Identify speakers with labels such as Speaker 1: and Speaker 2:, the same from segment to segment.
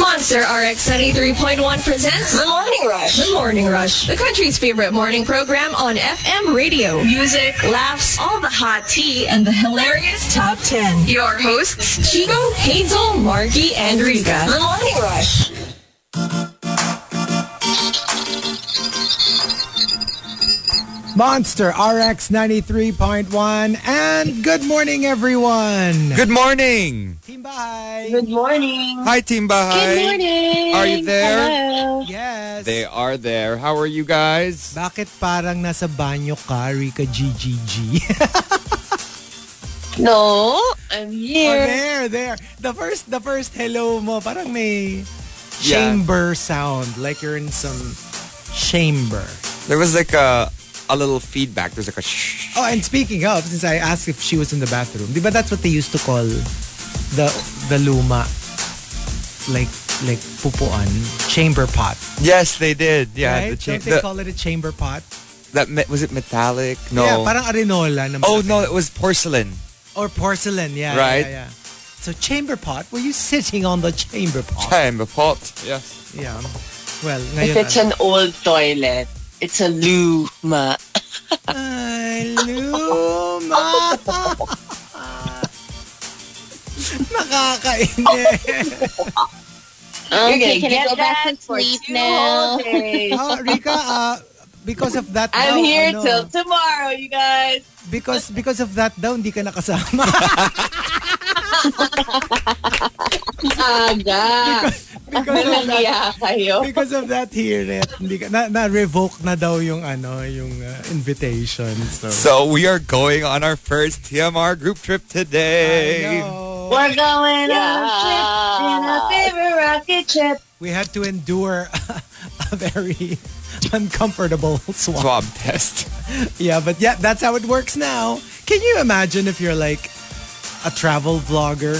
Speaker 1: Monster RX 73.1 presents The Morning Rush. The Morning Rush. The country's favorite morning program on FM radio. Music, laughs, all the hot tea, and the hilarious top 10. Your hosts, Chico, Hazel, Marky, and Rika. The Morning Rush.
Speaker 2: Monster RX 93.1 and good morning everyone.
Speaker 3: Good morning.
Speaker 2: Team Bahay.
Speaker 4: Good morning.
Speaker 3: Hi, Team Bahay.
Speaker 5: Good morning.
Speaker 3: Are you there?
Speaker 5: Hello.
Speaker 2: Yes.
Speaker 3: They are there. How are you guys?
Speaker 2: Bakit parang nasa banyo ka, Rika GGG?
Speaker 5: No, I'm
Speaker 2: oh,
Speaker 5: here.
Speaker 2: there, there. The first, the first hello mo, parang may
Speaker 3: Yeah.
Speaker 2: chamber sound. Like you're in some chamber.
Speaker 3: There was like a a little feedback. There's like a shh.
Speaker 2: Oh, and speaking of, since I asked if she was in the bathroom, di ba that's what they used to call the the luma? Like, like pupuan. Chamber pot.
Speaker 3: Yes, they did. Yeah,
Speaker 2: right?
Speaker 3: the cha-
Speaker 2: Don't they
Speaker 3: the-
Speaker 2: call it a chamber pot?
Speaker 3: that me- was it metallic? No.
Speaker 2: Yeah, parang arenola. Na
Speaker 3: oh
Speaker 2: malaki.
Speaker 3: no, it was porcelain.
Speaker 2: Or porcelain, yeah.
Speaker 3: Right.
Speaker 2: Yeah, yeah. So chamber pot, were you sitting on the chamber pot?
Speaker 3: Time a pot. Yes.
Speaker 2: Yeah. Well,
Speaker 5: If
Speaker 2: ngayon.
Speaker 5: it's an old toilet, it's a luma.
Speaker 2: ano? Ay, luma! Nakakainis.
Speaker 4: Okay, can I
Speaker 5: get
Speaker 4: go back
Speaker 5: that
Speaker 4: to sleep
Speaker 5: for two
Speaker 4: now?
Speaker 5: whole days.
Speaker 2: oh, Rika, uh, because of that
Speaker 5: I'm
Speaker 2: daw,
Speaker 5: here
Speaker 2: ano,
Speaker 5: till tomorrow, you guys.
Speaker 2: because because of that daw hindi ka nakasama
Speaker 5: Aga.
Speaker 2: because of that
Speaker 5: Nananiya kayo.
Speaker 2: because of that hirit hindi ka na, na revoke na daw yung ano yung uh, invitation so,
Speaker 3: So we are going on our first TMR group trip
Speaker 2: I
Speaker 3: today.
Speaker 2: know.
Speaker 4: We're going on a
Speaker 5: Yeah.
Speaker 4: trip in a favorite rocket ship.
Speaker 2: we had to endure a very uncomfortable swap.
Speaker 3: Swab test.
Speaker 2: Yeah, but yeah, that's how it works now. Can you imagine if you're like a travel vlogger,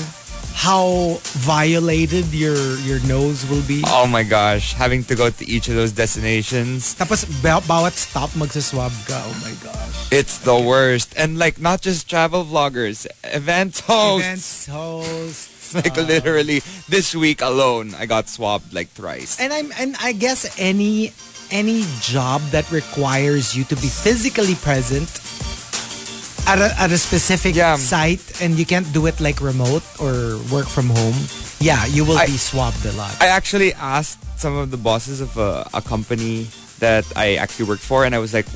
Speaker 2: how violated your your nose will be?
Speaker 3: Oh my gosh, having to go to each of those destinations,
Speaker 2: Tapos ba- bawat stop magsaswab ka. Oh my gosh.
Speaker 3: it's the worst. And like not just travel vloggers, event hosts.
Speaker 2: Events, hosts.
Speaker 3: Like
Speaker 2: uh,
Speaker 3: literally this week alone, I got swabbed like thrice.
Speaker 2: and I'm and I guess any any job that requires you to be physically present at a, at a specific
Speaker 3: Yeah.
Speaker 2: site and you can't do it like remote or work from home. Yeah, you will
Speaker 3: I-
Speaker 2: be swabbed a lot.
Speaker 3: I actually asked some of the bosses of a, a company that I actually worked for, and I was like,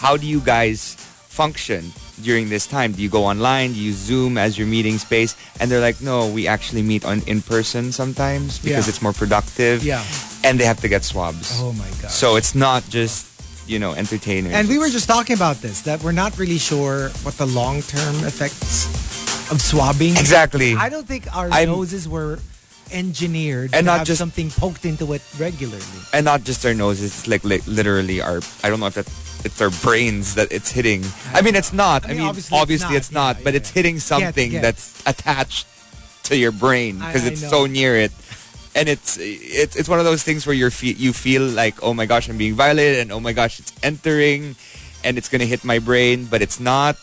Speaker 3: "How do you guys function during this time? Do you go online? Do you Zoom as your meeting space?" And they're like, "No, we actually meet on in person sometimes because
Speaker 2: Yeah.
Speaker 3: it's more productive."
Speaker 2: Yeah.
Speaker 3: and they have to get swabs.
Speaker 2: oh my god.
Speaker 3: So it's not just you know entertainers.
Speaker 2: and we were just talking about this that we're not really sure what the long term effects of swabbing.
Speaker 3: exactly.
Speaker 2: I don't think our
Speaker 3: I'm-
Speaker 2: noses were engineered
Speaker 3: And
Speaker 2: to
Speaker 3: not
Speaker 2: have
Speaker 3: just-
Speaker 2: something poked into it regularly.
Speaker 3: and not just our noses. It's like li- literally our. I don't know if that it's our brains that it's hitting. I mean, it's not. I mean, obviously, it's not,
Speaker 2: Yeah,
Speaker 3: but
Speaker 2: yeah,
Speaker 3: it's
Speaker 2: yeah.
Speaker 3: hitting something
Speaker 2: Gets,
Speaker 3: that's attached to your brain
Speaker 2: I-
Speaker 3: because
Speaker 2: I
Speaker 3: it's
Speaker 2: know.
Speaker 3: so near it. And it's it's it's one of those things where you feel you feel like oh my gosh I'm being violated and oh my gosh it's entering, and it's gonna hit my brain but it's not,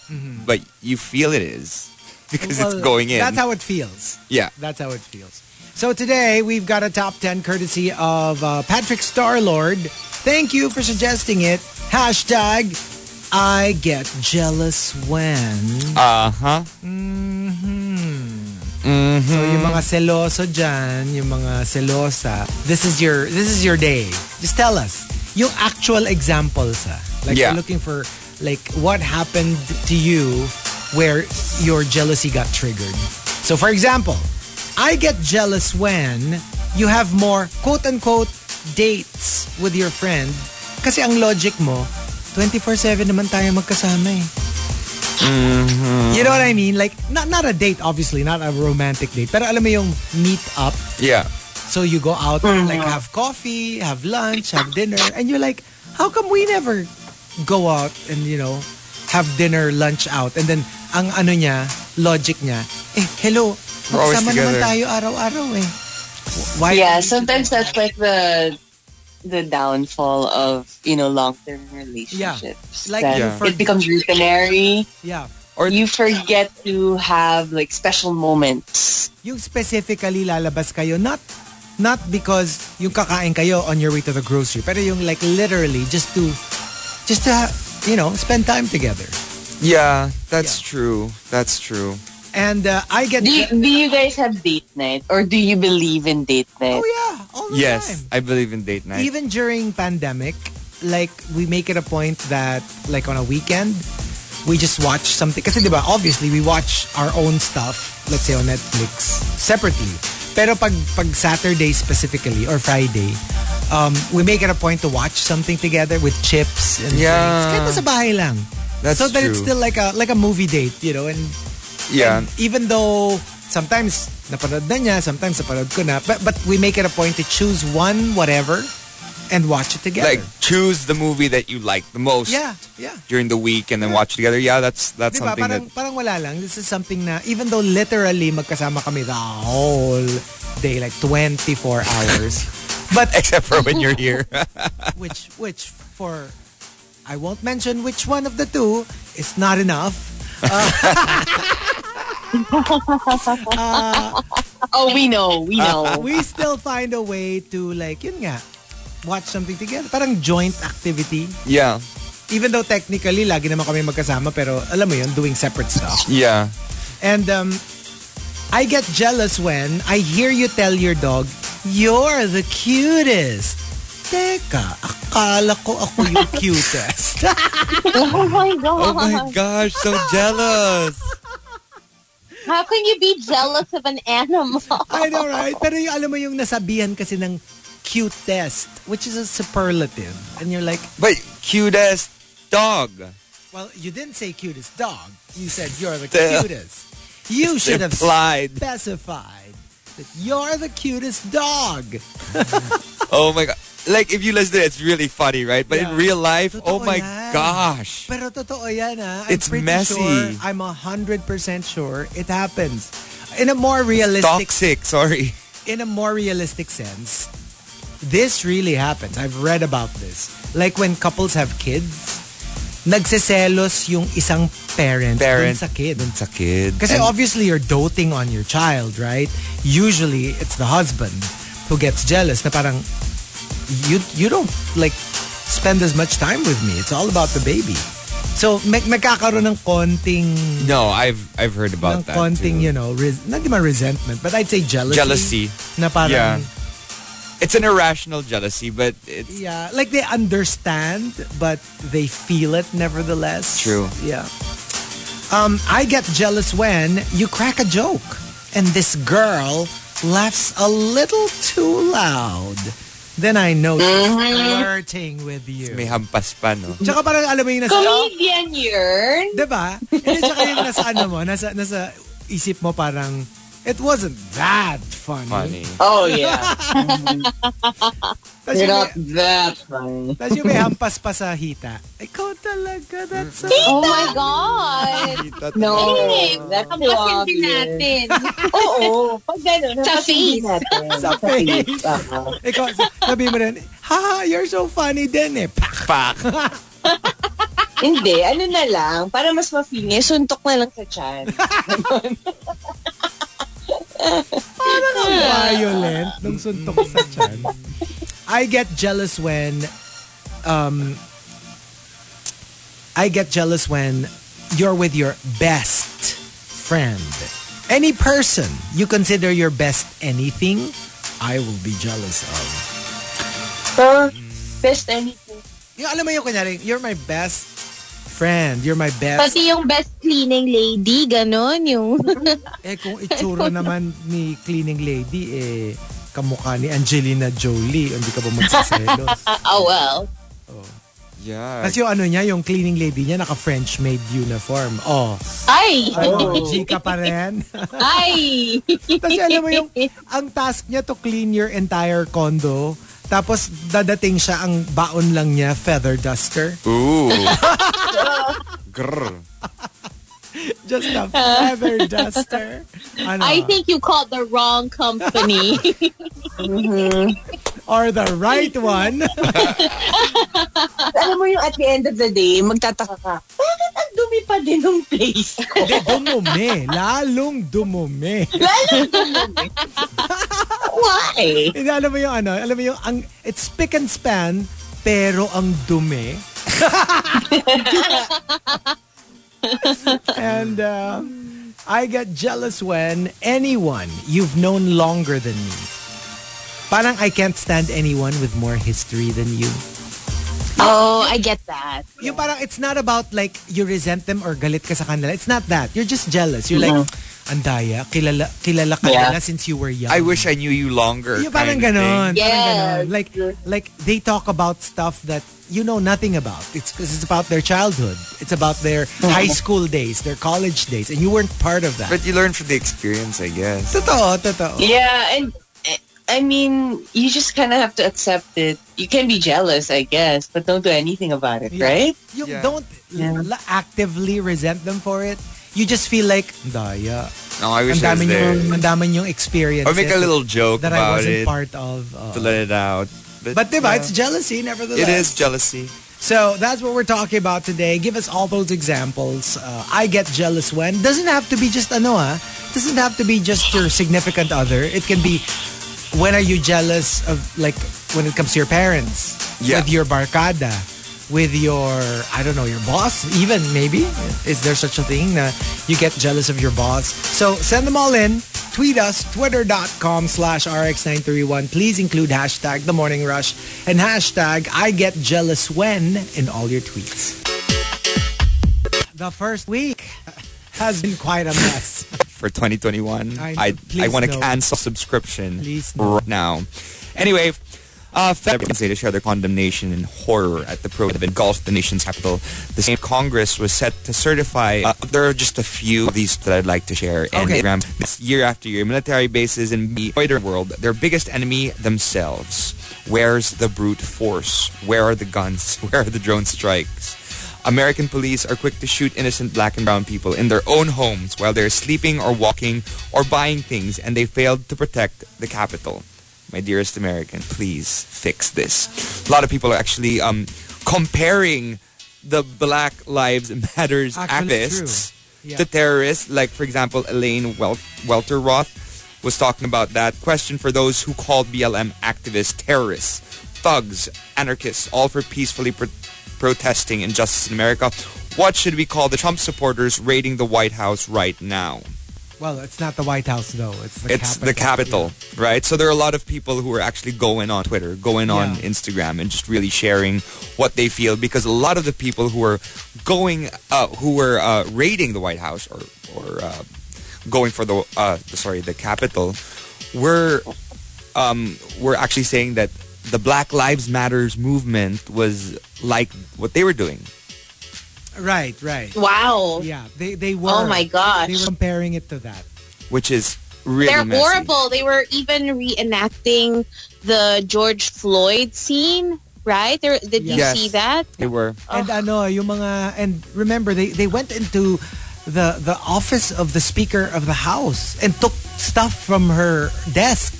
Speaker 3: but you feel it is because
Speaker 2: Mm-hmm. Well,
Speaker 3: it's going in.
Speaker 2: That's how it feels.
Speaker 3: yeah.
Speaker 2: That's how it feels. So today we've got a top 10 courtesy of uh, Patrick Starlord. Thank you for suggesting it. Hashtag I get jealous when.
Speaker 3: Uh huh.
Speaker 2: So yung mga seloso dyan, yung mga selosa, this is your this is your day. Just tell us yung actual examples. ah. Like
Speaker 3: Yeah.
Speaker 2: we're looking for like what happened to you where your jealousy got triggered. So for example, I get jealous when you have more quote unquote dates with your friend kasi ang logic mo 24/7 naman tayo magkasama eh. You know what I mean? Like, not not a date, obviously, not a romantic date. Pero alam mo yung meet up.
Speaker 3: Yeah.
Speaker 2: So you go out,
Speaker 3: Mm-hmm.
Speaker 2: like have coffee, have lunch, have dinner. And you're like, how come we never go out and, you know, have dinner, lunch out? And then, ang ano niya, logic niya, eh, hello,
Speaker 3: We're always
Speaker 2: magsama naman
Speaker 3: together.
Speaker 2: tayo araw-araw eh. Why
Speaker 5: Yeah, sometimes that's like the the downfall of, you know, long-term relationships.
Speaker 2: Like
Speaker 5: that
Speaker 3: you
Speaker 2: forget-
Speaker 5: It becomes routinary.
Speaker 2: Yeah.
Speaker 3: Or-
Speaker 5: you forget to have like special moments.
Speaker 2: Yung specifically lalabas kayo, not Not because yung kakain kayo on your way to the grocery, pero yung like literally just to, just to, ha- you know, spend time together.
Speaker 3: Yeah, that's true. That's true.
Speaker 2: And uh, I get...
Speaker 5: Do you, do you guys have date night? Or do you believe in date night?
Speaker 2: oh yeah, all the
Speaker 3: Yes,
Speaker 2: time.
Speaker 3: I believe in date night.
Speaker 2: Even during pandemic, like we make it a point that like on a weekend, we just watch something. Kasi diba, obviously we watch our own stuff, let's say on Netflix, separately. Pero pag, pag Saturday specifically or Friday, um, we make it a point to watch something together with chips and
Speaker 3: Yeah.
Speaker 2: drinks. Kahit nasa bahay lang.
Speaker 3: that's
Speaker 2: so that
Speaker 3: true.
Speaker 2: it's still like a like a movie date, you know, and
Speaker 3: yeah,
Speaker 2: even though sometimes napanood na niya, sometimes napanood ko na, but, but we make it a point to choose one whatever and watch it together.
Speaker 3: like choose the movie that you like the most
Speaker 2: yeah, yeah.
Speaker 3: during the week and then watch together. Yeah, that's that's
Speaker 2: Diba?
Speaker 3: something
Speaker 2: Parang, parang wala lang. This is something na, even though literally magkasama kami the whole day, like 24 hours,
Speaker 3: that except for when you're here.
Speaker 2: which, which for, I won't mention which one of the two, is not enough.
Speaker 5: Oh, we know. We know.
Speaker 2: we still find a way to like, yun nga, watch something together. Parang joint activity.
Speaker 3: yeah.
Speaker 2: even though technically lagi naman kami magkasama pero alam mo yun doing separate stuff
Speaker 3: Yeah.
Speaker 2: and um I get jealous when I hear you tell your dog you're the cutest Teka, akala ko ako yung cutest.
Speaker 5: oh my
Speaker 3: Oh
Speaker 5: god.
Speaker 3: my gosh, so jealous.
Speaker 1: How can you be jealous of an animal?
Speaker 2: I know, right? Pero yung, alam mo yung nasabihan kasi ng cutest, which is a superlative. And you're like,
Speaker 3: But cutest dog.
Speaker 2: well, you didn't say cutest dog. You said you're the
Speaker 3: Tell.
Speaker 2: cutest. You should have
Speaker 3: Implied.
Speaker 2: specified that you're the cutest dog.
Speaker 3: Oh my god. Like if you listen to it, it's really funny, right? But in
Speaker 2: Yeah.
Speaker 3: real life,
Speaker 2: Totoo
Speaker 3: oh my
Speaker 2: yan.
Speaker 3: gosh.
Speaker 2: Pero totoo yan, ah. I'm
Speaker 3: It's
Speaker 2: pretty
Speaker 3: messy.
Speaker 2: Sure, I'm 100% sure it happens. In a more realistic
Speaker 3: Toxic, sorry.
Speaker 2: in a more realistic sense, this really happens. I've read about this. Like when couples have kids, nagseselos yung isang parent,
Speaker 3: Parent.
Speaker 2: dun sa kid.
Speaker 3: Dun sa kid.
Speaker 2: Kasi
Speaker 3: And-
Speaker 2: obviously you're doting on your child, right? Usually it's the husband who gets jealous na parang you you don't like spend as much time with me. It's all about the baby. So mag magkakaroon ng konting
Speaker 3: no, I've I've heard about
Speaker 2: ng
Speaker 3: that.
Speaker 2: konting,
Speaker 3: too.
Speaker 2: you know, res- not naman resentment, but I'd say jealousy.
Speaker 3: jealousy.
Speaker 2: Na parang
Speaker 3: Yeah. It's an irrational jealousy, but it's
Speaker 2: yeah, like they understand but they feel it nevertheless.
Speaker 3: True.
Speaker 2: Yeah. Um, I get jealous when you crack a joke and this girl laughs a little too loud. Then I know she's
Speaker 3: Mm-hmm.
Speaker 2: flirting with you.
Speaker 3: may hampas pa, no?
Speaker 2: Tsaka parang alam mo yung nasa...
Speaker 1: Comedian yearn.
Speaker 2: Diba? And then tsaka yung nasa ano mo, nasa, nasa isip mo parang, it wasn't that funny.
Speaker 3: Funny.
Speaker 5: Oh yeah.
Speaker 2: Tas yung
Speaker 5: You're
Speaker 2: may-
Speaker 5: not that funny.
Speaker 2: tas yung may hampas pa sa hita. Ikaw talaga, that's so...
Speaker 1: Oh my God.
Speaker 5: No.
Speaker 1: Hey,
Speaker 5: That's
Speaker 1: Ang
Speaker 5: too
Speaker 1: pasin din
Speaker 5: obvious.
Speaker 1: natin.
Speaker 5: Oo. Pag gano'n,
Speaker 1: Sa
Speaker 5: napatingin
Speaker 1: face.
Speaker 5: natin.
Speaker 2: Sa face.
Speaker 5: Oo.
Speaker 2: Ikaw, sabi mo rin, haha, you're so funny din eh. Pak!
Speaker 3: Pak.
Speaker 5: Hindi, ano na lang, para mas ma-finish, suntok na lang sa chan.
Speaker 2: Ang violent nung suntok sa chan. I get jealous when, um, I get jealous when you're with your best friend. Any person you consider your best anything, I will be jealous of.
Speaker 5: So, best anything.
Speaker 2: Yung alam mo yung kunyari, you're my best friend. You're my best.
Speaker 1: Pati yung best cleaning lady, ganun yung...
Speaker 2: Eh kung itsura naman ni cleaning lady eh kamukha ni Angelina Jolie, hindi ka ba magsaselos?
Speaker 5: Oh, well.
Speaker 3: Yeah.
Speaker 2: Tapos yung ano niya, yung cleaning lady niya, naka-French maid uniform. Oh,
Speaker 1: Ay!
Speaker 2: OMG ka pa rin.
Speaker 1: Ay!
Speaker 2: Tapos alam mo yung, ang task niya to clean your entire condo. Tapos dadating siya, ang baon lang niya, feather duster.
Speaker 3: Ooh. Grr.
Speaker 2: Just a feather duster. Ano?
Speaker 1: I think you called the wrong company.
Speaker 2: Or the right one.
Speaker 5: Alam mo yung at the end of the day, magtataka ka, bakit ang
Speaker 6: dumi pa din ng place ko.
Speaker 2: Hindi, dumumi. Lalong dumumi.
Speaker 6: Lalo dumi. Why?
Speaker 2: Hindi, alam mo yung ano, alam mo yung, ang, it's pick and span, pero ang dumi. and uh, I get jealous when anyone you've known longer than me. Parang I can't stand anyone with more history than you.
Speaker 6: Oh, I get that.
Speaker 2: Yung parang it's not about like you resent them or galit ka sa kanila. It's not that. You're just jealous. You're like, andaya, kilala, kilala ka
Speaker 5: Yeah.
Speaker 2: nila since you were young.
Speaker 3: I wish I knew you longer.
Speaker 2: Yung parang
Speaker 3: kind of
Speaker 2: ganon.
Speaker 3: thing.
Speaker 2: Parang ganon.
Speaker 6: Yes.
Speaker 2: Like, like they talk about stuff that you know nothing about. It's 'cause it's about their childhood. It's about their
Speaker 5: Mm-hmm.
Speaker 2: high school days, their college days, and you weren't part of that.
Speaker 3: But you learn from the experience, I guess.
Speaker 2: totoo, totoo.
Speaker 5: Yeah, and eh, I mean, you just kind of have to accept it. You can be jealous, I guess, but don't do anything about it,
Speaker 2: Yeah.
Speaker 5: right?
Speaker 2: You
Speaker 3: Yeah.
Speaker 2: don't
Speaker 5: Yeah.
Speaker 2: la- actively resent them for it. You just feel like, daya.
Speaker 3: No, I wish
Speaker 2: Ang
Speaker 3: I was
Speaker 2: dami
Speaker 3: there.
Speaker 2: yung, ang dami yung experience
Speaker 3: Or make a little joke
Speaker 2: that I
Speaker 3: about
Speaker 2: wasn't
Speaker 3: it
Speaker 2: part of. Oh.
Speaker 3: to let it out. But,
Speaker 2: But diba,
Speaker 3: yeah.
Speaker 2: it's jealousy nevertheless.
Speaker 3: it is jealousy.
Speaker 2: So that's what we're talking about today. Give us all those examples. Uh, I get jealous when. Doesn't have to be just ano ah. Doesn't have to be just your significant other. It can be when are you jealous of like when it comes to your parents,
Speaker 3: Yeah.
Speaker 2: with your barkada, with your I don't know your boss even maybe. Is there such a thing that you get jealous of your boss? So send them all in. Tweet us, twitter.com slash rx931. Please include hashtag the morning rush and hashtag I get jealous when in all your tweets. The first week has been quite a mess.
Speaker 3: for 2021.
Speaker 2: I-
Speaker 3: I I,
Speaker 2: please
Speaker 3: want to
Speaker 2: no.
Speaker 3: cancel subscription
Speaker 2: Please no.
Speaker 3: right now. Anyway, uh, Fed say to share their condemnation and horror at the probe that engulfed the nation's capital. The same Congress was set to certify. Uh, there are just a few of these that I'd like to share. And
Speaker 2: Okay.
Speaker 3: program this year after year, military bases in the wider world, their biggest enemy themselves. Where's the brute force? Where are the guns? Where are the drone strikes? American police are quick to shoot innocent black and brown people in their own homes while they're sleeping or walking or buying things, and they failed to protect the capital. My dearest American, please fix this. A lot of people are actually um, comparing the Black Lives Matters
Speaker 2: Actually,
Speaker 3: activists
Speaker 2: true. Yeah.
Speaker 3: to terrorists. Like, for example, Elaine Wel- Welterroth was talking about that question for those who called BLM activists terrorists, thugs, anarchists, all for peacefully pro- protesting injustice in America. What should we call the Trump supporters raiding the White House right now?
Speaker 2: Well, it's not the White House though. It's the
Speaker 3: it's
Speaker 2: Capitol.
Speaker 3: the capital, right? So there are a lot of people who are actually going on Twitter, going on
Speaker 2: Yeah.
Speaker 3: Instagram, and just really sharing what they feel because a lot of the people who are going, uh, who were uh, raiding the White House or or uh, going for the uh, sorry the capital were um, were actually saying that the Black Lives Matters movement was like what they were doing.
Speaker 2: Yeah. Right, right.
Speaker 6: Wow.
Speaker 2: Yeah, they they were.
Speaker 6: Oh my
Speaker 2: They
Speaker 6: gosh.
Speaker 2: were comparing it to that.
Speaker 3: Which is really
Speaker 6: They're
Speaker 3: messy.
Speaker 6: horrible. They were even reenacting the George Floyd scene, right? There, did you
Speaker 3: Yes.
Speaker 6: see that?
Speaker 3: They were.
Speaker 2: And ano, yung mga and remember they they went into the the office of the speaker of the house and took stuff from her desk.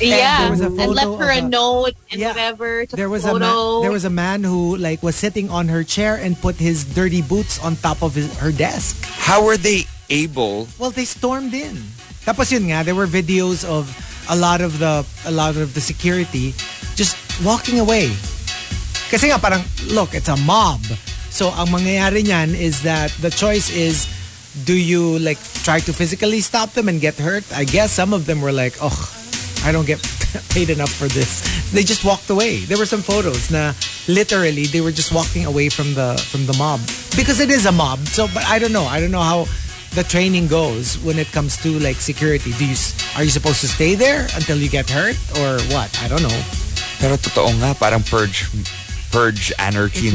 Speaker 6: yeah,
Speaker 2: there was a
Speaker 6: and left
Speaker 2: photo
Speaker 6: her a
Speaker 2: of a-
Speaker 6: note and
Speaker 2: Yeah.
Speaker 6: whatever. Took
Speaker 2: There was a
Speaker 6: a
Speaker 2: man,
Speaker 6: photo.
Speaker 2: there was a man who like was sitting on her chair and put his dirty boots on top of his, her desk.
Speaker 3: How were they able?
Speaker 2: Well, they stormed in. Tapos yun nga, there were videos of a lot of the a lot of the security just walking away. Kasi nga parang, look, it's a mob. So ang mangyayari niyan is that the choice is do you like try to physically stop them and get hurt? I guess some of them were like, oh, I don't get paid enough for this. They just walked away. There were some photos na literally they were just walking away from the from the mob because it is a mob. So, but I don't know. I don't know how the training goes when it comes to like security. Do you s- are you supposed to stay there until you get hurt or what? I don't know.
Speaker 3: Pero totoo nga, parang purge, purge anarchy,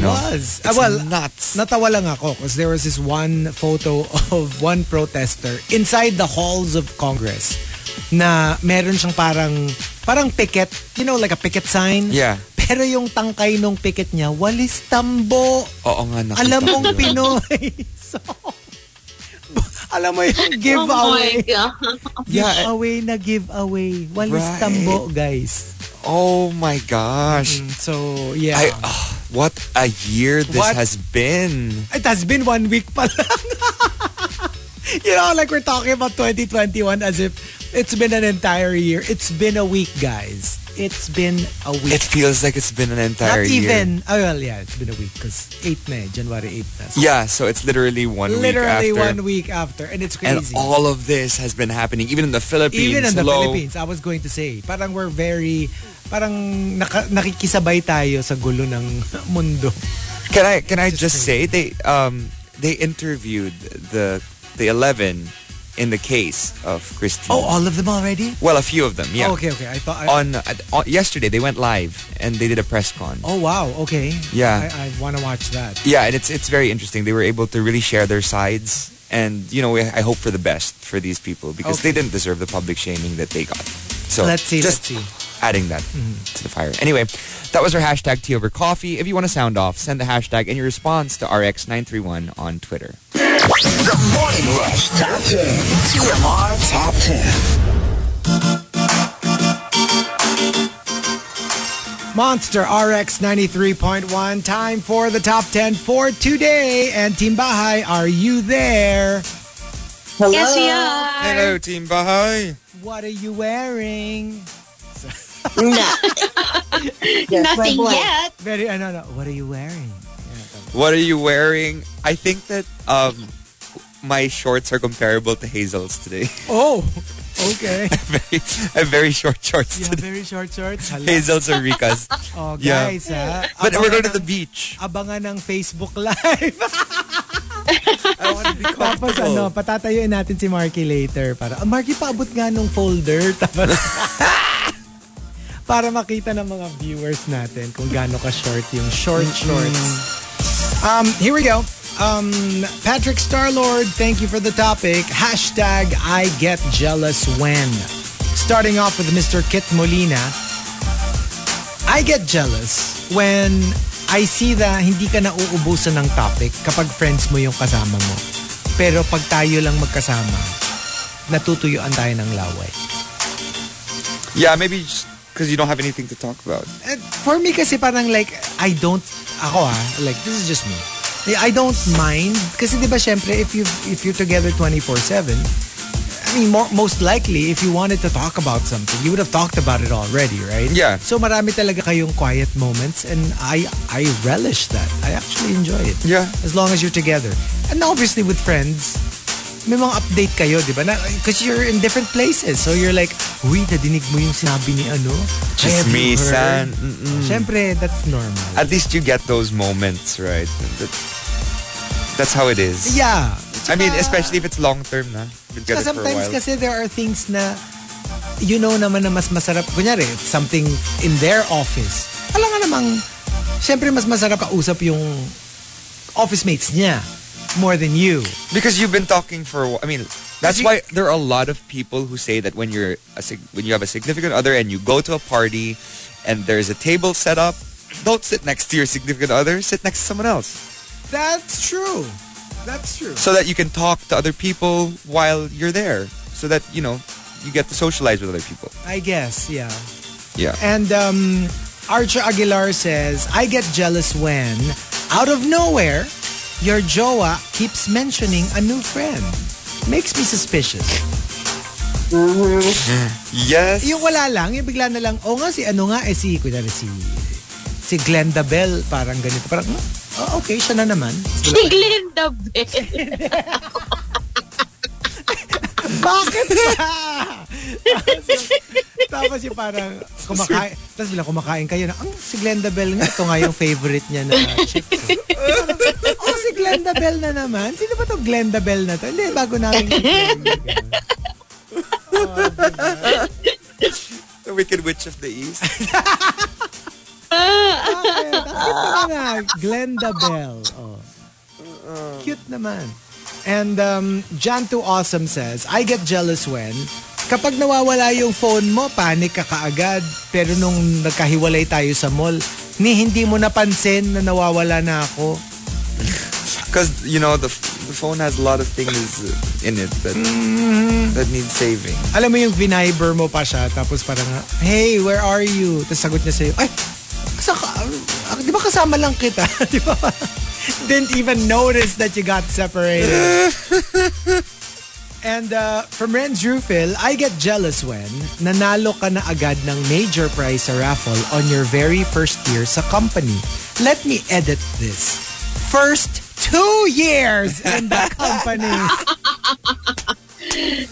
Speaker 2: It
Speaker 3: no?
Speaker 2: was.
Speaker 3: It's
Speaker 2: Ah, well,
Speaker 3: nuts.
Speaker 2: Natawa lang ako because there was this one photo of one protester inside the halls of Congress na meron siyang parang parang picket, you know, like a picket sign.
Speaker 3: Yeah.
Speaker 2: Pero yung tangkay nung picket niya, walis tambo.
Speaker 3: Oo nga, nakita
Speaker 2: Alam
Speaker 3: ko
Speaker 2: mong
Speaker 3: yun.
Speaker 2: Pinoy. so, alam mo yung
Speaker 6: Oh my
Speaker 2: giveaway.
Speaker 6: god.
Speaker 3: Yeah.
Speaker 2: Giveaway na giveaway. Walis
Speaker 3: Right.
Speaker 2: tambo, guys. Mm-hmm. Mm,
Speaker 3: Oh my gosh.
Speaker 2: So, yeah.
Speaker 3: I, ah, What a year this
Speaker 2: What?
Speaker 3: has been.
Speaker 2: It has been one week pa lang. you know, like we're talking about 2021 as if it's been an entire year. It's been a week, guys. It's been a week.
Speaker 3: It feels like it's been an
Speaker 2: Not
Speaker 3: entire year.
Speaker 2: even. Oh, well, yeah, it's been a week because 8 na eh, January 8 na. So
Speaker 3: Yeah, so it's literally one
Speaker 2: literally
Speaker 3: week after.
Speaker 2: one week after. And it's
Speaker 3: and
Speaker 2: crazy.
Speaker 3: all of this has been happening, even in the Philippines.
Speaker 2: Even in the
Speaker 3: low.
Speaker 2: Philippines, I was going to say, parang we're very, parang naka, nakikisabay tayo sa gulo ng mundo.
Speaker 3: Can I can I
Speaker 2: Just
Speaker 3: just,
Speaker 2: crazy.
Speaker 3: say they um they interviewed the the eleven in the case of Christine.
Speaker 2: Oh, all of them already?
Speaker 3: well, a few of them. Yeah.
Speaker 2: Oh, Okay, okay. I thought, I,
Speaker 3: On, at- on yesterday, they went live and they did a press con.
Speaker 2: oh wow, okay.
Speaker 3: Yeah.
Speaker 2: I, I want to watch that.
Speaker 3: Yeah, and it's it's very interesting. They were able to really share their sides, and you know, I hope for the best for these people because
Speaker 2: Okay.
Speaker 3: they didn't deserve the public shaming that they got. So
Speaker 2: let's see,
Speaker 3: just
Speaker 2: let's see. Mm-hmm.
Speaker 3: adding that to the fire. Anyway, that was our hashtag tea over coffee. If you want to sound off, send the hashtag and your response to RX931 on Twitter.
Speaker 7: The Morning Rush Top 10. TMR Top 10.
Speaker 2: Monster RX 93.1, time for the top 10 for today. And Team Bahay, are you there?
Speaker 5: Hello.
Speaker 6: Yes, we are.
Speaker 3: Hello, Team Bahay.
Speaker 2: What are you wearing?
Speaker 5: Yes,
Speaker 6: Nothing
Speaker 5: my boy.
Speaker 6: yet.
Speaker 2: Very, ano, no, what are you wearing?
Speaker 3: What are you wearing? I think that um, my shorts are comparable to Hazel's today.
Speaker 2: Oh, okay.
Speaker 3: very, I have very short shorts
Speaker 2: You have
Speaker 3: today.
Speaker 2: very short shorts. Hala.
Speaker 3: Hazel's or Rika's.
Speaker 2: Oh,
Speaker 3: Yeah.
Speaker 2: guys, ha?
Speaker 3: but we're going to
Speaker 2: abangan
Speaker 3: the
Speaker 2: ng-
Speaker 3: beach.
Speaker 2: Abangan ng Facebook Live.
Speaker 3: I want to be
Speaker 2: Tapos ano, patatayuin natin si Marky later. Para, ah, Marky, paabot nga nung folder. Tapos, para makita ng mga viewers natin kung gaano ka-short yung short shorts. Um, here we go. Um, Patrick Starlord, thank you for the topic. Hashtag, I get jealous when. Starting off with Mr. Kit Molina. I get jealous when I see na hindi ka nauubusan ng topic kapag friends mo yung kasama mo. Pero pag tayo lang magkasama, natutuyuan tayo ng laway.
Speaker 3: Yeah, maybe because you don't have anything to talk about.
Speaker 2: And Eh, for me kasi parang like, I don't, ako ha, like this is just me. Eh, I don't mind kasi di ba syempre if you if you're together 24/7, I mean more, most likely if you wanted to talk about something, you would have talked about it already, right?
Speaker 3: Yeah.
Speaker 2: So marami talaga kayong quiet moments and I I relish that. I actually enjoy it.
Speaker 3: Yeah.
Speaker 2: As long as you're together. And obviously with friends, may mga update kayo, di ba? Because you're in different places. So you're like, uy, nadinig mo yung sinabi ni ano? Have you heard?"
Speaker 3: Chismisan. Mm-mm.
Speaker 2: Siyempre, that's normal.
Speaker 3: At least you get those moments, right? That- that's how it is.
Speaker 2: yeah.
Speaker 3: I mean, especially if it's long term, na. You've got
Speaker 2: Kasi
Speaker 3: it for a
Speaker 2: sometimes
Speaker 3: while.
Speaker 2: kasi there are things na you know naman na mas masarap. Kunyari, it's something in their office. Alam nga namang, siyempre mas masarap kausap yung office mates niya more than you.
Speaker 3: because you've been talking for a while. I mean, that's why there are a lot of people who say that when you're a, sig- when you have a significant other and you go to a party and there's a table set up, don't sit next to your significant other. Sit next to someone else
Speaker 2: That's true. That's true.
Speaker 3: so that you can talk to other people while you're there. So that you know you get to socialize with other people.
Speaker 2: I guess, yeah.
Speaker 3: Yeah.
Speaker 2: And um, Archer Aguilar says, I get jealous when, out of nowhere, your jowa keeps mentioning a new friend. Makes me suspicious.
Speaker 3: Yes.
Speaker 2: Yung wala lang, yung bigla na lang, oh nga, si ano nga, eh si, kunyari si, si Glenda Bell, parang ganito. Parang, hmm, oh, okay, siya na naman.
Speaker 6: Si Glinda Bell.
Speaker 2: Bakit ba? Tapos yung parang kumakain, tapos bilang kumakain kayo na, ang si Glenda Bell nga, ito nga yung favorite niya na chips. eh." Parang, oh, si Glenda Bell na naman? Sino ba to Glenda Bell na to? Hindi, bago namin.
Speaker 3: The Wicked Witch of the East.
Speaker 2: Bakit? Ang cute naman na, Glenda Bell. Oh. Cute naman. And um, Jan to Awesome says, I get jealous when kapag nawawala yung phone mo, panic ka kaagad. Pero nung nagkahiwalay tayo sa mall, ni hindi mo napansin na nawawala na ako.
Speaker 3: Because, you know, the, f- the phone has a lot of things uh, in it that, that need saving.
Speaker 2: Alam mo yung viniber mo pa siya, tapos parang, hey, where are you? Tapos sagot niya sa'yo, ay, saan ka? ah, di ba kasama lang kita? di ba? Didn't even notice that you got separated. And uh, from Renz Rufil, I get jealous when nanalo ka na agad ng major prize sa raffle on your very first year sa company. Let me edit this. First two years in the company.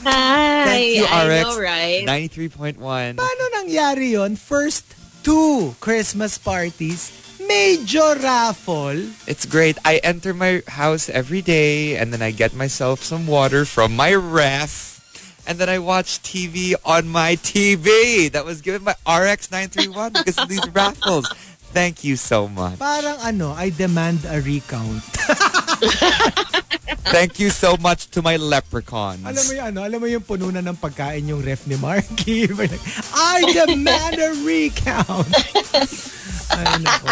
Speaker 3: Thank you,
Speaker 6: I
Speaker 3: RX.
Speaker 6: know, right?
Speaker 3: 93.1.
Speaker 2: Paano nangyari yon? First two Christmas parties, major raffle.
Speaker 3: It's great. I enter my house every day and then I get myself some water from my ref. And then I watch TV on my TV that was given by RX931 because of these raffles. Thank you so much.
Speaker 2: Parang ano, I demand a recount.
Speaker 3: Thank you so much to my leprechauns.
Speaker 2: Alam mo yung ano, alam mo yung puno na ng pagkain yung ref ni Marky. I demand a recount. Ay, nako.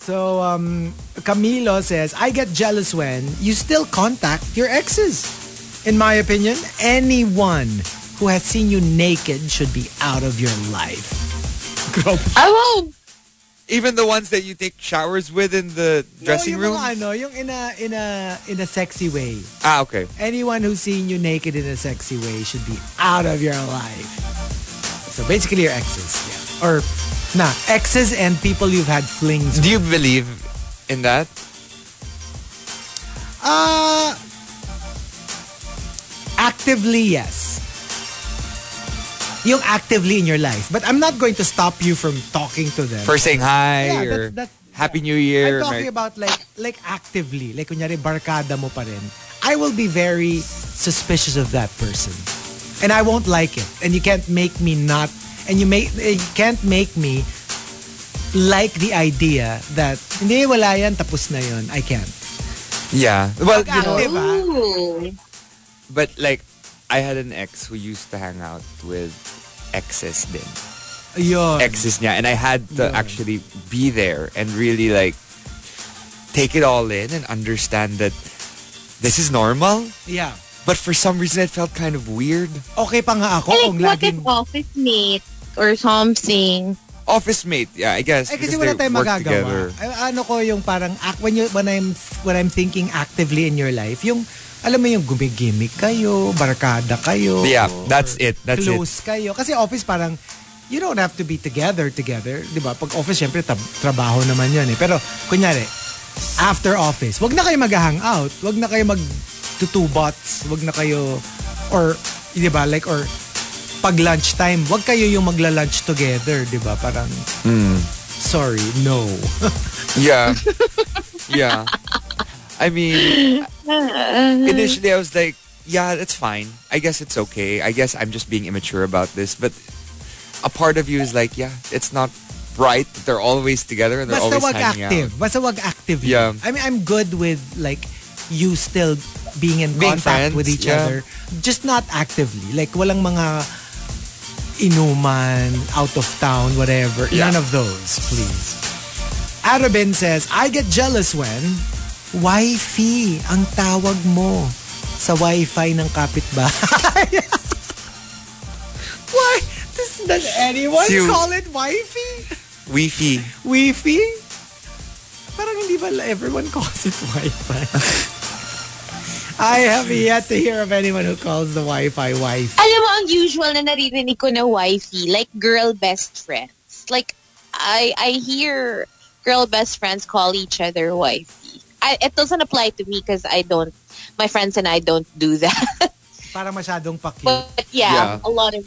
Speaker 2: So, um, Camilo says, I get jealous when you still contact your exes. In my opinion, anyone who has seen you naked should be out of your life. Grabe.
Speaker 8: I won't.
Speaker 3: Even the ones that you take showers with in the dressing
Speaker 2: no, yung
Speaker 3: room.
Speaker 2: Mga, ano, yung in a, in a, in a sexy way.
Speaker 3: Ah, okay.
Speaker 2: Anyone who's seen you naked in a sexy way should be out of your life. So basically your exes, yeah. Or nah, exes and people you've had flings.
Speaker 3: Do you believe in that?
Speaker 2: Uh actively yes. Yung actively in your life. But I'm not going to stop you from talking to them.
Speaker 3: For saying hi
Speaker 2: Yeah,
Speaker 3: or
Speaker 2: that's- that's-
Speaker 3: Happy New Year.
Speaker 2: I'm talking
Speaker 3: Merry-
Speaker 2: about like like actively, like kunyari barkada mo pa rin. I will be very suspicious of that person. And I won't like it. And you can't make me not and you make you can't make me like the idea that hindi wala yan tapos na yun. I can't.
Speaker 3: yeah. Well, you know,
Speaker 2: Active, ah.
Speaker 3: But like, I had an ex who used to hang out with exes din.
Speaker 2: Yun.
Speaker 3: Exes niya. And I had to
Speaker 2: Um, Yeah.
Speaker 3: actually be there and really like take it all in and understand that this is normal.
Speaker 2: Yeah.
Speaker 3: But for some reason, it felt kind of weird.
Speaker 2: Okay pa nga ako
Speaker 6: Like,
Speaker 2: kung
Speaker 6: what if
Speaker 2: laging
Speaker 6: office mate or something?
Speaker 3: Office mate, yeah, I guess.
Speaker 2: Eh kasi
Speaker 3: because
Speaker 2: wala
Speaker 3: they
Speaker 2: tayong
Speaker 3: work
Speaker 2: magagawa.
Speaker 3: together.
Speaker 2: Ay, ano ko yung parang act when you when I'm when I'm thinking actively in your life, yung alam mo yung gumigimik kayo, barkada kayo.
Speaker 3: Yeah, that's it. That's it.
Speaker 2: close kayo. Kasi office parang you don't have to be together together, 'di ba? Pag office syempre tab- trabaho naman 'yan eh. Pero kunyari after office, wag na kayo mag-hang out, wag na kayo mag tutubots, wag na kayo or 'di ba like or pag lunchtime, wag kayo yung magla-lunch together, 'di ba? Parang
Speaker 3: Hmm.
Speaker 2: sorry, no.
Speaker 3: Yeah. yeah. I mean,
Speaker 6: Uh,
Speaker 3: initially I was like, yeah, that's fine. I guess it's okay. I guess I'm just being immature about this. But a part of you is like, yeah, it's not right that they're always together and they're
Speaker 2: Basta wag
Speaker 3: always hanging
Speaker 2: active.
Speaker 3: out.
Speaker 2: Basta wag active.
Speaker 3: Yeah.
Speaker 2: I mean, I'm good with like you still being in
Speaker 3: Being
Speaker 2: contact
Speaker 3: friends,
Speaker 2: with each
Speaker 3: yeah.
Speaker 2: other. Just not actively. Like walang mga inuman, out of town, whatever.
Speaker 3: Yeah.
Speaker 2: None of those, please. Arabin says, I get jealous when wifey ang tawag mo sa wifi ng kapitbahay. Why? Does, does anyone
Speaker 3: Cute.
Speaker 2: call it wifey?
Speaker 3: Weefy.
Speaker 2: Wi-Fi? Parang hindi ba everyone calls it Wi-Fi? I have yet to hear of anyone who calls the Wi-Fi Wi-Fi.
Speaker 6: Alam mo, ang usual na naririnig ko na wifey, like girl best friends. Like, I I hear girl best friends call each other wifey. I, it doesn't apply to me because I don't, my friends and I don't do that.
Speaker 2: Parang masyadong pa-cute.
Speaker 6: But yeah,
Speaker 3: Yeah.
Speaker 6: a lot of,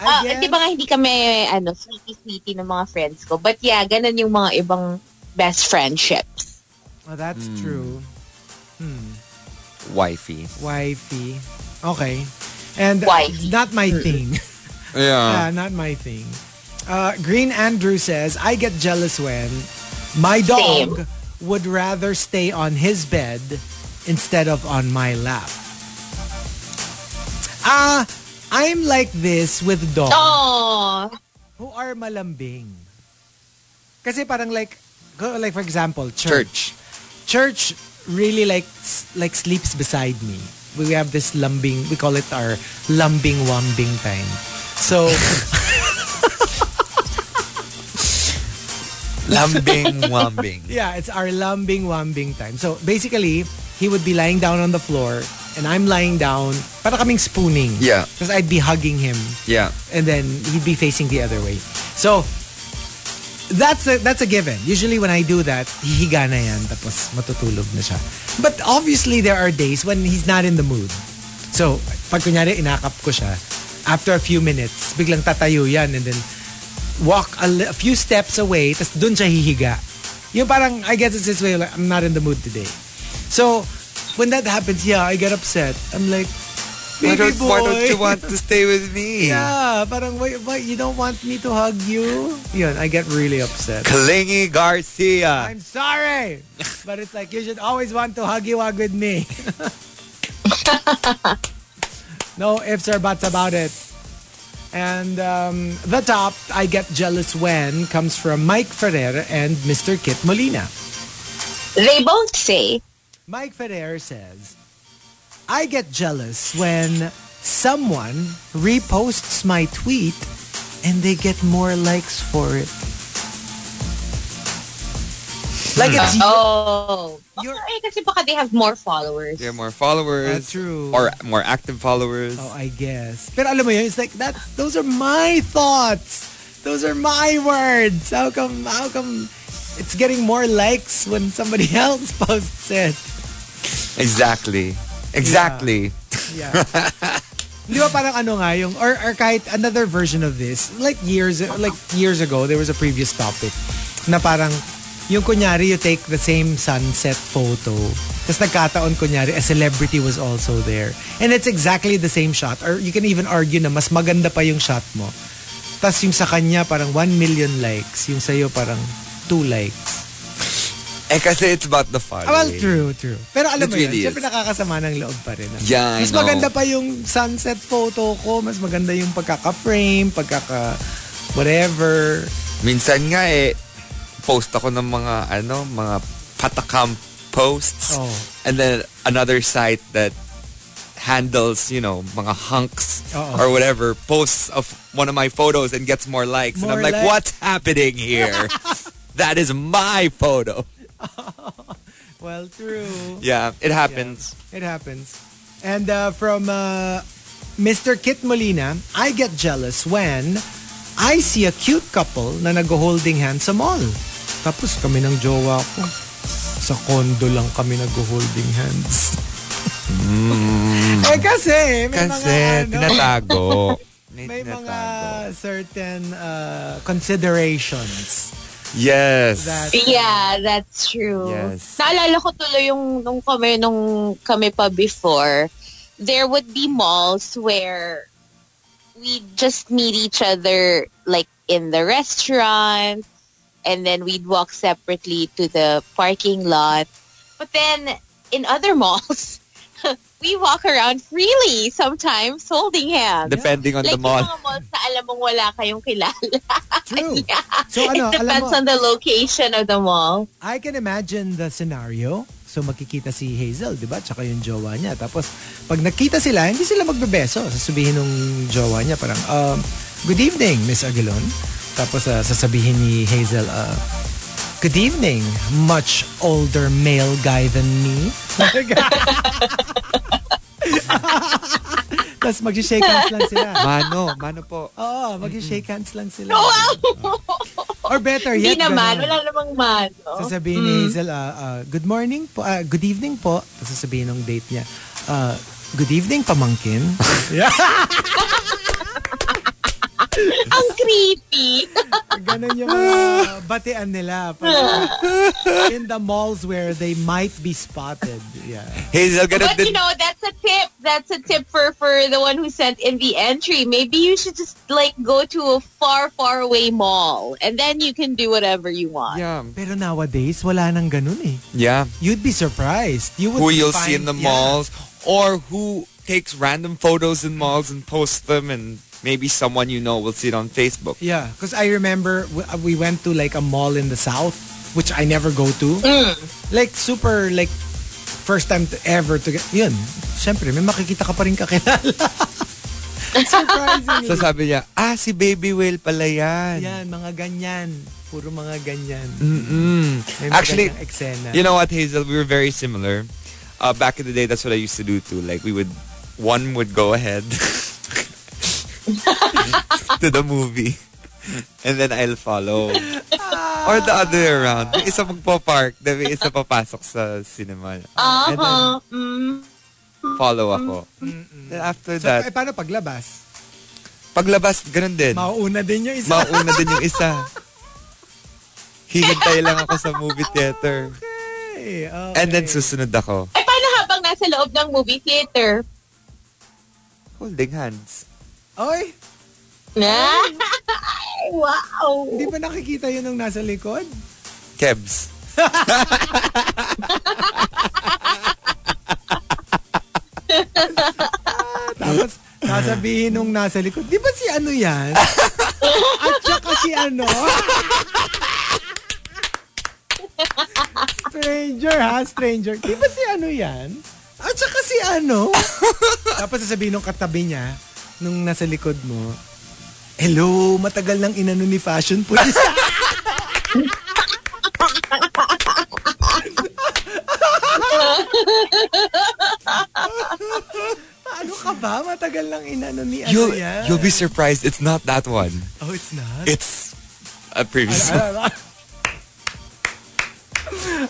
Speaker 2: I
Speaker 6: Ah,
Speaker 2: guess,
Speaker 6: di ba nga hindi kami, ano, sweetie-sweetie ng mga friends ko. But yeah, ganun yung mga ibang best friendships.
Speaker 2: well, Oh, that's
Speaker 3: Mm.
Speaker 2: true. Hmm.
Speaker 3: Wifey.
Speaker 2: Wifey. Okay. And
Speaker 6: Wifey.
Speaker 2: not my thing.
Speaker 3: Yeah.
Speaker 2: yeah, not my thing. Uh, Green Andrew says, I get jealous when my dog would rather stay on his bed instead of on my lap. Ah, I'm like this with dogs
Speaker 6: Oh,
Speaker 2: who are malambing. Kasi parang like, like for example,
Speaker 3: Church.
Speaker 2: church really like like sleeps beside me. We have this lumbing, we call it our lumbing wambing time. So
Speaker 3: Lambing, wambing.
Speaker 2: Yeah, it's our lambing wambing time. So basically, he would be lying down on the floor and I'm lying down. Para kaming spooning.
Speaker 3: Yeah.
Speaker 2: Because I'd be hugging him
Speaker 3: Yeah.
Speaker 2: and then he'd be facing the other way. So that's a, that's a given. Usually when I do that, hihiga na yan tapos matutulog na siya. But obviously there are days when he's not in the mood. So pag kunyari inakap ko siya, after a few minutes, biglang tatayo yan and then walk a, li- a few steps away tapos dun siya hihiga. Yung parang, I guess it's this way, like, I'm not in the mood today. So, when that happens, yeah, I get upset. I'm like, baby
Speaker 3: Why don't,
Speaker 2: boy.
Speaker 3: why don't you want to stay with me?
Speaker 2: Yeah, parang why, why you don't want me to hug you? Yun, I get really upset.
Speaker 3: Clingy Garcia.
Speaker 2: I'm sorry, but it's like you should always want to hug you hug with me. no ifs or buts about it. And um, the top, I get jealous when comes from Mike Ferrer and Mr. Kit Molina.
Speaker 6: They both say,
Speaker 2: Mike Ferrer says, I get jealous when someone reposts my tweet and they get more likes for it. Like it's
Speaker 6: oh.
Speaker 2: You're-
Speaker 6: Baka, eh, kasi baka they have more followers.
Speaker 9: They have more followers.
Speaker 2: Uh, true.
Speaker 9: Or more active followers.
Speaker 2: Oh, I guess. Pero alam mo yun, it's like that those are my thoughts. Those are my words. How come how come it's getting more likes when somebody else posts it?
Speaker 9: Exactly. Exactly.
Speaker 2: Yeah. Di ba parang ano nga yung, or, or kahit another version of this, like years, like years ago, there was a previous topic na parang, yung kunyari, you take the same sunset photo, tapos nagkataon kunyari, a celebrity was also there. And it's exactly the same shot. Or you can even argue na mas maganda pa yung shot mo. Tapos yung sa kanya, parang 1 million likes. Yung sa'yo, parang 2 likes.
Speaker 3: Eh, kasi it's about the fun.
Speaker 2: Ah, well, true, true. Pero alam
Speaker 3: It
Speaker 2: mo yun,
Speaker 3: really
Speaker 2: syempre
Speaker 3: is.
Speaker 2: nakakasama ng loob pa rin. ah.
Speaker 3: Yeah, I
Speaker 2: mas
Speaker 3: know.
Speaker 2: maganda pa yung sunset photo ko, mas maganda yung pagkaka-frame, pagkaka whatever.
Speaker 3: Minsan nga eh, post ako ng mga, ano, mga patakam posts.
Speaker 2: Oh.
Speaker 3: And then another site that handles, you know, mga hunks
Speaker 2: Oo.
Speaker 3: or whatever, posts of one of my photos and gets more likes. and
Speaker 2: More
Speaker 3: I'm like,
Speaker 2: likes.
Speaker 3: what's happening here? that is my photo.
Speaker 2: Well, true.
Speaker 3: Yeah, it happens.
Speaker 2: It happens. And uh, from uh, Mr. Kit Molina, I get jealous when I see a cute couple na nag-holding hands sa mall. Tapos kami ng jowa ko. Sa condo lang kami nag-holding hands. eh kasi, may
Speaker 3: Mm. Kasi
Speaker 2: mga ano,
Speaker 3: tinatago.
Speaker 2: may mga
Speaker 3: Tinatago.
Speaker 2: certain uh, considerations
Speaker 3: Yes.
Speaker 2: that
Speaker 6: Yeah, that's true.
Speaker 3: Yes.
Speaker 6: Naalala ko tuloy yung nung kami nung kami pa before, there would be malls where we just meet each other like in the restaurant and then we'd walk separately to the parking lot. But then in other malls, we walk around freely sometimes holding hands.
Speaker 3: Depending on
Speaker 6: like
Speaker 3: the mall.
Speaker 6: yung mga malls na alam mong wala kayong kilala.
Speaker 2: true.
Speaker 6: Yeah.
Speaker 2: So ano,
Speaker 6: it
Speaker 2: alam
Speaker 6: depends
Speaker 2: mo,
Speaker 6: on the location of the mall.
Speaker 2: I can imagine the scenario. So makikita si Hazel, di ba? Tsaka yung jowa niya. Tapos pag nakita sila, hindi sila magbebeso. Sasabihin nung jowa niya parang, um, good evening, Miss Aguilon. Tapos ah, sasabihin ni Hazel, ah, good evening, much older male guy than me. Tapos mag-shake hands lang sila.
Speaker 9: Mano, mano po.
Speaker 2: Oo, mag-shake hands lang sila. Or better yet,
Speaker 6: Hindi naman.
Speaker 2: ganun.
Speaker 6: Wala oh. Mm. namang mano.
Speaker 2: Sasabihin ni Hazel, ah, ah, good morning po, ah, good evening po. Tapos Sasabihin ng date niya, ah, good evening pamangkin.
Speaker 6: Ang creepy.
Speaker 2: Ganon yung mga batean nila. Parang, in the malls where they might be spotted. Yeah.
Speaker 3: Hazel, ganun
Speaker 6: But
Speaker 3: din.
Speaker 6: you know, that's a tip. That's a tip for, for the one who sent in the entry. Maybe you should just like go to a far, far away mall and then you can do whatever you want.
Speaker 9: Yeah.
Speaker 2: Pero nowadays, wala nang ganun eh.
Speaker 3: Yeah.
Speaker 2: You'd be surprised. You would
Speaker 3: Who you'll
Speaker 2: find-
Speaker 3: see in the
Speaker 2: yeah.
Speaker 3: malls or who takes random photos in malls and posts them and maybe someone you know will see it on Facebook.
Speaker 2: Yeah, because I remember w- uh, we went to like a mall in the south, which I never go to.
Speaker 3: Mm.
Speaker 2: Like super like first time to ever to get yun. Siyempre, may makikita ka pa rin kakilala. Surprisingly.
Speaker 3: So sabi niya, ah, si Baby Whale pala yan.
Speaker 2: Yan, mga ganyan. Puro mga ganyan.
Speaker 3: Mm-mm.
Speaker 2: May mga
Speaker 3: Actually,
Speaker 2: ganyang eksena.
Speaker 3: You know what, Hazel? We were very similar. Uh, back in the day, that's what I used to do too. Like we would, one would go ahead to the movie, and then I'll follow,
Speaker 2: Ah!
Speaker 3: or the other way around. May isa magpo-park, then may isa papasok sa cinema. And then
Speaker 6: Uh-huh. Mm.
Speaker 3: follow ako.
Speaker 2: Mm-mm.
Speaker 3: Then after
Speaker 2: So, eh,
Speaker 3: that,
Speaker 2: paano paglabas?
Speaker 3: paglabas, ganun din.
Speaker 2: Mauuna din yung isa.
Speaker 3: Mauna din yung isa. Hihintay lang ako sa movie theater.
Speaker 2: Okay, okay.
Speaker 3: And then susunod ako.
Speaker 6: Ay, paano habang nasa loob ng movie theater?
Speaker 3: Holding hands.
Speaker 2: Oy,
Speaker 6: Na? Ay, wow.
Speaker 2: hindi ba nakikita yun nung nasa likod?
Speaker 3: Kebs.
Speaker 2: Tapos, sasabihin nung nasa likod, di ba si ano yan? At saka si ano? Stranger ha, stranger. Di ba si ano yan? At saka si ano? Tapos sasabihin nung katabi niya, nung nasa likod mo, Hello, matagal nang inano ni Fashion Police. ano ka ba? Matagal nang inano ni ano
Speaker 3: You'll,
Speaker 2: yan?
Speaker 3: you'll be surprised. It's not that one.
Speaker 2: Oh, it's not?
Speaker 3: It's a previous one.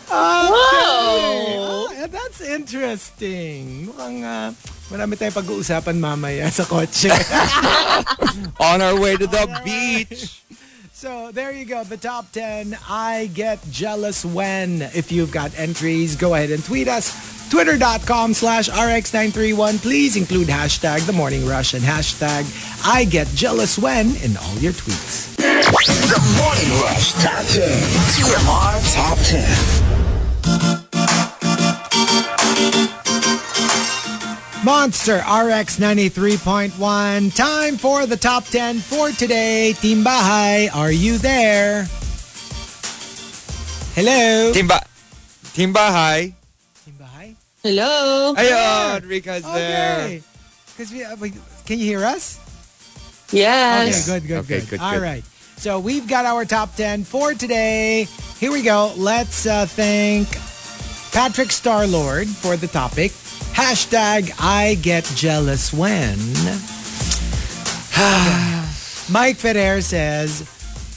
Speaker 2: Wow. Okay. Ah, that's interesting. Mukhang ah, marami tayong pag-uusapan mamaya sa kotse.
Speaker 3: On our way to
Speaker 2: Ano?
Speaker 3: the beach.
Speaker 2: so, there you go. The top 10. I get jealous when. If you've got entries, go ahead and tweet us. Twitter.com slash RX931. Please include hashtag The Morning Rush and hashtag I get jealous when in all your tweets.
Speaker 10: The Morning Rush Top 10. TMR Top 10.
Speaker 2: Monster RX 93.1. Time for the top 10 for today. Team Bahay, are you there? Hello?
Speaker 3: Timba. Timba, hi.
Speaker 2: Team Bahay?
Speaker 11: Hello.
Speaker 3: Ayun, Rika's there.
Speaker 2: Okay. Cause we, uh, we- can you hear us?
Speaker 11: Yes.
Speaker 2: Okay, good, good,
Speaker 3: Okay,
Speaker 2: good.
Speaker 3: good,
Speaker 2: All
Speaker 3: good.
Speaker 2: right. So we've got our top 10 for today. Here we go. Let's uh, thank Patrick Starlord for the topic. Hashtag I get jealous when. Mike Ferrer says,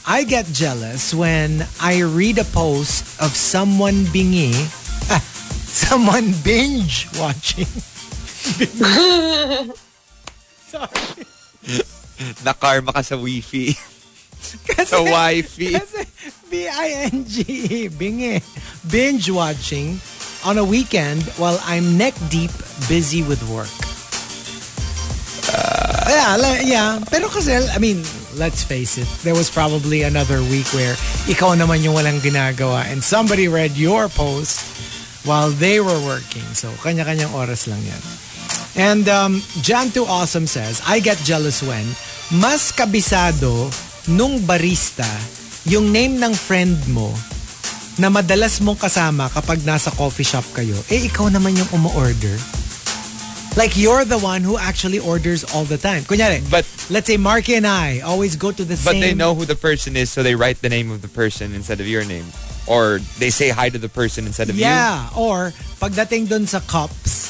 Speaker 2: I get jealous when I read a post of someone bingi, ah, someone binge watching. Sorry.
Speaker 3: Nakarma ka sa wifi. sa
Speaker 2: Kasi-
Speaker 3: wifi.
Speaker 2: Kasi B-I-N-G-E, binge. E. Binge watching on a weekend while I'm neck deep busy with work. Uh, yeah, la- yeah. Pero kasi, I mean, let's face it, there was probably another week where ikaw naman yung walang ginagawa and somebody read your post while they were working. So, kanya-kanyang oras lang yan. And um, Jan Too Awesome says, I get jealous when mas kabisado nung barista yung name ng friend mo na madalas mong kasama kapag nasa coffee shop kayo, eh ikaw naman yung umu-order. Like you're the one who actually orders all the time. Kunyari,
Speaker 3: But
Speaker 2: let's say Marky and I always go to the
Speaker 3: but
Speaker 2: same...
Speaker 3: they know who the person is, so they write the name of the person instead of your name. Or they say hi to the person instead of
Speaker 2: Yeah, or pagdating dun sa cups,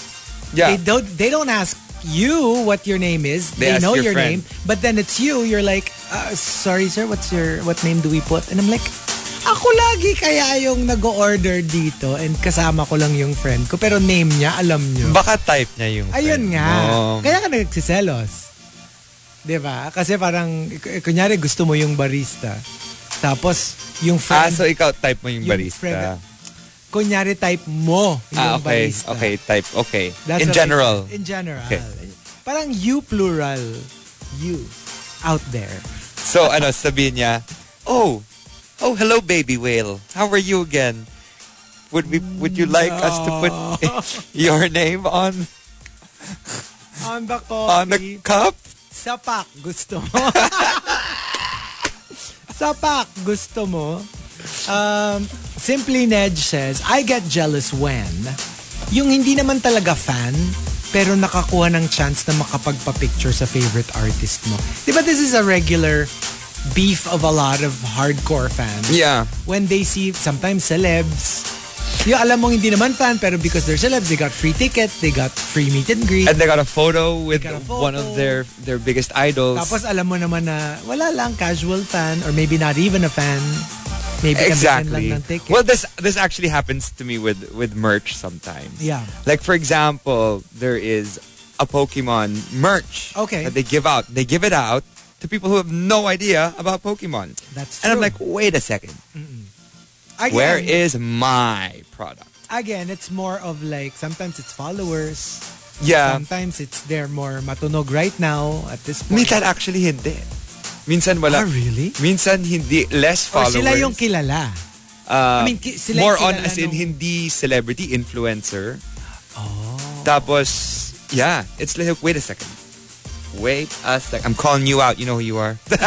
Speaker 3: you. Yeah.
Speaker 2: they don't they don't ask you what your name is.
Speaker 3: They
Speaker 2: They,
Speaker 3: ask
Speaker 2: know your,
Speaker 3: your friend.
Speaker 2: name, but then it's you. You're like, uh, sorry sir, what's your what name do we put? And I'm like, ako lagi kaya yung nag-order dito and kasama ko lang yung friend ko pero name niya alam niyo.
Speaker 3: Baka type niya yung
Speaker 2: Ayun
Speaker 3: friend
Speaker 2: nga.
Speaker 3: mo.
Speaker 2: Kaya ka nagsiselos. 'Di ba? Kasi parang k- kunyari gusto mo yung barista. Tapos yung
Speaker 3: Ah,
Speaker 2: friend
Speaker 3: so ikaw type mo yung,
Speaker 2: Yung
Speaker 3: barista.
Speaker 2: friend- kunyari type mo yung
Speaker 3: Ah, okay.
Speaker 2: barista.
Speaker 3: Okay, type. Okay.
Speaker 2: That's what I
Speaker 3: In general.
Speaker 2: said. In general.
Speaker 3: Okay.
Speaker 2: Parang you plural. You. Out there.
Speaker 3: So ano, sabihin niya, Oh, oh, hello baby whale. How are you again? Would we would you like us to put your name on
Speaker 2: On the
Speaker 3: on
Speaker 2: coffee.
Speaker 3: the cup?
Speaker 2: Sapak gusto mo. Sapak gusto mo. Um, Simply Ned says, I get jealous when yung hindi naman talaga fan pero nakakuha ng chance na makapagpa-picture sa favorite artist mo. Di ba this is a regular beef of a lot of hardcore fans?
Speaker 3: Yeah.
Speaker 2: When they see sometimes celebs, yung alam mong hindi naman fan, pero because they're celebs, they got free ticket, they got free meet and greet.
Speaker 3: And they got a photo with
Speaker 2: got a
Speaker 3: one
Speaker 2: photo.
Speaker 3: of their their biggest idols.
Speaker 2: Tapos alam mo naman na wala lang, casual fan, or maybe not even a fan. Maybe kamitan lang
Speaker 3: exactly.
Speaker 2: ng ticket.
Speaker 3: Well, this this actually happens to me with with merch sometimes.
Speaker 2: Yeah.
Speaker 3: Like for example, there is a Pokemon merch
Speaker 2: Okay.
Speaker 3: that they give out. They give it out to people who have no idea about Pokemon.
Speaker 2: That's
Speaker 3: And I'm
Speaker 2: true.
Speaker 3: like, wait a second.
Speaker 2: again,
Speaker 3: Where is my product?
Speaker 2: Again, it's more of like, sometimes it's followers.
Speaker 3: Yeah.
Speaker 2: Sometimes it's they're more matunog right now at this point.
Speaker 3: Minsan actually hindi. Minsan
Speaker 2: Ah,
Speaker 3: wala.
Speaker 2: really?
Speaker 3: Minsan hindi less
Speaker 2: Or
Speaker 3: followers.
Speaker 2: Oh, sila yung kilala.
Speaker 3: Uh,
Speaker 2: I mean, ki- sila yung
Speaker 3: more on
Speaker 2: kilala
Speaker 3: as
Speaker 2: nung-
Speaker 3: in hindi celebrity influencer. Oh. Tapos yeah, it's like wait a second. Wait a sec. I'm calling you out. You know who you are.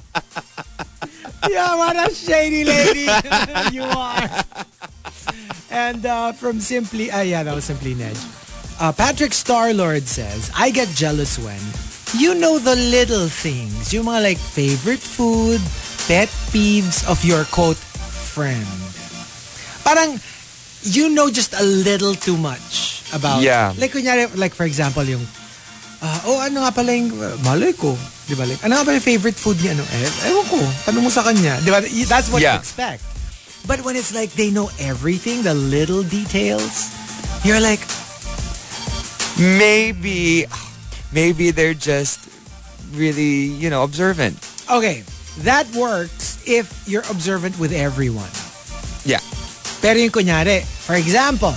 Speaker 2: yeah, what a shady lady you are. And uh, from Simply, ah yeah, that was Simply Ned. Uh, Patrick Starlord says, I get jealous when you know the little things, yung mga like favorite food, pet peeves of your quote, friend. Parang, you know just a little too much about,
Speaker 3: Yeah.
Speaker 2: like kunyari, like for example, yung, ah, oh ano nga pala yung, uh, malay ko, di ba? Like, ano nga pala yung favorite food niya? Ano? Eh, ewan ko, tanong mo sa kanya. Di ba? Y- That's what you
Speaker 3: Yeah.
Speaker 2: expect. But when it's like they know everything, the little details, you're like,
Speaker 3: maybe, maybe they're just really you know observant.
Speaker 2: okay, that works if you're observant with everyone.
Speaker 3: Yeah.
Speaker 2: Pero yung kunyari, for example,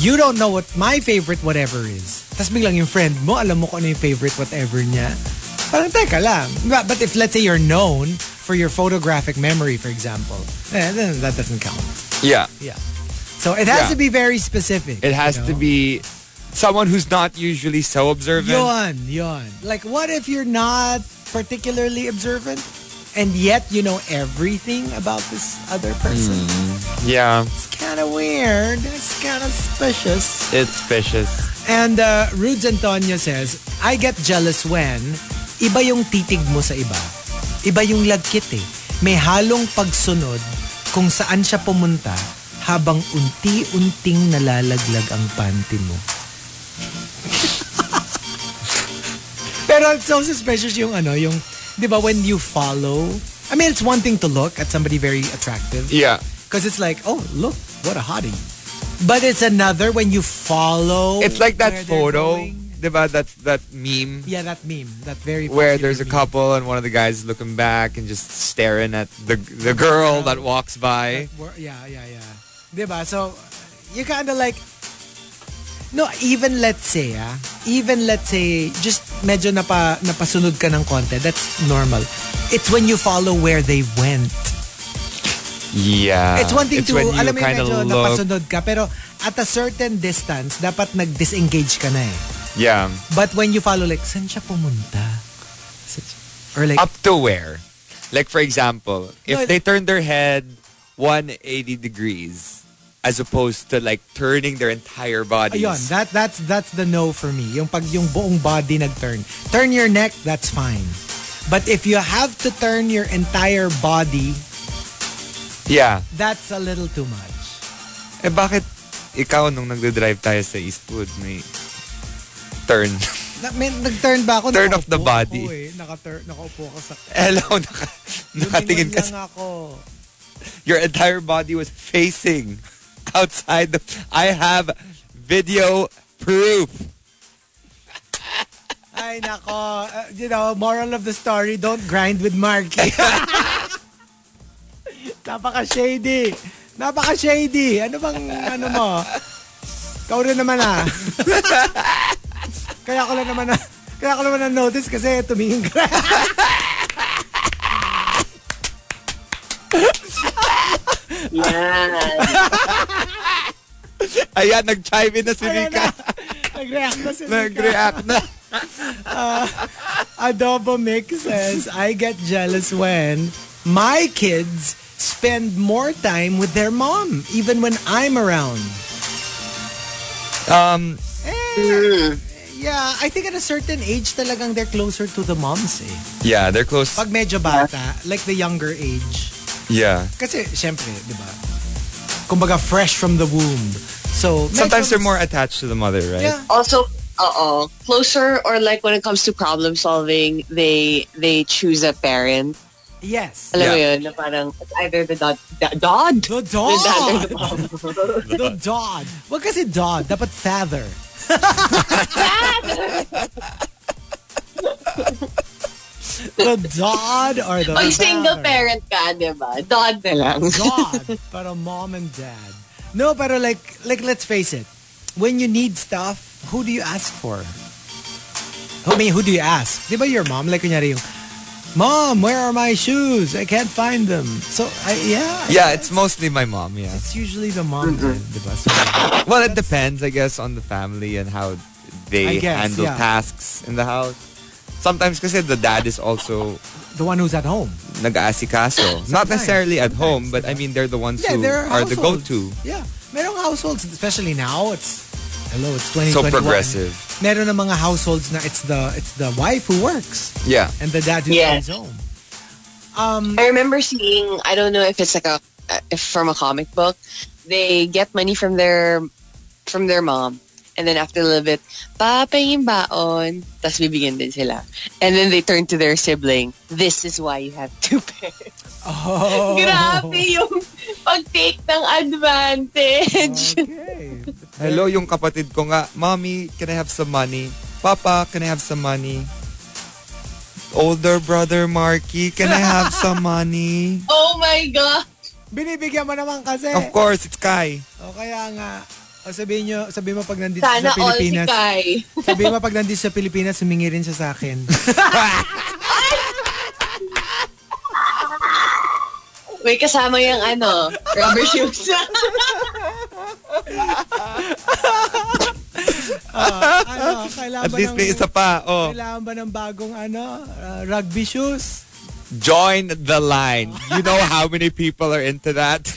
Speaker 2: you don't know what my favorite whatever is. Tapos biglang yung friend mo, alam mo kung ano yung favorite whatever niya. Parang teka lang. But, but if let's say you're known for your photographic memory, for example, eh, then that doesn't count.
Speaker 3: Yeah.
Speaker 2: Yeah. So it has
Speaker 3: Yeah.
Speaker 2: to be very specific.
Speaker 3: It has
Speaker 2: you
Speaker 3: to
Speaker 2: know?
Speaker 3: be someone who's not usually so observant.
Speaker 2: Yon, yon. Like, what if you're not particularly observant and yet you know everything about this other person?
Speaker 3: Mm-hmm. Yeah.
Speaker 2: It's kind of weird. It's kind of suspicious.
Speaker 3: It's vicious.
Speaker 2: And uh, Rudes Antonio says, I get jealous when iba yung titig mo sa iba. Iba yung lagkit eh. May halong pagsunod kung saan siya pumunta habang unti-unting nalalaglag ang panty mo. Pero it's so suspicious yung ano, yung, di ba when you follow, I mean, it's one thing to look at somebody very attractive.
Speaker 3: Yeah.
Speaker 2: Because it's like, oh, look, what a hottie. But it's another when you follow.
Speaker 3: It's like that
Speaker 2: Oh, where they're
Speaker 3: photo,
Speaker 2: going.
Speaker 3: diba? That that meme
Speaker 2: Yeah, that meme. That very
Speaker 3: where
Speaker 2: popular
Speaker 3: there's a
Speaker 2: meme.
Speaker 3: couple and one of the guys looking back and just staring at the the girl that walks by.
Speaker 2: Where- Yeah, yeah, yeah. Diba? So, you kind of like, no, even let's say, ah, even let's say, just medyo napa, napasunod ka ng konti. That's normal. It's when you follow where they went.
Speaker 3: Yeah.
Speaker 2: It's one thing to,
Speaker 3: Ah, when you
Speaker 2: alam mo yung
Speaker 3: kinda
Speaker 2: medyo
Speaker 3: look-
Speaker 2: napasunod ka, pero at a certain distance, dapat nag-disengage ka na eh.
Speaker 3: Yeah.
Speaker 2: But when you follow, like, saan siya pumunta? Saan siya- Or like,
Speaker 3: Up to where? Like for example,
Speaker 2: No,
Speaker 3: if
Speaker 2: it-
Speaker 3: they turn their head 180 degrees as opposed to like turning their entire bodies.
Speaker 2: ayun, that, that's, that's the no for me. Yung pag yung buong body nag-turn. Turn your neck, that's fine. But if you have to turn your entire body,
Speaker 3: yeah.
Speaker 2: that's a little too much.
Speaker 3: Eh bakit ikaw nung nagde-drive tayo sa Eastwood may turn?
Speaker 2: Na, may, nag-turn ba ako?
Speaker 3: Turn off the
Speaker 2: Nakaupo
Speaker 3: body.
Speaker 2: Ako, eh. Naka-turn, nakaupo ako sa...
Speaker 3: Hello, naka, nakatingin
Speaker 2: Lumingon
Speaker 3: ka sa
Speaker 2: lang ako.
Speaker 3: your entire body was facing outside the I have video proof.
Speaker 2: Ay, nako. Uh, you know, moral of the story, don't grind with Marky. Napaka-shady. Napaka-shady. Ano bang, ano mo? Kau rin naman ah. kaya ko lang naman na, kaya ko naman na-notice kasi tumingin ka.
Speaker 5: Yan.
Speaker 3: Ayan, nag-chive in na si
Speaker 2: Ayan na.
Speaker 3: Mika.
Speaker 2: Nag-react na si Mika.
Speaker 3: Nag-react na.
Speaker 2: Adobo Mix says, I get jealous when my kids spend more time with their mom, even when I'm around.
Speaker 3: Um,
Speaker 2: Eh, Yeah, I think at a certain age talagang they're closer to the moms eh.
Speaker 3: yeah, they're close.
Speaker 2: Pag medyo bata, like the younger age.
Speaker 3: Yeah.
Speaker 2: Kasi, syempre, di ba? Kumbaga, fresh from the womb. So, medyo-
Speaker 3: Sometimes they're more attached to the mother, right?
Speaker 2: Yeah.
Speaker 11: Also, uh-oh, closer or like when it comes to problem solving, they they choose a parent.
Speaker 2: Yes.
Speaker 11: Alam mo
Speaker 3: Yeah.
Speaker 11: yun, na parang it's either the dod, da- dod,
Speaker 2: The
Speaker 11: the dad Oh. or the
Speaker 2: dog.
Speaker 11: mom.
Speaker 2: The dog. Wag kasi dog. Dapat father. The dog or the
Speaker 11: Pag single
Speaker 2: father.
Speaker 11: parent ka, di ba? Dod na lang.
Speaker 2: God, pero mom and dad. No, pero like, like let's face it. When you need stuff, who do you ask for? I mean, who do you ask? Di ba your mom? Like, kunyari yung, Mom, where are my shoes? I can't find them. So, I, yeah. I-
Speaker 3: Yeah, Mm-hmm. it's mostly my mom, yeah.
Speaker 2: It's usually the mom, then, di ba? So,
Speaker 3: Well, it depends, I guess, on the family and how
Speaker 2: I
Speaker 3: they
Speaker 2: guess,
Speaker 3: handle
Speaker 2: yeah.
Speaker 3: tasks in the house. Sometimes kasi the dad is also
Speaker 2: the one who's at home.
Speaker 3: nag-aasikaso. Not necessarily at home, but I mean, they're the ones
Speaker 2: Yeah,
Speaker 3: who
Speaker 2: there are
Speaker 3: are the
Speaker 2: households.
Speaker 3: go-to.
Speaker 2: Yeah. Merong households, especially now, it's, hello, it's 2021.
Speaker 3: So progressive.
Speaker 2: Meron ng mga households na it's the, it's the wife who works
Speaker 3: Yeah.
Speaker 2: and the dad who
Speaker 11: Yeah.
Speaker 2: stays home. Um,
Speaker 11: I remember seeing, I don't know if it's like a, if from a comic book, they get money from their, from their mom. And then after a little bit, papaying baon, tas bibigyan din sila. And then they turn to their sibling, this is why you have two parents.
Speaker 2: Oh.
Speaker 11: Grabe yung pag-take ng advantage.
Speaker 2: Okay.
Speaker 3: Hello, yung kapatid ko nga, Mommy, can I have some money? Papa, can I have some money? Older brother Marky, can I have some money?
Speaker 11: Oh my God!
Speaker 2: Binibigyan mo naman kasi.
Speaker 3: Of course, it's Kai.
Speaker 2: O kaya nga, o sabihin nyo, sabihin mo pag nandito
Speaker 11: Sana all
Speaker 2: sa
Speaker 11: si
Speaker 2: Pilipinas.
Speaker 11: Kai.
Speaker 2: sabihin mo pag nandito sa Pilipinas, humingi rin siya sa akin.
Speaker 11: May kasama yung ano, rubber shoes.
Speaker 2: ano, kailangan
Speaker 3: At
Speaker 2: ba
Speaker 3: least
Speaker 2: ng,
Speaker 3: may isa pa. Oh,
Speaker 2: kailangan ba ng bagong ano, uh, rugby shoes?
Speaker 3: join the line. You know how many people are into that?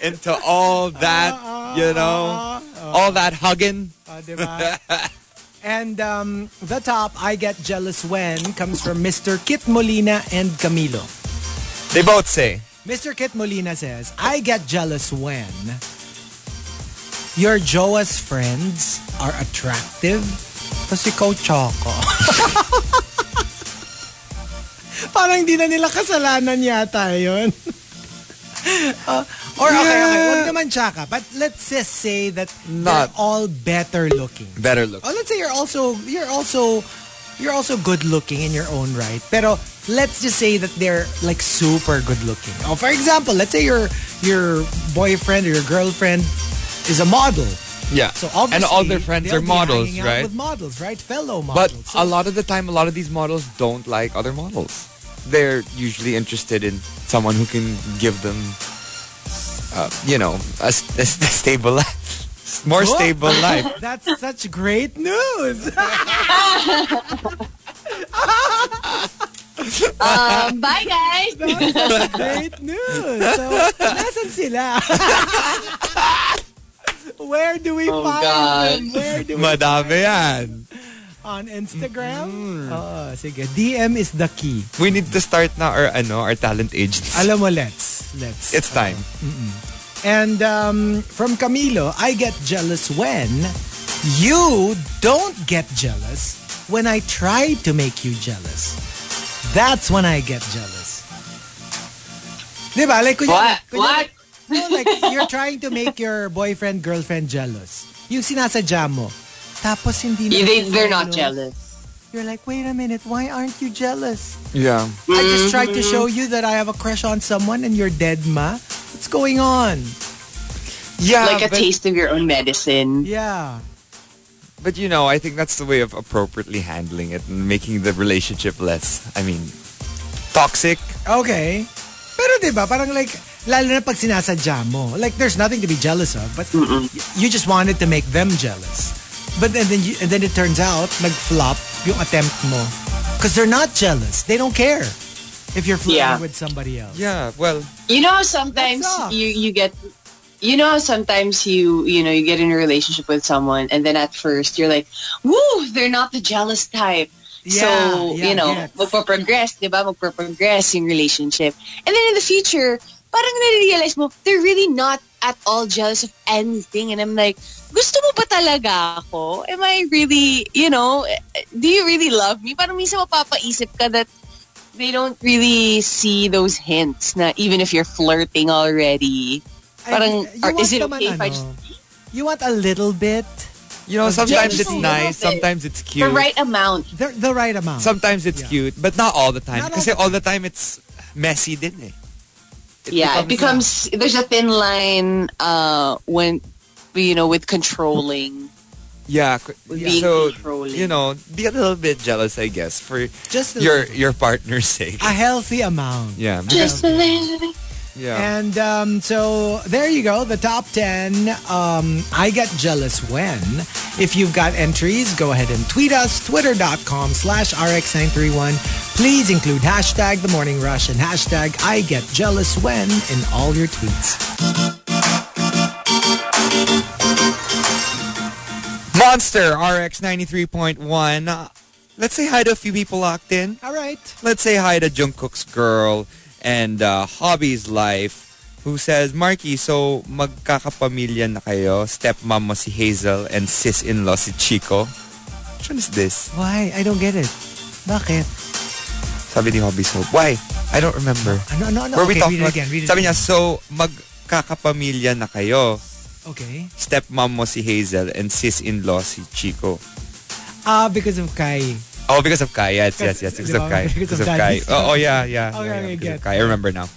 Speaker 3: into all that, you know?
Speaker 2: Ah.
Speaker 3: All that hugging.
Speaker 2: O, di ba? And um, the top, I Get Jealous When, comes from Mr. Kit Molina and Camilo.
Speaker 3: They both say.
Speaker 2: Mr. Kit Molina says, I get jealous when your Joa's friends are attractive tapos ikaw choco. Parang di na nila kasalanan yata yun. Uh, or okay, okay. Huwag naman tsaka. But let's just say that
Speaker 3: Not-
Speaker 2: they're all better looking.
Speaker 3: Better look.
Speaker 2: Oh, let's say you're also you're also you're also good looking in your own right. Pero let's just say that they're like super good looking. Oh, for example, let's say your your boyfriend or your girlfriend is a model.
Speaker 3: Yeah.
Speaker 2: So obviously,
Speaker 3: and all their friends
Speaker 2: they'll
Speaker 3: are
Speaker 2: be
Speaker 3: models,
Speaker 2: hanging out
Speaker 3: right?
Speaker 2: With models, right? Fellow
Speaker 3: But
Speaker 2: models.
Speaker 3: a lot of the time, a lot of these models don't like other models. They're usually interested in someone who can give them, uh, you know, a, s- a s- a stable life. More
Speaker 2: Oh.
Speaker 3: stable life.
Speaker 2: That's such great news.
Speaker 11: um, bye guys!
Speaker 2: That's such great news. So, nasan sila? Where do we
Speaker 11: Oh,
Speaker 2: find
Speaker 11: God.
Speaker 2: them? Where do we
Speaker 3: Madami yan.
Speaker 2: on Instagram? Oo, sige. DM is the key.
Speaker 3: We need to start now our, ano, our talent agency.
Speaker 2: Alam mo, let's. Let's.
Speaker 3: It's time.
Speaker 2: And um, from Camilo, I get jealous when you don't get jealous when I try to make you jealous. That's when I get jealous. Diba? Like,
Speaker 11: What?
Speaker 2: kunyari,
Speaker 11: What?
Speaker 2: No, like, you're trying to make your boyfriend, girlfriend jealous. Yung sinasadya mo. Tapos hindi na
Speaker 11: They,
Speaker 2: siya
Speaker 11: they're not
Speaker 2: jealous.
Speaker 11: jealous.
Speaker 2: You're like, wait a minute, why aren't you jealous? I
Speaker 3: Yeah.
Speaker 11: Mm-hmm.
Speaker 2: just tried to show you that I have a crush on someone and you're dead, ma. What's going on?
Speaker 3: Yeah.
Speaker 11: Like a
Speaker 3: but,
Speaker 11: taste of your own medicine.
Speaker 2: Yeah.
Speaker 3: but, you know, I think that's the way of appropriately handling it and making the relationship less, I mean, toxic.
Speaker 2: Okay. Pero 'di ba parang like, lalo na pag sinasadya mo, like there's nothing to be jealous of, but you just wanted to make them jealous. But then, then you, and then it turns out, nag-flop yung attempt mo. Because they're not jealous. They don't care if you're flirting
Speaker 11: Yeah.
Speaker 2: with somebody else.
Speaker 3: Yeah. Well,
Speaker 11: You know, sometimes
Speaker 2: That sucks.
Speaker 11: you you get you know how sometimes you you know you get in a relationship with someone and then at first you're like, woo, they're not the jealous type. so,
Speaker 2: yeah,
Speaker 11: you know,
Speaker 2: gets.
Speaker 11: magpo-progress, di ba? Magpo-progress yung relationship. And then in the future, parang nare-realize mo, they're really not at all jealous of anything. And I'm like, gusto mo ba talaga ako? Am I really, you know, eh, do you really love me? Parang minsan mapapaisip ka that they don't really see those hints na even if you're flirting already.
Speaker 2: I
Speaker 11: Parang,
Speaker 2: mean, you
Speaker 11: or
Speaker 2: want
Speaker 11: is it
Speaker 2: naman,
Speaker 11: okay if I
Speaker 2: ano,
Speaker 11: just...
Speaker 2: You want a little bit?
Speaker 3: You know, sometimes
Speaker 11: just
Speaker 3: it's
Speaker 11: a little
Speaker 3: nice,
Speaker 11: bit.
Speaker 3: sometimes it's cute.
Speaker 11: The right amount.
Speaker 2: The, the right amount.
Speaker 3: Sometimes it's
Speaker 2: Ah. Yeah.
Speaker 3: cute, but not all the time.
Speaker 2: Not all
Speaker 3: Because
Speaker 2: the
Speaker 3: all the time it's messy, didn't it?
Speaker 11: yeah, it becomes there's a thin line uh when you know with controlling,
Speaker 3: Yeah, c-
Speaker 11: with
Speaker 3: yeah.
Speaker 11: being
Speaker 3: so
Speaker 11: controlling.
Speaker 3: you know, be a little bit jealous, I guess, for
Speaker 2: Just a
Speaker 3: your
Speaker 2: little.
Speaker 3: your partner's sake.
Speaker 2: a healthy amount.
Speaker 3: Yeah,
Speaker 11: just a little.
Speaker 3: yeah.
Speaker 2: And um, so there you go, the top 10. Um, I get jealous when. If you've got entries, go ahead and tweet us, twitter.com slash rx931. Please include hashtag the morning rush and hashtag I get jealous when in all your tweets.
Speaker 3: Monster RX ninety three point one. Let's say hi to a few people locked in.
Speaker 2: All right.
Speaker 3: Let's say hi to Jungkook's girl and uh, Hobby's life, who says, Marky, so magkakapamilya na kayo. Stepmom mo si Hazel and sis-in-law si Chico. Which one is this?
Speaker 2: Why? I don't get it. Bakit?
Speaker 3: Sabi ni Hobby, so why? I don't remember.
Speaker 2: Ano, ano, ano?
Speaker 3: Were we
Speaker 2: okay,
Speaker 3: talking
Speaker 2: read it
Speaker 3: about?
Speaker 2: again. Read it
Speaker 3: Sabi niya,
Speaker 2: again.
Speaker 3: so magkakapamilya na kayo.
Speaker 2: Okay.
Speaker 3: Stepmom mo si Hazel and sis-in-law si Chico.
Speaker 2: Ah, because of Kai.
Speaker 3: Oh, because of Kai. Yes,
Speaker 2: Because-
Speaker 3: yes, yes. Because
Speaker 2: di
Speaker 3: of
Speaker 2: ba?
Speaker 3: Kai.
Speaker 2: Because
Speaker 3: Because
Speaker 2: of
Speaker 3: of Kai.
Speaker 2: Daddy's-
Speaker 3: Oh, oh, yeah, yeah.
Speaker 2: Okay,
Speaker 3: yeah,
Speaker 2: okay,
Speaker 3: yeah, because of
Speaker 2: get.
Speaker 3: Kai. I remember now.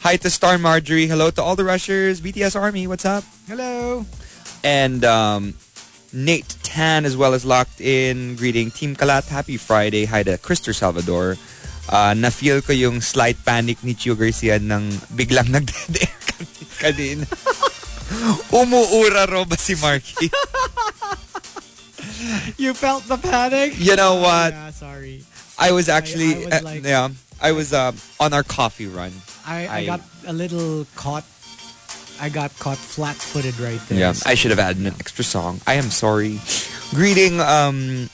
Speaker 3: Hi to Star Marjorie. Hello to all the rushers. BTS Army, what's up?
Speaker 2: Hello.
Speaker 3: And um, Nate Tan as well as locked in. Greeting Team Kalat. Happy Friday. Hi to Krister Salvador. Uh, na-feel ko yung slight panic ni Chio Garcia nang biglang nag-dead air kami kanina. Umuura ro ba si Marky?
Speaker 2: You felt the panic?
Speaker 3: You know what?
Speaker 2: Yeah, sorry.
Speaker 3: I was actually,
Speaker 2: I was
Speaker 3: uh,
Speaker 2: like-
Speaker 3: yeah, I was uh, on our coffee run.
Speaker 2: I, I,
Speaker 3: I-
Speaker 2: got a little caught. I got caught flat-footed right there. Oh,
Speaker 3: Yeah, I should have added an extra song. I am sorry. Greeting, um,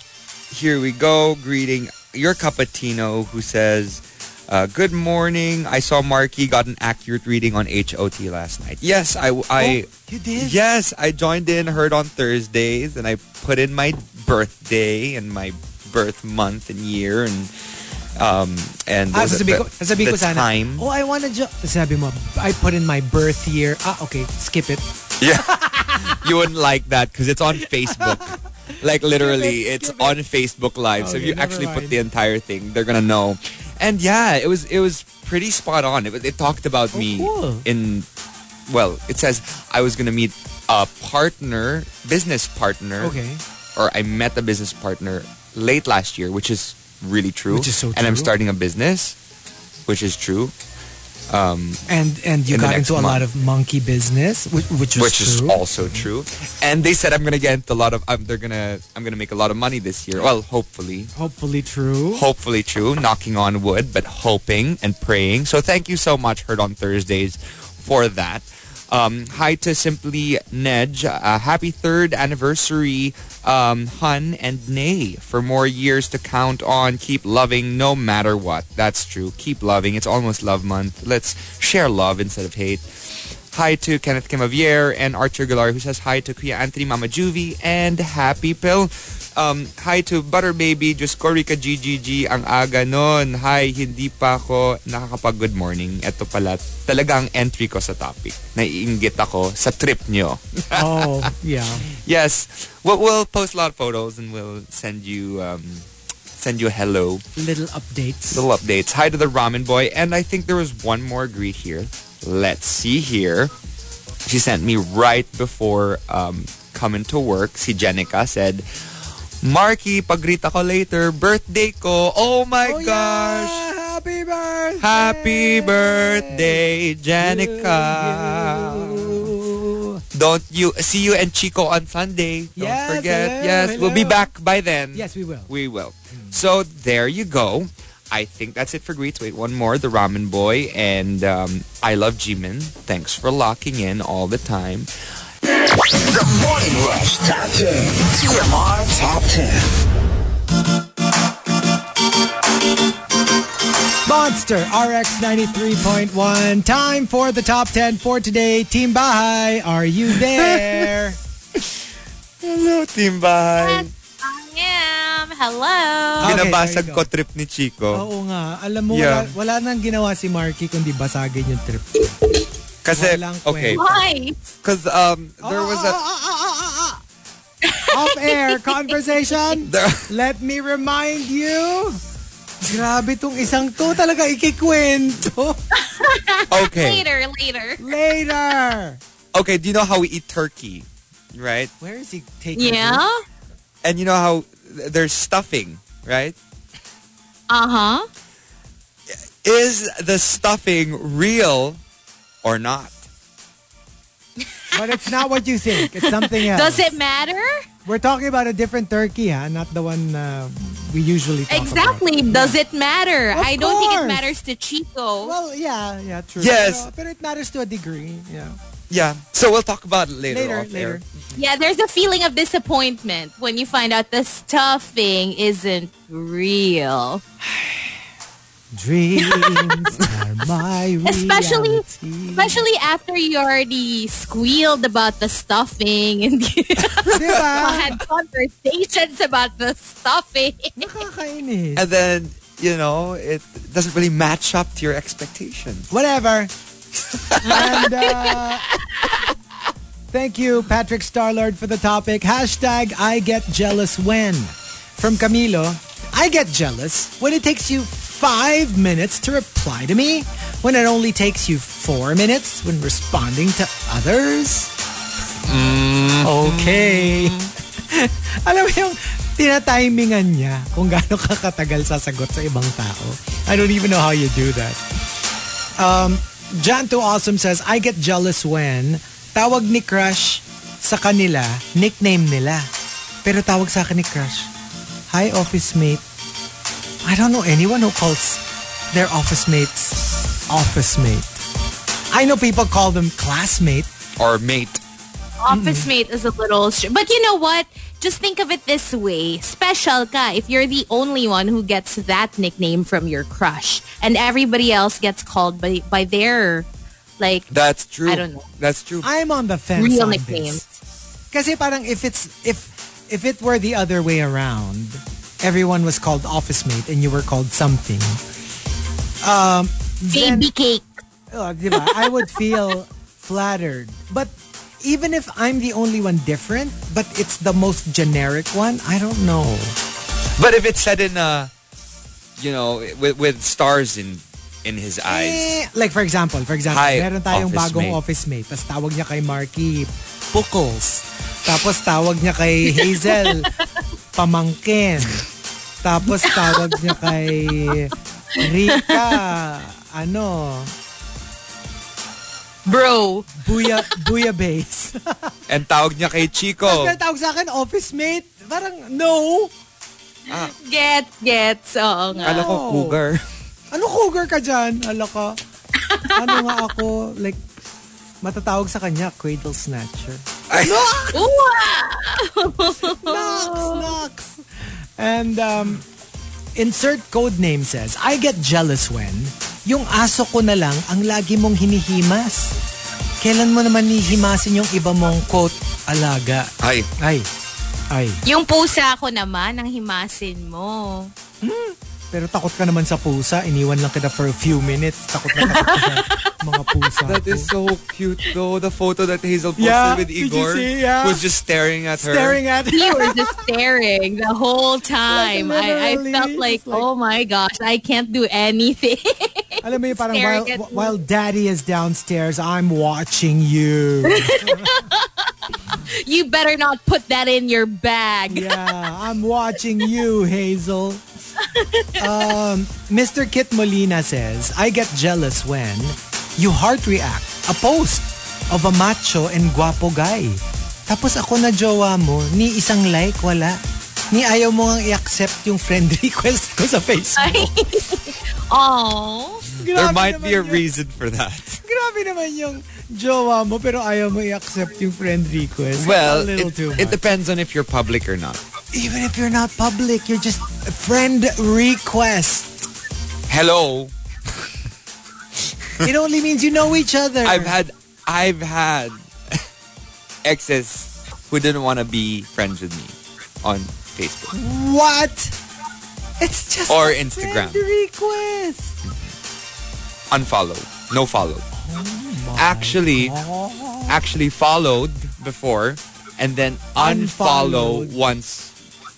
Speaker 3: here we go. Greeting your cappuccino who says, uh, good morning. I saw Marky got an accurate reading on HOT last night. Yes,
Speaker 2: Oh,
Speaker 3: I, I,
Speaker 2: you did?
Speaker 3: yes, I joined in, heard on Thursdays, and I put in my birthday and my birth month and year and, um, and
Speaker 2: Ah,
Speaker 3: was it
Speaker 2: sasabi
Speaker 3: the-
Speaker 2: ko, sasabi ko
Speaker 3: the
Speaker 2: sana,
Speaker 3: time.
Speaker 2: oh, I wanna jo-. Sabi mo, I put in my birth year. Ah, okay, skip it.
Speaker 3: you wouldn't like that because it's on Facebook. Like literally,
Speaker 2: Skip it,
Speaker 3: it's
Speaker 2: skip it.
Speaker 3: on Facebook Live. so if
Speaker 2: Okay,
Speaker 3: you
Speaker 2: never
Speaker 3: actually put
Speaker 2: mind.
Speaker 3: the entire thing, they're gonna know. And yeah, it was it was pretty spot on. It was it talked about
Speaker 2: Oh,
Speaker 3: me
Speaker 2: cool.
Speaker 3: in well, it says I was gonna meet a partner, business partner,
Speaker 2: Okay.
Speaker 3: or I met a business partner late last year, which is really true.
Speaker 2: Which is so
Speaker 3: And I'm
Speaker 2: true.
Speaker 3: starting a business, which is true.
Speaker 2: And and you
Speaker 3: In the
Speaker 2: got
Speaker 3: next
Speaker 2: into a lot
Speaker 3: month.
Speaker 2: of monkey business, which, which was
Speaker 3: which is
Speaker 2: true.
Speaker 3: also true. And they said I'm gonna get a lot of. Um, they're gonna. I'm gonna make a lot of money this year. Well, hopefully,
Speaker 2: Hopefully true.
Speaker 3: hopefully true. Knocking on wood, but hoping and praying. So thank you so much, Heard on Thursdays, for that. Um, hi to Simply Nedge. Uh, happy third anniversary, um, Hun and Nay. For more years to count on, keep loving no matter what. That's true. Keep loving. It's almost love month. Let's share love instead of hate. Hi to Kenneth Camavier and Archer Galar, who says hi to Kuya Anthony Mama Juvie and Happy Pill. Um, hi to Butter Baby, just Corica GGG, ang aga nun. Hi, hindi pa ako nakakapag-good morning. Ito pala talagang entry ko sa topic. Naiingit ako sa trip nyo.
Speaker 2: oh, yeah.
Speaker 3: Yes, we'll, we'll post a lot of photos and we'll send you um, send you a hello.
Speaker 2: Little updates.
Speaker 3: Little updates. Hi to the ramen boy. And I think there was one more greet here. Let's see here. She sent me right before um, coming to work. Si Jenica said, Marky, pag-greet ako later. Birthday ko. Oh my
Speaker 2: Oh, yeah!
Speaker 3: gosh.
Speaker 2: Happy birthday!
Speaker 3: Happy birthday, Jenica.
Speaker 2: Ooh.
Speaker 3: Don't you see you and Chico on Sunday. Don't
Speaker 2: Yes,
Speaker 3: forget.
Speaker 2: hello,
Speaker 3: yes, we'll be
Speaker 2: hello.
Speaker 3: back by then.
Speaker 2: Yes, we will.
Speaker 3: We will. So there you go. I think that's it for greets. Wait, one more. The Ramen Boy and um, I Love Jimin. Thanks for locking in all the time.
Speaker 10: The Morning Rush Top 10. TMR Top 10.
Speaker 2: Monster RX 93.1. Time for the top 10 for today. Team Bahay, are you there?
Speaker 3: Hello, Team Bahay.
Speaker 6: I am. Hello.
Speaker 2: Okay,
Speaker 3: Binabasag
Speaker 2: there you go.
Speaker 3: ko
Speaker 2: Oh,
Speaker 3: trip ni Chico.
Speaker 2: Oo nga. Alam mo,
Speaker 3: Yeah.
Speaker 2: wala, wala nang ginawa si Marky kundi basagin yung trip.
Speaker 3: Kasi,
Speaker 2: walang
Speaker 3: okay.
Speaker 2: kwenta.
Speaker 6: Why?
Speaker 3: Because um, there was
Speaker 2: Ah,
Speaker 3: a...
Speaker 2: Oh. Off air conversation.
Speaker 3: There,
Speaker 2: Let me remind you. Grabe tong isang to talaga ikikwento.
Speaker 3: okay.
Speaker 6: Later, later.
Speaker 2: Later.
Speaker 3: Okay, do you know how we eat turkey? Right?
Speaker 2: Where is he taking
Speaker 6: Yeah.
Speaker 2: me?
Speaker 3: And you know how th- there's stuffing, right?
Speaker 6: Uh huh.
Speaker 3: Is the stuffing real or not?
Speaker 2: But it's not what you think. It's something else.
Speaker 6: Does it matter?
Speaker 2: We're talking about a different turkey, ha? Not the one uh, we usually talk
Speaker 6: Exactly.
Speaker 2: about.
Speaker 6: Does it matter?
Speaker 2: Of
Speaker 6: I don't think
Speaker 2: course.
Speaker 6: it matters to Chico.
Speaker 2: Well, yeah, yeah, true.
Speaker 3: Yes.
Speaker 2: Pero, pero it matters to a degree. Yeah.
Speaker 3: Yeah. So we'll talk about it later.
Speaker 2: Later,
Speaker 3: off air.
Speaker 2: later.
Speaker 6: yeah, there's a feeling of disappointment when you find out the stuffing isn't real.
Speaker 2: Dreams are my
Speaker 6: Especially-
Speaker 2: reality.
Speaker 6: Especially
Speaker 2: Mm.
Speaker 6: after you already squealed about the stuffing and you
Speaker 2: Diba?
Speaker 6: had conversations about the stuffing.
Speaker 2: Nakakainis.
Speaker 3: And then, you know, it doesn't really match up to your expectations.
Speaker 2: Whatever. and uh, thank you, Patrick Starlord, for the topic. Hashtag I get jealous when. From Camilo, I get jealous when it takes you five minutes to reply to me, when it only takes you four minutes when responding to others. Okay. Alam mo yung tinatimingan niya kung gaano ka katagal sasagot sa ibang tao. I don't even know how you do that. Janto Awesome says, I get jealous when tawag ni crush sa kanila, nickname nila. Pero tawag sa akin ni crush, Hi, office mate. I don't know anyone who calls their office mates office mate. I know people call them classmate.
Speaker 3: Or mate.
Speaker 6: Office mate is a little, str- but you know what? Just think of it this way: special ka if you're the only one who gets that nickname from your crush, and everybody else gets called by by their like
Speaker 3: That's true.
Speaker 6: I don't know.
Speaker 3: That's true.
Speaker 2: I'm on the fence
Speaker 6: real
Speaker 2: on
Speaker 6: nickname.
Speaker 2: this. Kasi parang if it's if if it were the other way around, everyone was called office mate and you were called something. Then-
Speaker 6: Baby cake.
Speaker 2: Oh, di ba? I would feel flattered. But even if I'm the only one different, but it's the most generic one, I don't know.
Speaker 3: But if it's said in uh you know, with, with stars in in his eyes.
Speaker 2: Eh, like for example, for example,
Speaker 3: Hi,
Speaker 2: meron tayong
Speaker 3: office
Speaker 2: bagong
Speaker 3: mate.
Speaker 2: office mate. Tapos tawag niya kay Marky, Puckles. Tapos tawag niya kay Hazel, Pamangkin. Tapos tawag niya kay Rika, ano,
Speaker 6: Bro.
Speaker 2: Buya, Buya Base.
Speaker 3: And tawag niya kay Chico.
Speaker 2: Pero tawag sa akin, office mate. Parang, no.
Speaker 6: Get, get. Oo nga.
Speaker 3: Kala ko
Speaker 2: No.
Speaker 3: cougar.
Speaker 2: Ano cougar ka dyan? Ala ka. Ano nga ako, like, matatawag sa kanya, cradle snatcher. Knox, Knox. And, um, insert code name says, I get jealous when yung aso ko na lang ang lagi mong hinihimas. Kailan mo naman hihimasin yung iba mong quote, alaga?
Speaker 3: Ay,
Speaker 2: Ay, ay.
Speaker 6: Yung pusa ko naman, ang himasin mo.
Speaker 2: Pero takot ka naman sa pusa. Iniwan lang kita for a few minutes. Takot na takot ka sa mga pusa.
Speaker 3: that
Speaker 2: ko.
Speaker 3: is so cute though. The photo that Hazel posted
Speaker 2: Yeah,
Speaker 3: with
Speaker 2: did you
Speaker 3: Igor
Speaker 2: see? Yeah.
Speaker 3: was just staring at her.
Speaker 2: staring at
Speaker 6: We were just staring the whole time.
Speaker 2: Like,
Speaker 6: I, I
Speaker 2: literally,
Speaker 6: felt like,
Speaker 2: it's like-
Speaker 6: oh my gosh, I can't do anything.
Speaker 2: Alam mo yung parang while,
Speaker 6: Staring at me.
Speaker 2: while daddy is downstairs, I'm watching you.
Speaker 6: you better not put that in your bag.
Speaker 2: yeah, I'm watching you, Hazel. Um, Mr. Kit Molina says, I get jealous when you heart react a post of a macho and guapo guy. Tapos ako na jowa mo, ni isang like, wala. Ni ayaw mo nga i-accept yung friend request ko sa Facebook.
Speaker 6: Oh.
Speaker 3: There
Speaker 2: Grabe
Speaker 3: might
Speaker 2: naman
Speaker 3: be a
Speaker 2: yun.
Speaker 3: reason for that.
Speaker 2: Grabe naman yung jowa mo pero ayaw mo i-accept yung friend request. It's a
Speaker 3: Well,
Speaker 2: little
Speaker 3: it,
Speaker 2: too
Speaker 3: it
Speaker 2: much.
Speaker 3: depends on if you're public or not.
Speaker 2: Even if you're not public, you're just a friend request.
Speaker 3: Hello,
Speaker 2: It only means you know each other.
Speaker 3: I've had I've had exes who didn't want to be friends with me on Facebook.
Speaker 2: What? It's just
Speaker 3: Or
Speaker 2: a
Speaker 3: Instagram.
Speaker 2: friend request.
Speaker 3: Unfollow, no follow.
Speaker 2: Oh
Speaker 3: Actually, actually followed before and then unfollow
Speaker 2: Unfollowed.
Speaker 3: once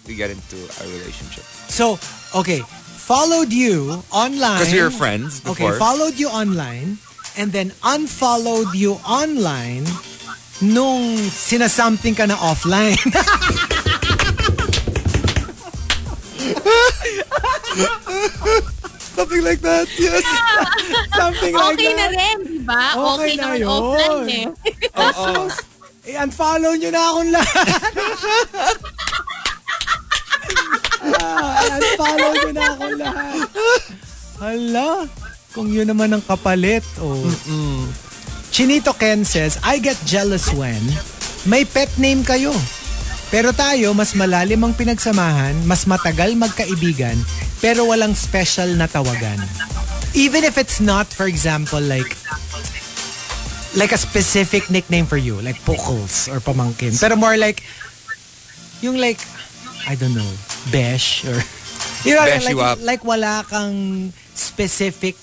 Speaker 3: we get into a relationship
Speaker 2: So, okay, followed you online.
Speaker 3: because we were friends
Speaker 2: Okay,
Speaker 3: before.
Speaker 2: followed you online and then unfollowed you online nung sinasomething ka na offline.
Speaker 3: Something like that. Yes.
Speaker 2: Something like
Speaker 6: Okay na
Speaker 2: that.
Speaker 6: rin, di ba?
Speaker 2: Okay
Speaker 6: Okay,
Speaker 2: na
Speaker 6: naman
Speaker 2: yun.
Speaker 6: offline eh.
Speaker 3: Oh,
Speaker 2: Eh, unfollow nyo na akong lahat. ah, unfollow nyo na akong lahat. Hala, kung yun naman ang kapalit. Oh. Chinito Ken says, I get jealous when may pet name kayo. Pero tayo, mas malalim ang pinagsamahan, mas matagal magkaibigan, pero walang special na tawagan. Even if it's not, for example, like like a specific nickname for you, like Pukles or Pamangkin. Pero more like, yung like, I don't know, Besh or, you know,
Speaker 3: Besh
Speaker 2: like,
Speaker 3: you up.
Speaker 2: like wala kang specific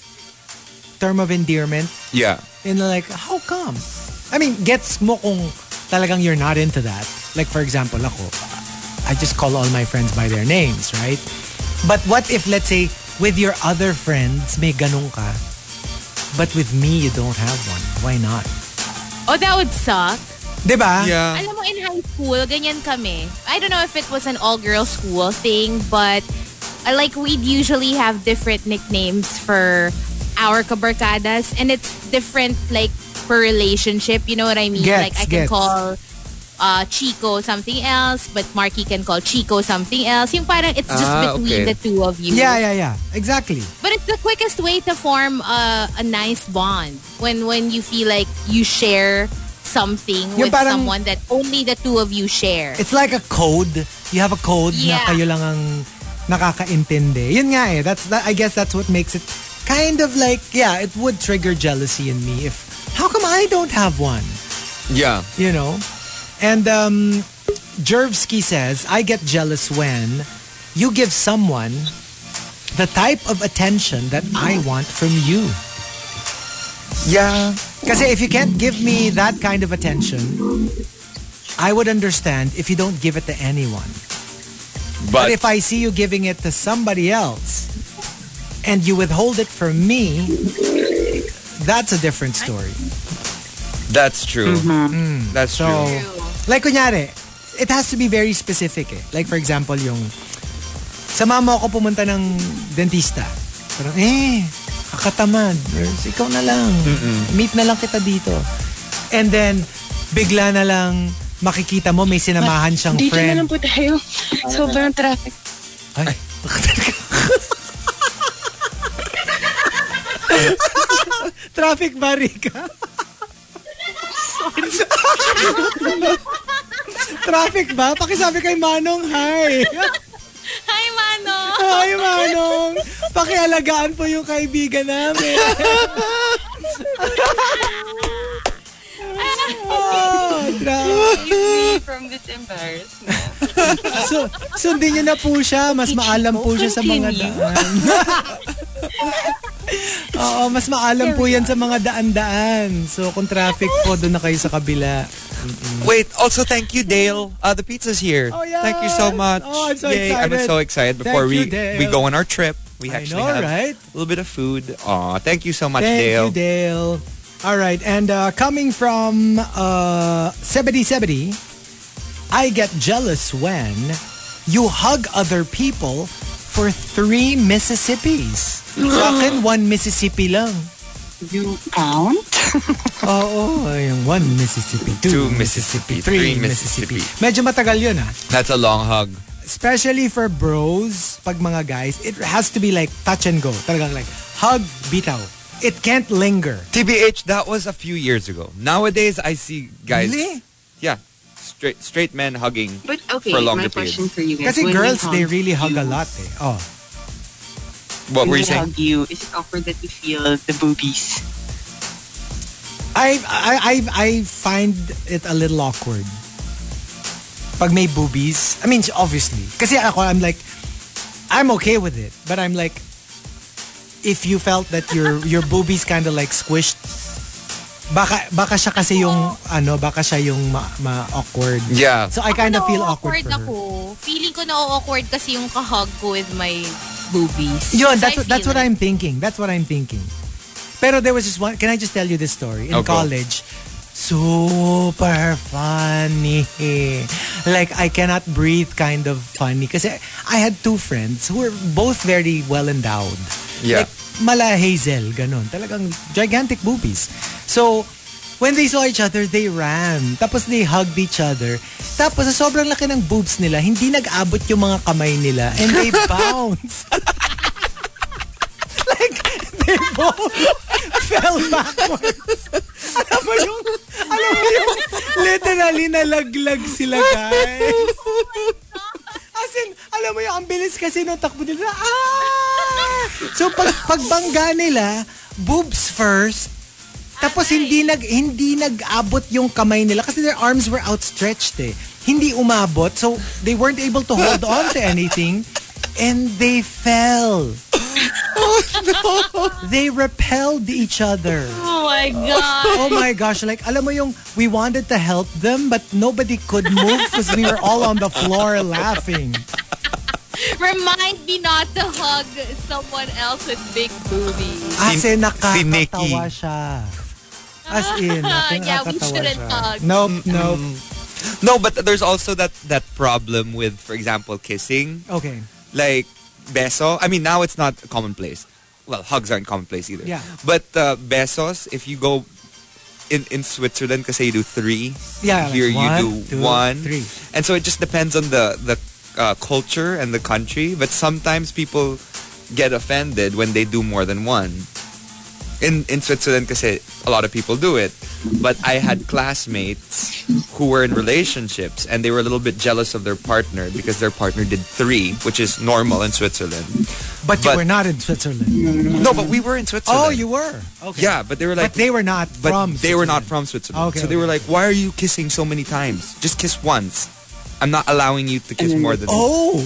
Speaker 2: term of endearment.
Speaker 3: yeah.
Speaker 2: And like, how come? I mean, gets mo kung talagang you're not into that. Like for example, ako, I just call all my friends by their names, right? But what if, let's say, with your other friends, may ganun ka, but with me, you don't have one. Why not?
Speaker 12: Oh, that would suck.
Speaker 2: Diba?
Speaker 3: Yeah.
Speaker 12: Alam mo, in high school, ganyan kami. I don't know if it was an all-girls school thing, but uh, like we'd usually have different nicknames for our kabarkadas and it's different like per relationship. You know what I mean?
Speaker 2: Gets,
Speaker 12: like I can
Speaker 2: gets.
Speaker 12: call uh, Chico something else, but Marky can call Chico something else. Yung parang it's just
Speaker 3: Ah,
Speaker 12: between
Speaker 3: okay.
Speaker 12: the two of you.
Speaker 2: Yeah, yeah, yeah. Exactly.
Speaker 12: But it's the quickest way to form a, a nice bond when when you feel like you share something with
Speaker 2: Yung parang-
Speaker 12: someone that only the two of you share.
Speaker 2: It's like a code. You have a code na
Speaker 12: Yeah.
Speaker 2: kayo lang ang nakakaintindi. Yun nga eh. That's, that, I guess that's what makes it kind of like, yeah, it would trigger jealousy in me if, how come I don't have one?
Speaker 3: Yeah.
Speaker 2: You know? And um, Jervsky says, I get jealous when you give someone the type of attention that I want from you.
Speaker 3: Yeah.
Speaker 2: Kasi if you can't give me that kind of attention, I would understand if you don't give it to anyone. But if I see you giving it to somebody else and you withhold it from me, that's a different story.
Speaker 3: That's true. That's
Speaker 2: Mm-hmm. So, like kunyari, it has to be very specific eh. Like for example, yung sama mo ako pumunta ng dentista. Parang, eh, kakatamad. Or, Ikaw na lang. Meet na lang kita dito. And then, bigla na lang makikita mo may sinamahan siyang
Speaker 11: Dito na lang
Speaker 2: friend.
Speaker 11: po tayo. Sobrang traffic.
Speaker 2: Ay, Traffic ba, Rika? Traffic ba? Pakisabi kay Manong, hi!
Speaker 12: Hi, Mano!
Speaker 2: Hi, Manong! Pakialagaan po yung kaibigan namin. oh, tra-
Speaker 11: Save me from this embarrassment.
Speaker 2: so, sundin niyo na po siya. Mas maalam po siya sa mga daan. Oo, mas maalam po yan sa mga daan-daan. So, kung traffic po, doon na kayo sa kabila.
Speaker 3: Wait, also thank you, Dale. Uh, the pizza's here.
Speaker 2: Oh, yes.
Speaker 3: Thank you so much.
Speaker 2: Oh, I'm so
Speaker 3: Yay,
Speaker 2: excited.
Speaker 3: I'm so excited.
Speaker 2: Thank
Speaker 3: Before
Speaker 2: you,
Speaker 3: we
Speaker 2: Dale.
Speaker 3: we go on our trip, we
Speaker 2: I
Speaker 3: actually
Speaker 2: know,
Speaker 3: have
Speaker 2: right?
Speaker 3: a little bit of food. Aw, thank you so much,
Speaker 2: Thank
Speaker 3: Dale.
Speaker 2: you, Dale. All right, and uh, coming from uh, Sebedi Sebedi, I get jealous when you hug other people for three Mississippis. Sa akin, one Mississippi lang.
Speaker 11: You count?
Speaker 2: Oo, yung one Mississippi, two,
Speaker 3: Two
Speaker 2: Mississippi, three
Speaker 3: Mississippi, three
Speaker 2: Mississippi.
Speaker 3: Mississippi.
Speaker 2: Medyo matagal yun ah.
Speaker 3: That's a long hug.
Speaker 2: especially for bros, pag mga guys, it has to be like touch and go. Talagang like hug, bitaw. It can't linger.
Speaker 3: TBH, that was a few years ago. Nowadays, I see guys.
Speaker 2: Really?
Speaker 3: Yeah, straight straight men hugging.
Speaker 5: But okay,
Speaker 3: For longer
Speaker 5: my question
Speaker 3: periods.
Speaker 5: for you guys.
Speaker 2: Kasi
Speaker 5: when we
Speaker 2: girls, they
Speaker 5: hug
Speaker 2: really hug
Speaker 5: you,
Speaker 2: a lot eh. Oh.
Speaker 3: What
Speaker 5: when
Speaker 3: were you
Speaker 5: we
Speaker 3: saying?
Speaker 5: hug you, is it awkward that you feel the boobies?
Speaker 2: I, I, I, I find it a little awkward. Pag may boobies, I mean, obviously. Kasi ako, I'm like, I'm okay with it. But I'm like, if you felt that your your boobies kind of like squished, baka, baka siya kasi yung, ano, baka siya yung ma, ma- awkward.
Speaker 3: Yeah.
Speaker 2: So I kind of feel awkward
Speaker 6: Ano awkward
Speaker 2: for her.
Speaker 6: ako. Feeling ko na-awkward kasi yung kahug ko with my boobies.
Speaker 2: Yun,
Speaker 6: So
Speaker 2: that's
Speaker 6: I
Speaker 2: what, that's
Speaker 6: feel
Speaker 2: what I'm thinking. That's what I'm thinking. Pero there was just one. Can I just tell you this story? In
Speaker 3: Oh, go.
Speaker 2: college, super funny. Like I cannot breathe, kind of funny. Because I had two friends who were both very well endowed.
Speaker 3: Yeah.
Speaker 2: Like mala Hazel, ganun. Talagang gigantic boobies. So, when they saw each other, they ran. Tapos they hugged each other. Tapos sa sobrang laki ng boobs nila, hindi nag-abot yung mga kamay nila. And they bounced. like, they both fell backwards. Alam mo yung, alam mo yung, literally nalaglag sila, guys. As in, alam mo yung, ang bilis kasi nung takbo nila. Ah! So, pag, pagbangga nila, boobs first, tapos hindi nag hindi nag-abot yung kamay nila kasi their arms were outstretched eh. Hindi umabot. So they weren't able to hold on to anything and they fell. They repelled each other.
Speaker 6: Oh my God.
Speaker 2: Oh my gosh, like alam mo yung we wanted to help them but nobody could move because we were all on the floor laughing.
Speaker 6: Remind me not to hug someone else with big boobies.
Speaker 2: As
Speaker 3: Si-
Speaker 2: in,
Speaker 3: si Nikki.
Speaker 2: Ah, nakakatawa siya. As in,
Speaker 6: Yeah, we
Speaker 2: nakakatawa
Speaker 6: shouldn't
Speaker 2: siya.
Speaker 6: hug.
Speaker 2: Nope, nope.
Speaker 3: No, but there's also that that problem with, for example, kissing.
Speaker 2: Okay.
Speaker 3: like beso. I mean, now it's not commonplace. Well, hugs aren't commonplace either.
Speaker 2: Yeah.
Speaker 3: But uh, besos, if you go in in Switzerland, kasi you do three.
Speaker 2: Yeah,
Speaker 3: Here
Speaker 2: like one,
Speaker 3: you do
Speaker 2: two,
Speaker 3: one,
Speaker 2: three.
Speaker 3: And so it just depends on the the uh, culture and the country. But sometimes people get offended when they do more than one. In in Switzerland, kasi a lot of people do it. But I had classmates who were in relationships and they were a little bit jealous of their partner because their partner did three, which is normal in Switzerland.
Speaker 2: But you
Speaker 3: But-
Speaker 2: were not in Switzerland.
Speaker 3: No, but we were in
Speaker 2: Oh,
Speaker 3: Switzerland.
Speaker 2: you were. Okay.
Speaker 3: Yeah, but they were like
Speaker 2: but they were not
Speaker 3: but
Speaker 2: from
Speaker 3: they were not
Speaker 2: Switzerland.
Speaker 3: from Switzerland.
Speaker 2: Okay,
Speaker 3: so they were
Speaker 2: okay,
Speaker 3: like, "Why are you kissing so many times? Just kiss once. I'm not allowing you to kiss more than
Speaker 2: Oh.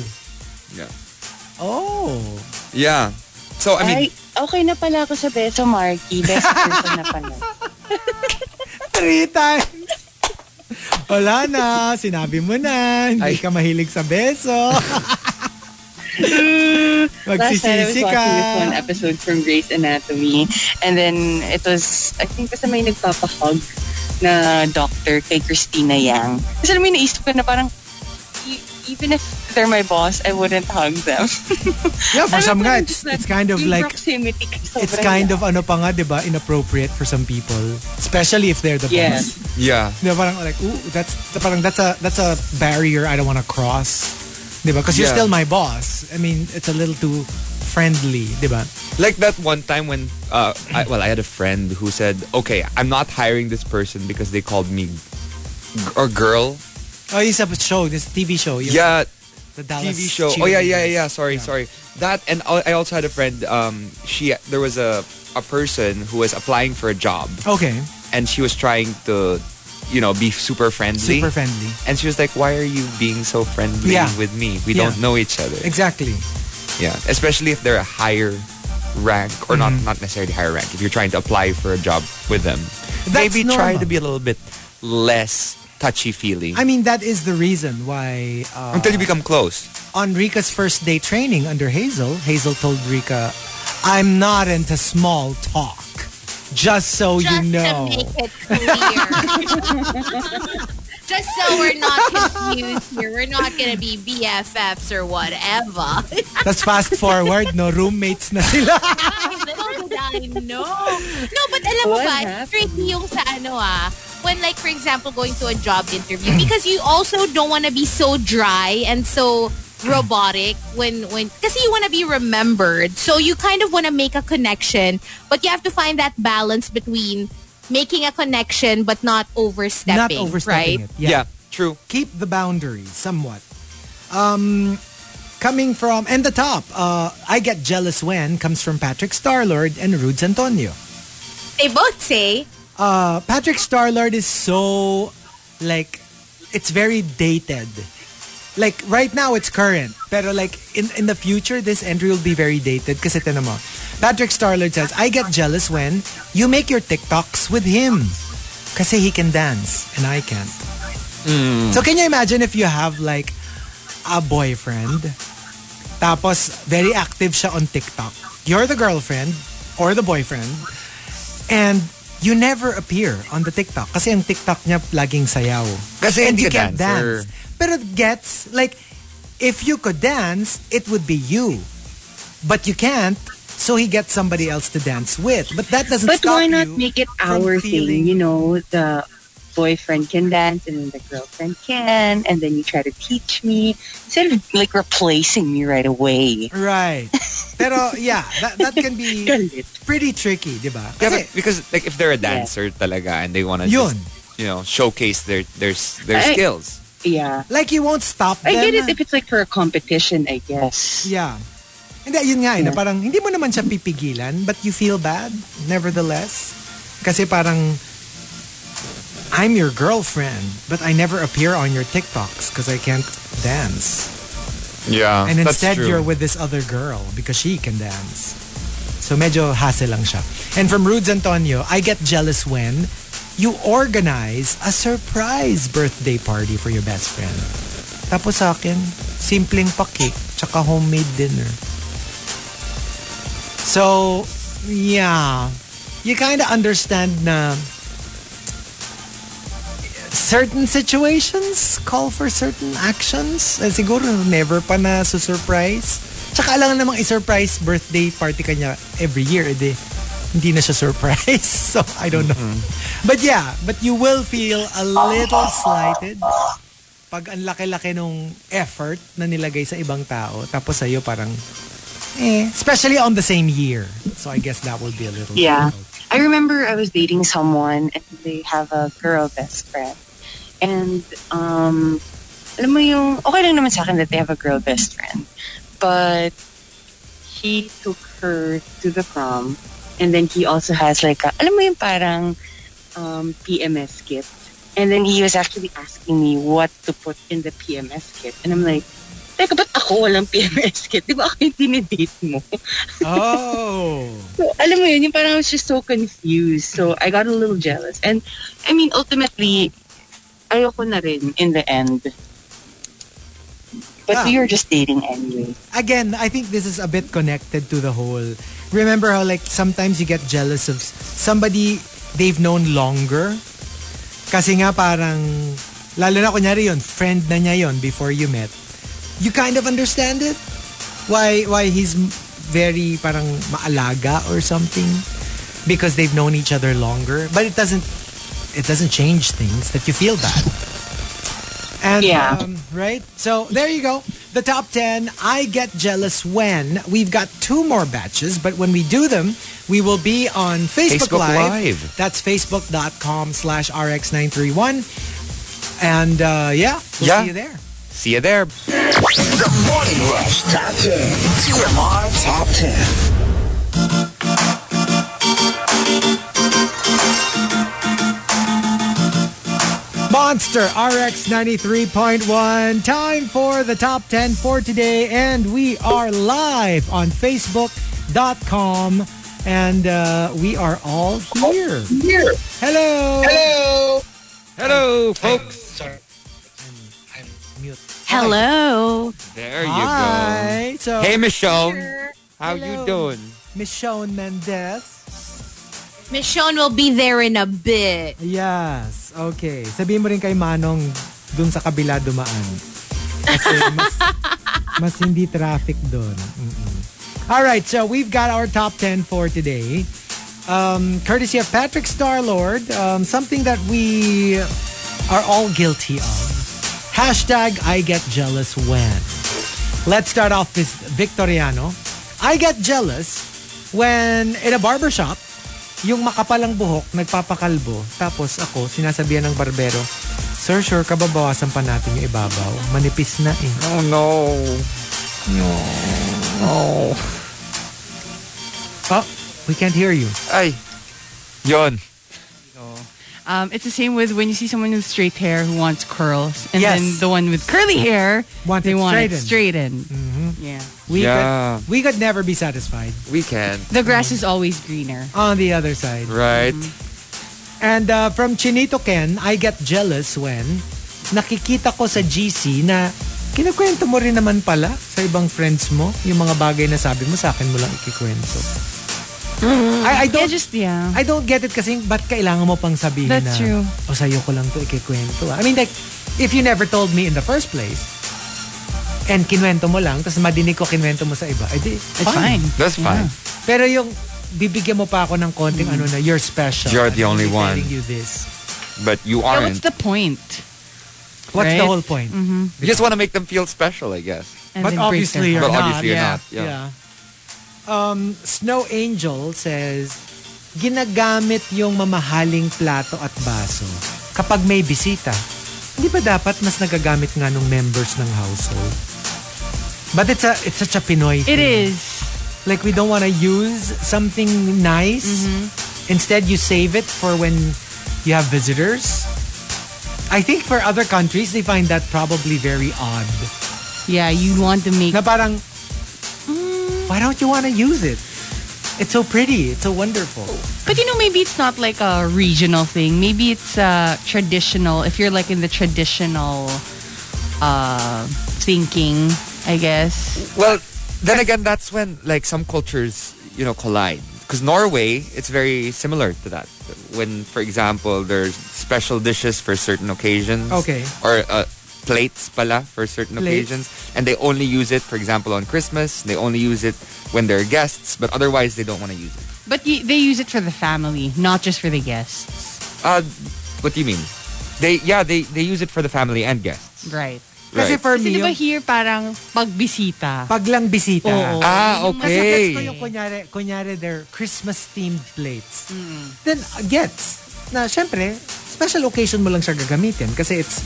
Speaker 3: Yeah.
Speaker 2: Oh.
Speaker 3: yeah." So I mean,
Speaker 5: Ay, okay na pala ako sa beso, Marky. Best person na pala.
Speaker 2: Three times. Wala na. Sinabi mo na. Hindi
Speaker 3: Ay.
Speaker 2: ka mahilig sa beso.
Speaker 5: Last night I was
Speaker 2: Magsisisi ka.
Speaker 5: watching this one episode from Grey's Anatomy. And then it was, I think kasi may nagpapahog na doctor kay Christina Yang. Kasi alam mo, yun, naisip ko na parang, e- even if they're my boss, I wouldn't hug them.
Speaker 2: Yeah, for Oh,
Speaker 5: Alam
Speaker 2: some
Speaker 5: mo,
Speaker 2: guys,
Speaker 5: parang
Speaker 2: it's,
Speaker 5: just na-
Speaker 2: it's kind of
Speaker 5: yung
Speaker 2: like,
Speaker 5: proximity ka
Speaker 2: it's
Speaker 5: sobrang
Speaker 2: kind
Speaker 5: layo.
Speaker 2: of ano pa nga, di ba, inappropriate for some people. Especially if they're the
Speaker 5: Yeah.
Speaker 2: boss.
Speaker 3: yeah.
Speaker 2: Di ba, parang like, ooh, that's, parang that's a, that's a barrier I don't want to cross. Di ba? Because you're
Speaker 3: Yeah.
Speaker 2: still my boss. I mean, it's a little too friendly, di ba?
Speaker 3: Like that one time when, uh, I, well, I had a friend who said, "Okay, I'm not hiring this person because they called me g- or girl."
Speaker 2: Oh, yung sa show, this TV show. Yung,
Speaker 3: Yeah,
Speaker 2: The Dallas
Speaker 3: TV show. Oh yeah, yeah,
Speaker 2: cheerleaders.
Speaker 3: yeah. Sorry,
Speaker 2: Yeah.
Speaker 3: sorry. That and I I also had a friend. Um, she there was a a person who was applying for a job
Speaker 2: Okay.
Speaker 3: and she was trying to, you know, be super friendly.
Speaker 2: Super friendly.
Speaker 3: And she was like, "Why are you being so friendly
Speaker 2: Yeah.
Speaker 3: with me? We
Speaker 2: Yeah.
Speaker 3: don't know each other."
Speaker 2: Exactly.
Speaker 3: Yeah, especially if they're a higher rank or
Speaker 2: Mm-hmm.
Speaker 3: not not necessarily higher rank. If you're trying to apply for a job with them,
Speaker 2: That's
Speaker 3: maybe
Speaker 2: normal.
Speaker 3: try to be a little bit less touchy feely
Speaker 2: I mean, that is the reason why uh,
Speaker 3: until you become close.
Speaker 2: on Rika's first day training under Hazel, Hazel told Rika, I'm not into small talk. Just so
Speaker 6: Just
Speaker 2: you know.
Speaker 6: to make it clear. Just so we're not confused here. We're not going to be BFFs or whatever.
Speaker 2: That's fast forward, no? Roommates na sila.
Speaker 6: Little did I know. No, but alam mo
Speaker 5: What
Speaker 6: ba, tricky yung sa ano ah, when like for example going to a job interview because you also don't want to be so dry and so robotic when when kasi you want to be remembered. So you kind of want to make a connection, but you have to find that balance between making a connection but not overstepping,
Speaker 2: Not overstepping it.
Speaker 6: right?
Speaker 3: Yeah, true.
Speaker 2: keep the boundaries somewhat. Um, coming from and the top, uh, I get jealous when comes from Patrick Starlord and Rudes Antonio.
Speaker 6: They both say
Speaker 2: Uh, Patrick Starlord is so like it's very dated. Like right now it's current, pero like in in the future this entry will be very dated kasi tinan mo. Patrick Starlord says, "I get jealous when you make your TikToks with him kasi he can dance and I can't." So can you imagine if you have like a boyfriend tapos very active siya on TikTok. You're the girlfriend or the boyfriend and you never appear on the TikTok kasi ang TikTok niya laging sayaw.
Speaker 13: Kasi
Speaker 2: and
Speaker 13: hindi
Speaker 2: you
Speaker 13: ka
Speaker 2: can't
Speaker 13: dancer.
Speaker 2: dance. Pero it gets like if you could dance, it would be you. But you can't, so he gets somebody else to dance with. But that doesn't
Speaker 5: But
Speaker 2: stop
Speaker 5: why not
Speaker 2: you
Speaker 5: make it
Speaker 2: from
Speaker 5: our
Speaker 2: feeling-
Speaker 5: thing? You know, the boyfriend can dance and then the girlfriend can, and then you try to teach me. Instead of
Speaker 14: Like replacing me right away.
Speaker 2: Right. Pero yeah, that, that can be
Speaker 5: galit.
Speaker 2: pretty tricky, di ba?
Speaker 3: Yeah,
Speaker 2: Kasi
Speaker 3: but because like if they're a dancer talaga and they want to
Speaker 2: yun.
Speaker 3: you know showcase their their their
Speaker 5: Ay.
Speaker 3: skills.
Speaker 5: Yeah.
Speaker 2: Like you won't stop
Speaker 5: I
Speaker 2: them.
Speaker 5: get it if it's like for a competition, I guess.
Speaker 2: Yeah. Hindi, yun nga eh, na parang hindi mo naman siya pipigilan but you feel bad nevertheless. Kasi parang I'm your girlfriend but I never appear on your TikToks because I can't dance.
Speaker 13: Yeah.
Speaker 2: And instead you're with this other girl because she can dance. So medyo hassle lang siya. And from Rudes Antonio, I get jealous when you organize a surprise birthday party for your best friend. Tapos sa akin, simpleng pa-cake tsaka homemade dinner. So, yeah. You kind of understand na certain situations call for certain actions. Eh, siguro never pa na surprise. Tsaka alam namang i-surprise birthday party kanya every year. Eh, di, hindi na siya surprise. So, I don't know. But yeah, but you will feel a little slighted pag ang laki-laki nung effort na nilagay sa ibang tao. Tapos sa'yo parang, eh. Especially on the same year. So, I guess that will be a little
Speaker 5: Yeah.
Speaker 2: difficult.
Speaker 5: I remember I was dating someone and they have a girl best friend. And, um, alam mo yung, okay lang naman sa akin that they have a girl best friend. But he took her to the prom. And then he also has like a, alam mo yung parang um, PMS kit. And then he was actually asking me what to put in the PMS kit. And I'm like, Teka, ba't ako walang PMS kit? Di ba ako yung dinidate mo?
Speaker 2: Oh.
Speaker 5: So, alam mo yun, yung parang I was just so confused. So, I got a little jealous. And, I mean, ultimately, ayoko na rin in the end.
Speaker 2: Ah.
Speaker 5: But we were just dating anyway.
Speaker 2: again, I think this is a bit connected to the whole. Remember how like sometimes you get jealous of s- somebody they've known longer. Kasi nga parang lalo na kunyari yun, friend na niya yun before you met. You kind of understand it why why he's m- very parang maalaga or something because they've known each other longer. But it doesn't it doesn't change things that you feel bad. And
Speaker 5: Yeah.
Speaker 2: um, right? So there you go. The top 10 I get jealous when. We've got two more batches, but when we do them, we will be on Facebook,
Speaker 13: Facebook Live.
Speaker 2: Live. That's facebook.com slash rx931. And uh, yeah, we'll
Speaker 13: Yeah.
Speaker 2: see you there.
Speaker 13: See you there.
Speaker 10: The Morning Rush Top 10. TMR Top 10.
Speaker 2: Monster RX 93.1. Time for the top 10 for today. And we are live on Facebook.com. And uh, we are all here. Here. Hello. Hello.
Speaker 3: Hello, folks.
Speaker 2: Mute.
Speaker 6: hello.
Speaker 3: There you go.
Speaker 2: Hi. So,
Speaker 3: Hey, Michonne. How
Speaker 2: Hello.
Speaker 3: you doing?
Speaker 2: Michonne Mendez.
Speaker 6: Michonne will be there in a bit.
Speaker 2: Yes. Okay. Sabihin mo rin kay Manong dun sa kabila dumaan. Kasi mas, mas hindi traffic dun. Mm-mm. Alright, so we've got our top 10 for today. Um, courtesy of Patrick Starlord, um, something that we are all guilty of. Hashtag I get jealous when. Let's start off with Victoriano. I get jealous when in a barbershop, yung makapalang buhok, nagpapakalbo. Tapos ako, sinasabihan ng barbero, Sir, sure ka babawasan pa natin yung ibabaw? Manipis na eh.
Speaker 3: Oh no. No. No.
Speaker 2: Oh, we can't hear you.
Speaker 3: Ay. Yon.
Speaker 5: Um, it's the same with when you see someone with straight hair who wants curls, and
Speaker 2: Yes.
Speaker 5: then the one with curly hair
Speaker 2: Want
Speaker 5: they
Speaker 2: it
Speaker 5: want it
Speaker 2: straightened. Mm-hmm.
Speaker 5: straightened. Yeah,
Speaker 2: We,
Speaker 3: Yeah.
Speaker 2: could, we could never be satisfied
Speaker 3: We can.
Speaker 5: the grass is always greener.
Speaker 2: on the other side.
Speaker 3: Right?
Speaker 2: Mm-hmm. And uh, from Chinito Ken, I get jealous when nakikita ko sa GC na kinukwento mo rin naman pala sa ibang friends mo yung mga bagay na sabi mo sa akin mo lang ikikwento. I, I
Speaker 5: Yeah,
Speaker 2: don't
Speaker 5: just yeah.
Speaker 2: I don't get it kasi ba't kailangan mo pang sabihin na
Speaker 5: That's true.
Speaker 2: o sa'yo ko lang to ikikwento. ah." I mean like, if you never told me in the first place and kinwento mo lang tapos madinig ko kinwento mo sa iba, eh, edi,
Speaker 5: It's fine.
Speaker 3: That's fine.
Speaker 2: Pero yung bibigyan mo pa ako ng konting
Speaker 5: Mm-hmm.
Speaker 2: ano na you're special.
Speaker 3: You're the
Speaker 2: I'm
Speaker 3: only one.
Speaker 2: telling you this.
Speaker 3: But you
Speaker 5: Yeah,
Speaker 3: aren't.
Speaker 5: what's the point?
Speaker 2: What's the
Speaker 5: Right? Mm-hmm.
Speaker 2: whole point?
Speaker 3: you just want to make them feel special, I guess.
Speaker 5: And
Speaker 2: But
Speaker 5: then break
Speaker 2: obviously you're
Speaker 5: their
Speaker 3: But
Speaker 5: heart.
Speaker 2: not.
Speaker 3: obviously you're
Speaker 5: yeah.
Speaker 3: not.
Speaker 2: Yeah.
Speaker 3: Yeah.
Speaker 2: Um, Snow Angel says, ginagamit yung mamahaling plato at baso kapag may bisita. Hindi ba dapat mas nagagamit nga nung members ng household? But it's a it's such a Pinoy thing.
Speaker 5: It is.
Speaker 2: Like we don't want to use something nice.
Speaker 5: Mm-hmm.
Speaker 2: Instead, you save it for when you have visitors. I think for other countries, they find that probably very odd.
Speaker 5: Yeah, you want to make
Speaker 2: Na parang, why don't you want to use it? It's so pretty. It's so wonderful.
Speaker 5: But you know, maybe it's not like a regional thing. Maybe it's uh, traditional. If you're like in the traditional uh, thinking, I guess.
Speaker 3: Well, then again, that's when like some cultures, you know, collide. Because Norway, it's very similar to that. When, for example, there's special dishes for certain occasions.
Speaker 2: Okay.
Speaker 3: Or uh, plates pala for certain
Speaker 2: Plates.
Speaker 3: occasions. And they only use it, for example, on Christmas. They only use it when there are guests. But otherwise, they don't want to use it.
Speaker 5: But y- they use it for the family, not just for the guests.
Speaker 3: Uh, what do you mean? They yeah they, they use it for the family and guests.
Speaker 5: Right.
Speaker 2: Kasi
Speaker 3: Right.
Speaker 2: for me,
Speaker 5: Kasi diba
Speaker 2: yung
Speaker 5: here parang pagbisita.
Speaker 2: pag lang bisita.
Speaker 5: Oo.
Speaker 3: ah
Speaker 2: Kasi gets ko
Speaker 3: okay.
Speaker 2: yung kunyari, kunyari their Christmas-themed plates. Then, uh, gets. Na, syempre, special occasion mo lang siya gagamitin kasi it's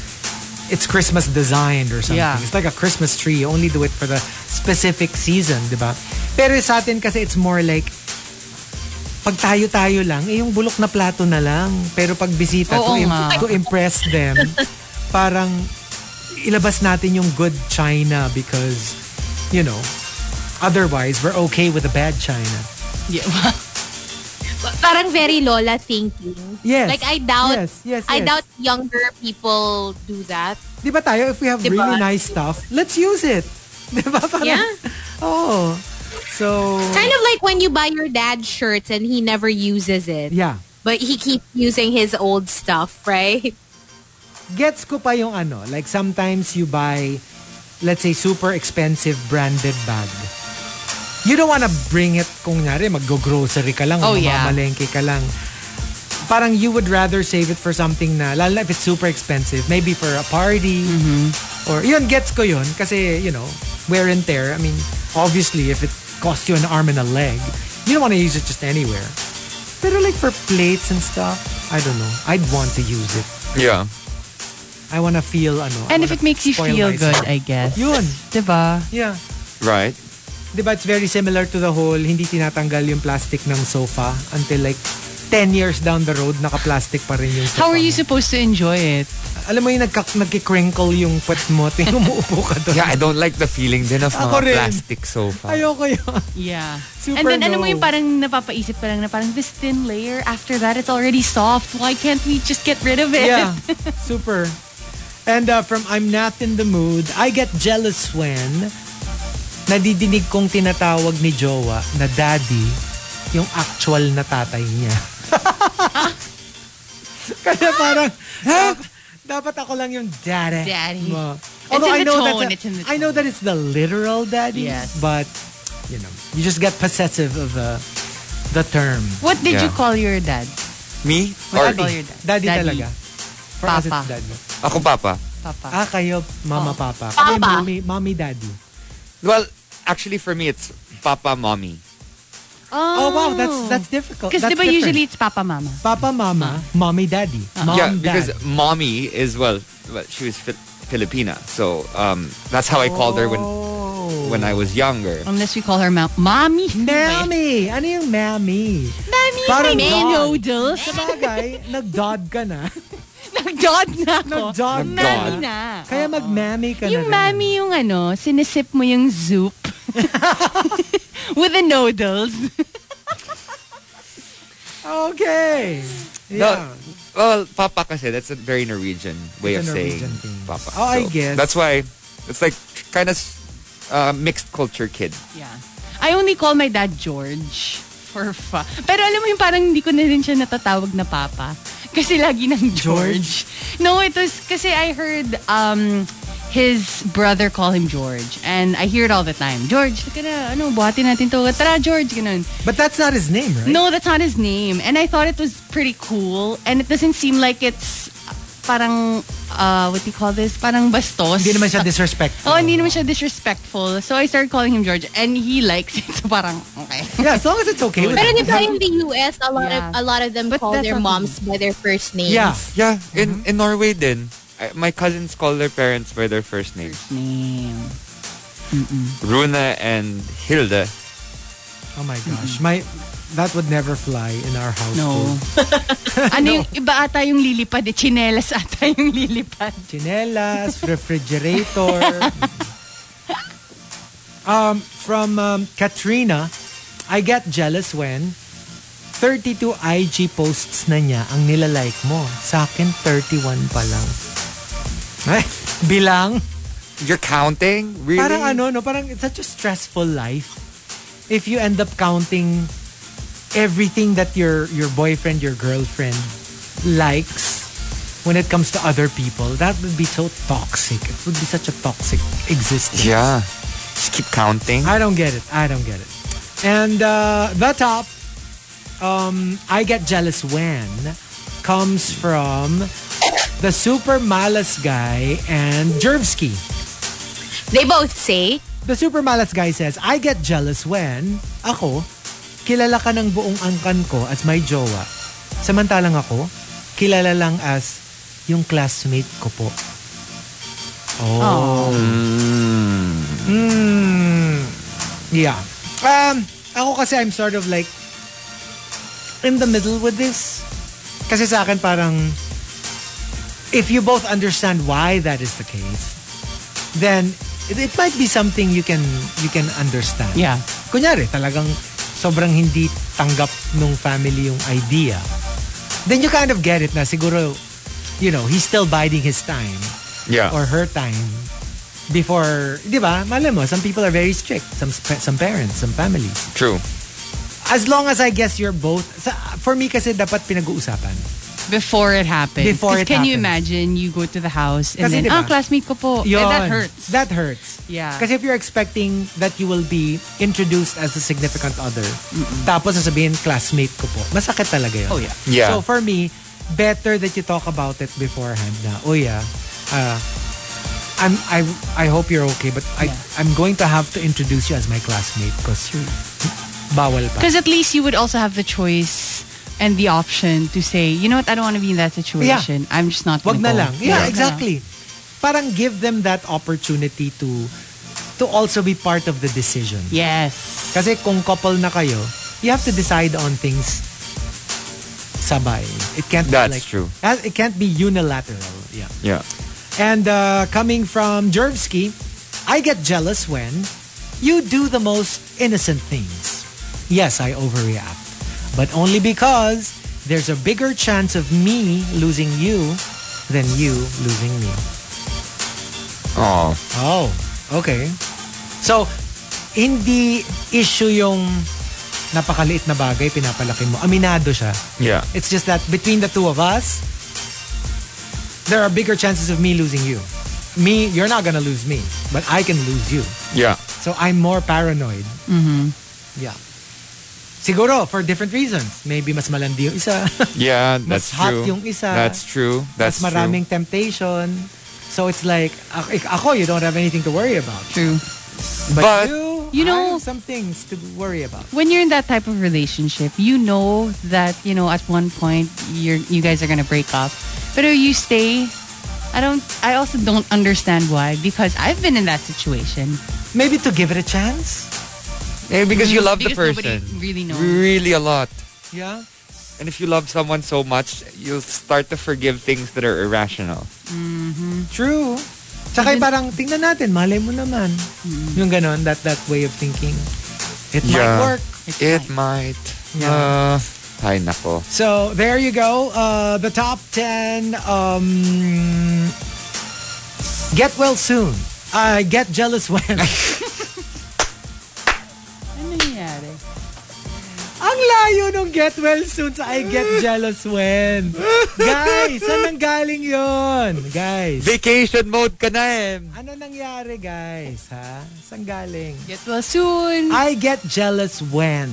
Speaker 2: it's Christmas designed or something.
Speaker 5: Yeah.
Speaker 2: It's like a Christmas tree. You only do it for the specific season, di ba? Pero sa atin kasi it's more like pag tayo-tayo lang, eh, yung bulok na plato na lang. Pero pag bisita, to,
Speaker 5: Oo
Speaker 2: im-
Speaker 5: nga.
Speaker 2: to impress them, parang ilabas natin yung good China because, you know, otherwise, we're okay with the bad China.
Speaker 5: Yeah.
Speaker 6: Parang very Lola thinking.
Speaker 2: Yes.
Speaker 6: Like I doubt,
Speaker 2: Yes, yes,
Speaker 6: I
Speaker 2: yes.
Speaker 6: doubt younger people do that.
Speaker 2: Di ba tayo, if we have
Speaker 6: Di ba?
Speaker 2: really nice stuff, let's use it. Di ba? Parang,
Speaker 6: Yeah.
Speaker 2: Oh. So,
Speaker 6: Kind of like when you buy your dad shirts and he never uses it.
Speaker 2: yeah.
Speaker 6: But he keeps using his old stuff, right?
Speaker 2: gets ko pa yung ano, like sometimes you buy, let's say, super expensive branded bag. You don't wanna bring it kung nari mag-grocery ka lang o
Speaker 5: Oh, yeah.
Speaker 2: mamamalengke ka lang. Parang you would rather save it for something na, lalo na if it's super expensive, maybe for a party,
Speaker 5: Mm-hmm.
Speaker 2: or yun, gets ko yun. Kasi, you know, wear and tear. I mean, obviously, if it costs you an arm and a leg, you don't wanna use it just anywhere. Pero like for plates and stuff, I don't know. I'd want to use it.
Speaker 3: Yeah.
Speaker 2: I wanna feel ano. I
Speaker 5: And if
Speaker 2: wanna
Speaker 5: it makes you
Speaker 2: spoil
Speaker 5: feel
Speaker 2: myself.
Speaker 5: good, I guess.
Speaker 2: Yun.
Speaker 5: Diba?
Speaker 2: Yeah.
Speaker 3: Right.
Speaker 2: Diba it's very similar to the whole hindi tinatanggal yung plastic ng sofa until like 10 years down the road, naka-plastic pa rin yung sofa.
Speaker 5: How are you
Speaker 2: mo.
Speaker 5: supposed to enjoy it?
Speaker 2: Alam mo yung nagka- nagkikrinkle yung puwet mo at yung umuupo ka doon.
Speaker 3: Yeah, I don't like the feeling din of
Speaker 2: Ako
Speaker 3: mga
Speaker 2: rin.
Speaker 3: plastic sofa.
Speaker 2: Ayoko yun.
Speaker 5: Yeah.
Speaker 2: Super
Speaker 5: and then, ano mo
Speaker 2: no.
Speaker 5: yung parang napapaisip pa lang na parang this thin layer, after that, it's already soft. Why can't we just get rid of it?
Speaker 2: Yeah. Super. And uh, from I'm Not In The Mood, I get jealous when nadidinig kong tinatawag ni Jowa na daddy yung actual na tatay niya. Kaya parang, "Hap, dapat ako lang yung daddy.
Speaker 5: Daddy.
Speaker 2: mo."
Speaker 5: It's in
Speaker 2: Although I
Speaker 5: the
Speaker 2: know
Speaker 5: tone,
Speaker 2: that's a-
Speaker 5: it's in the
Speaker 2: I know that it's the literal daddy,
Speaker 5: Yes.
Speaker 2: but you know, you just get possessive of uh, the term.
Speaker 5: What did
Speaker 3: Yeah.
Speaker 5: you call your dad?
Speaker 3: Me?
Speaker 5: What
Speaker 3: Or
Speaker 5: did you call your dad?
Speaker 2: Daddy, talaga. For us, it's
Speaker 5: Papa.
Speaker 2: daddy.
Speaker 3: ako papa.
Speaker 5: Papa.
Speaker 2: Ah, kayo, mama,
Speaker 5: Oh.
Speaker 2: papa. Kami,
Speaker 6: Papa.
Speaker 2: mommy, mommy, daddy.
Speaker 3: Well, actually for me, it's Papa Mommy.
Speaker 2: Oh, wow, that's that's difficult.
Speaker 5: Because
Speaker 2: That's
Speaker 5: diba
Speaker 2: different.
Speaker 5: usually Ah. it's papa mama.
Speaker 2: Papa, mama, mommy, daddy, mom,
Speaker 3: yeah,
Speaker 2: dad.
Speaker 3: because Mommy is, well, well, she was Fi- Filipina. So um, that's how I called her when,
Speaker 2: oh.
Speaker 3: when I was younger.
Speaker 5: Unless we call her ma- mommy. Diba
Speaker 2: Mammy! Ano yung mammy?
Speaker 5: Mommy,
Speaker 2: Parang
Speaker 5: may
Speaker 2: dog.
Speaker 5: noodles.
Speaker 2: Sa bagay, nag-dod ka na.
Speaker 5: Nag-dod na ako.
Speaker 2: Nag-dod ka
Speaker 5: Mommy
Speaker 2: na.
Speaker 5: na.
Speaker 2: Kaya mag-mammy ka na
Speaker 5: Yung
Speaker 2: rin.
Speaker 5: mommy yung ano, sinisip mo yung soup. With the noodles.
Speaker 2: Okay.
Speaker 3: No,
Speaker 2: Yeah.
Speaker 3: well, Papa kasi, that's a very Norwegian way
Speaker 2: It's
Speaker 3: of
Speaker 2: a
Speaker 3: saying
Speaker 2: Norwegian thing.
Speaker 3: Papa.
Speaker 2: Oh, I guess.
Speaker 3: That's why it's like kind of uh, mixed culture kid.
Speaker 5: Yeah. I only call my dad George. For fa. Pero alam mo yung parang hindi ko na rin siya natatawag na papa. Kasi lagi ng George. No, it was, kasi I heard um, his brother call him George. And I hear it all the time. George, teka na, ano, buhatin natin to. Tara, George, ganun.
Speaker 2: But that's not his name, right?
Speaker 5: No, that's not his name. And I thought it was pretty cool. And it doesn't seem like it's uh, parang, uh, what do you call this? Parang bastos.
Speaker 2: Hindi naman siya disrespectful.
Speaker 5: Oh, hindi naman siya disrespectful. So I started calling him George and he likes it. So parang, okay.
Speaker 2: Yeah, as long as it's okay with
Speaker 12: Pero di
Speaker 2: him.
Speaker 12: ba in the US, a lot
Speaker 5: Yeah.
Speaker 12: of a lot of them
Speaker 5: But
Speaker 12: call
Speaker 5: that's
Speaker 12: their
Speaker 5: not-
Speaker 12: moms by their first names.
Speaker 2: Yeah.
Speaker 3: Yeah,
Speaker 2: Mm-hmm.
Speaker 3: in, in Norway then My cousins call their parents by their first names.
Speaker 5: Name.
Speaker 3: Rune and Hilde.
Speaker 2: Oh my gosh. My that would never fly in our
Speaker 5: No.
Speaker 2: household.
Speaker 5: ano yung iba ata yung lilipad eh. Chinelas ata yung lilipad.
Speaker 2: Chinelas, refrigerator. um, from um, Katrina, I get jealous when 32 IG posts na niya ang nilalike mo. Sa akin, 31 pa lang. Ay, bilang.
Speaker 3: You're counting? Really?
Speaker 2: Parang ano, no? Parang it's such a stressful life. If you end up counting everything that your your boyfriend, your girlfriend likes when it comes to other people, that would be so toxic. It would be such a toxic existence.
Speaker 3: Yeah. Just keep counting.
Speaker 2: I don't get it. I don't get it. And uh, the top, um, I get jealous when comes from the super malas guy and Jervsky.
Speaker 12: They both say,
Speaker 2: The super malas guy says, I get jealous when ako, kilala ka ng buong angkan ko as my jowa. Samantalang ako, kilala lang as yung classmate ko po. Oh. Mm. Yeah. Um, ako kasi I'm sort of like in the middle with this. Kasi sa akin parang if you both understand why that is the case, then it, it might be something you can you can understand.
Speaker 5: Yeah.
Speaker 2: Kunyari, talagang sobrang hindi tanggap nung family yung idea. Then you kind of get it na siguro, you know, he's still biding his time
Speaker 3: Yeah.
Speaker 2: or her time before, di ba? Malay mo, some people are very strict. Some sp- some parents, some families.
Speaker 3: True.
Speaker 2: As long as I guess you're both, sa- for me kasi dapat pinag-uusapan.
Speaker 5: Before it happens.
Speaker 2: Before it
Speaker 5: 'Cause can you
Speaker 2: happens.
Speaker 5: imagine you go to the house and
Speaker 2: Kasi diba?
Speaker 5: then, ah, classmate ko po. Eh,
Speaker 2: Yun.
Speaker 5: that hurts.
Speaker 2: That hurts.
Speaker 5: Yeah.
Speaker 2: Kasi if you're expecting that you will be introduced as a significant other, tapos sasabihin, classmate ko po, masakit talaga yun.
Speaker 5: Oh, yeah.
Speaker 3: Yeah.
Speaker 2: So for me, better that you talk about it beforehand na, oh yeah, uh, I'm, I, I hope you're okay, but I, I'm going to have to introduce you as my classmate because bawal pa.
Speaker 5: Because at least you would also have the choice and the option to say, you know what, I don't want to be in that situation. I'm just not
Speaker 2: Wag
Speaker 5: going to
Speaker 2: na
Speaker 5: go.
Speaker 2: lang. Yeah,
Speaker 5: Wag na
Speaker 2: exactly. Parang give them that opportunity to to also be part of the decision.
Speaker 5: lang. Yes.
Speaker 2: Kasi kung couple na kayo, you have to decide on things sabay. It can't
Speaker 3: That's
Speaker 2: be like,
Speaker 3: true.
Speaker 2: Uh, It can't be unilateral. Yeah.
Speaker 3: Yeah.
Speaker 2: And uh, coming from Jervsky, I get jealous when you do the most innocent things. Yes, I overreact. But only because there's a bigger chance of me losing you than you losing me.
Speaker 3: Oh.
Speaker 2: Oh, okay. So, hindi issue yung napakaliit na bagay, pinapalaki mo. Aminado siya.
Speaker 3: Yeah.
Speaker 2: It's just that between the two of us, there are bigger chances of me losing you. Me, you're not gonna lose me, but I can lose you.
Speaker 3: Yeah.
Speaker 2: So I'm more paranoid. Yeah. Siguro, for different reasons. Maybe mas malandi yung isa.
Speaker 3: Yeah,
Speaker 2: Mas
Speaker 3: that's
Speaker 2: hot
Speaker 3: true.
Speaker 2: yung isa.
Speaker 3: That's true. That's
Speaker 2: mas maraming temptation. So it's like, ak- ik- ako, you don't have anything to worry about.
Speaker 3: true.
Speaker 5: True. yes.
Speaker 2: But,
Speaker 3: But-
Speaker 2: you,
Speaker 5: You know-
Speaker 2: have some things to worry about.
Speaker 5: When you're in that type of relationship, you know that, you know, at one point you're you guys are gonna break up. But if you stay, I don't I also don't understand why because I've been in that situation.
Speaker 2: Maybe to give it a chance.
Speaker 3: Maybe Eh, because you love the
Speaker 5: Because
Speaker 3: person.
Speaker 5: Nobody really knows.
Speaker 3: Really a lot.
Speaker 2: Yeah.
Speaker 3: And if you love someone so much, you'll start to forgive things that are irrational.
Speaker 2: True. Tsaka yung parang, tingnan natin, malay mo naman. Yung ganon, that, that way of thinking. It
Speaker 3: Yeah.
Speaker 2: might work.
Speaker 3: It might.
Speaker 2: Yeah.
Speaker 3: Uh, ay, nako.
Speaker 2: So, there you go. Uh, the top 10. Um, get well soon. Uh, get jealous when.
Speaker 5: Ano nangyari?
Speaker 2: Ang layo nung get well soon sa I get jealous when. Guys, saan ang galing yun? Guys.
Speaker 3: Vacation mode ka na eh.
Speaker 2: Ano nangyari, guys? Ha? Saan galing?
Speaker 5: Get well soon.
Speaker 2: I get jealous when.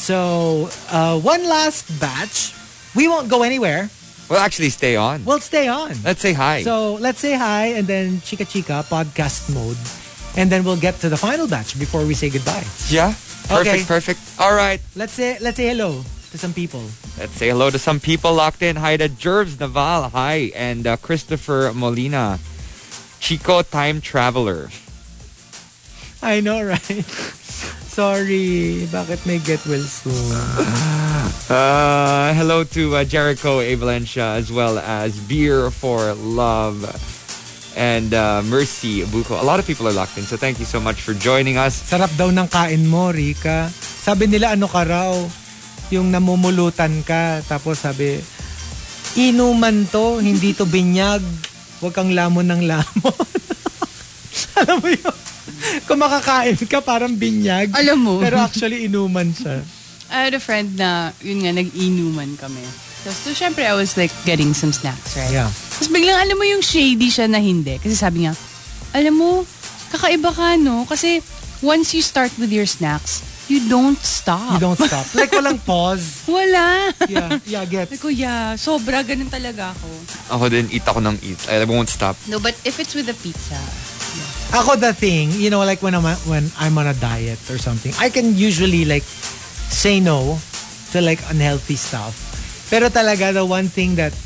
Speaker 2: So, uh, one last batch. We won't go anywhere.
Speaker 3: Well, actually, stay on.
Speaker 2: We'll stay on.
Speaker 3: Let's say hi.
Speaker 2: So, let's say hi and then chika chika podcast mode. And then we'll get to the final batch before we say goodbye.
Speaker 3: yeah.
Speaker 2: Okay.
Speaker 3: Perfect, perfect. All right.
Speaker 2: Let's say let's say hello to some people.
Speaker 3: Let's say hello to some people locked in. Hi to Jervs Naval. Hi. And uh, Christopher Molina. Chico Time Traveler.
Speaker 2: I know, right? Sorry, bakit may get well soon?
Speaker 3: Uh, hello to uh, Jericho A. Valencia as well as Beer for Love and uh, Mercy Buko. A lot of people are locked in, so thank you so much for joining us.
Speaker 2: Sarap daw ng kain mo, Rika. Sabi nila ano ka raw, yung namumulutan ka. Tapos sabi, inuman to, hindi to binyag. Huwag kang lamon ng lamon. Alam mo yun? Kung makakain ka, parang binyag.
Speaker 5: Alam mo.
Speaker 2: Pero actually, inuman siya.
Speaker 5: I had a friend na, yun nga, nag-inuman kami. So, so syempre, I was like getting some snacks, right?
Speaker 2: Yeah.
Speaker 5: Tapos biglang alam mo yung shady siya na hindi. Kasi sabi niya, alam mo, kakaiba ka, no? Kasi once you start with your snacks, you don't stop.
Speaker 2: You don't stop. Like, walang pause.
Speaker 5: Wala.
Speaker 2: Yeah, yeah, get.
Speaker 5: Like, kuya, sobra, ganun talaga ako.
Speaker 3: Ako din, eat ako ng eat. I won't stop.
Speaker 5: No, but if it's with a pizza,
Speaker 2: Ako the thing, you know, like when I'm when I'm on a diet or something, I can usually like say no to like unhealthy stuff. Pero talaga the one thing that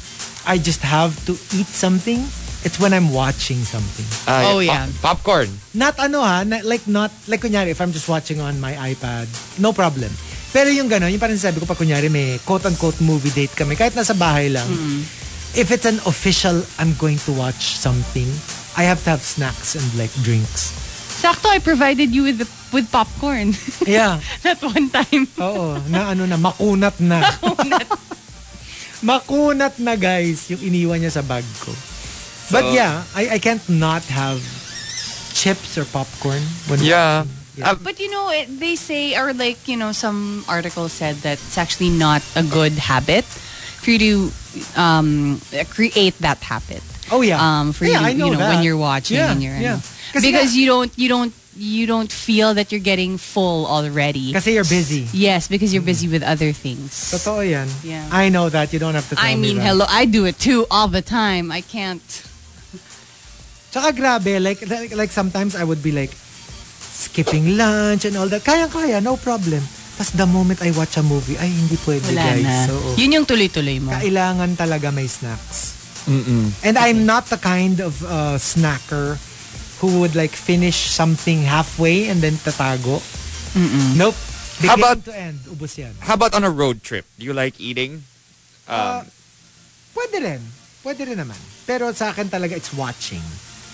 Speaker 2: I just have to eat something, it's when I'm watching something.
Speaker 3: Ay,
Speaker 5: Oh, yeah.
Speaker 3: pop- popcorn.
Speaker 2: Not ano ha, na- like not like kunyari if I'm just watching on my iPad, no problem. Pero yung gano'n, yung parang sabi ko pa kunyari may quote-unquote movie date kami, kahit nasa bahay lang, if it's an official, I'm going to watch something, I have to have snacks and like drinks.
Speaker 5: sakto, I provided you with the, with popcorn.
Speaker 2: Yeah.
Speaker 5: That one time.
Speaker 2: Oo, na ano na, makunat na. makunat na guys, yung iniwan niya sa bag ko. But
Speaker 3: So-
Speaker 2: yeah, I, I can't not have chips or popcorn. When
Speaker 3: Yeah.
Speaker 2: Yeah.
Speaker 3: Uh,
Speaker 5: But you know, it, they say, or like, you know, some article said that it's actually not a good habit for you to um, create that habit.
Speaker 2: Oh yeah.
Speaker 5: Um, for
Speaker 2: yeah,
Speaker 5: you,
Speaker 2: I
Speaker 5: to, you know,
Speaker 2: that.
Speaker 5: when you're watching
Speaker 2: yeah,
Speaker 5: and you're
Speaker 2: yeah. Kasi
Speaker 5: because
Speaker 2: nga-
Speaker 5: you don't, you don't, you don't feel that you're getting full already.
Speaker 2: kasi you're busy.
Speaker 5: Yes, because you're busy with other things.
Speaker 2: Totoo yan.
Speaker 5: Yeah.
Speaker 2: I know that. You don't have to tell
Speaker 5: I
Speaker 2: me
Speaker 5: mean,
Speaker 2: that.
Speaker 5: hello, I do it too all the time. I can't.
Speaker 2: Tsaka grabe, like, like, like sometimes I would be like, skipping lunch and all that. Kaya-kaya, no problem. Tapos the moment I watch a movie, ay, hindi pwede
Speaker 5: Wala
Speaker 2: guys.
Speaker 5: na.
Speaker 2: Oo.
Speaker 5: Yun yung tuloy-tuloy mo.
Speaker 2: Kailangan talaga may snacks. And I'm not the kind of uh, snacker who would like finish something halfway and then tatago. Nope.
Speaker 3: How
Speaker 2: Beginning
Speaker 3: about-
Speaker 2: to end, ubos yan.
Speaker 3: how about on a road trip? Do you like eating?
Speaker 2: Uh,
Speaker 3: Um,
Speaker 2: Pwede rin. Pwede rin naman. Pero sa akin talaga, it's watching.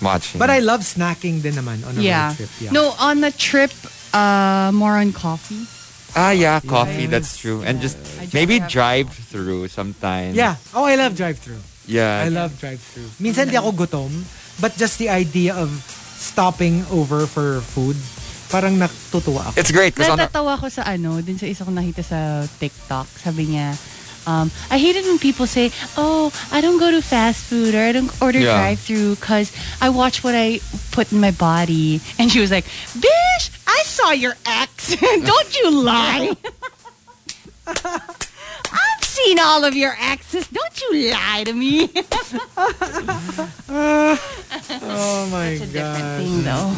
Speaker 3: watching.
Speaker 2: But I love snacking din naman on a
Speaker 5: yeah.
Speaker 2: road trip. Yeah.
Speaker 5: No, on the trip, uh, more on coffee.
Speaker 3: ah, yeah, coffee.
Speaker 2: Yeah.
Speaker 3: That's true. And just
Speaker 5: I just
Speaker 3: maybe
Speaker 5: have-
Speaker 3: drive through sometimes.
Speaker 2: Yeah. Oh, I love drive-through.
Speaker 3: Yeah.
Speaker 2: I love drive-through. Minsan di ako gutom, but just the idea of stopping over for food, parang natutuwa ako.
Speaker 3: It's great because on a,
Speaker 5: Natatawa ko sa ano, din sa isa kong nakita sa TikTok. Sabi niya, um, I hate it when people say, oh, I don't go to fast food or I don't order
Speaker 3: Yeah.
Speaker 5: drive-through because I watch what I put in my body. And she was like, bish, I saw your ex. don't you lie. I've seen all of your exes. Don't you lie to me.
Speaker 2: Oh my god.
Speaker 5: Thing though.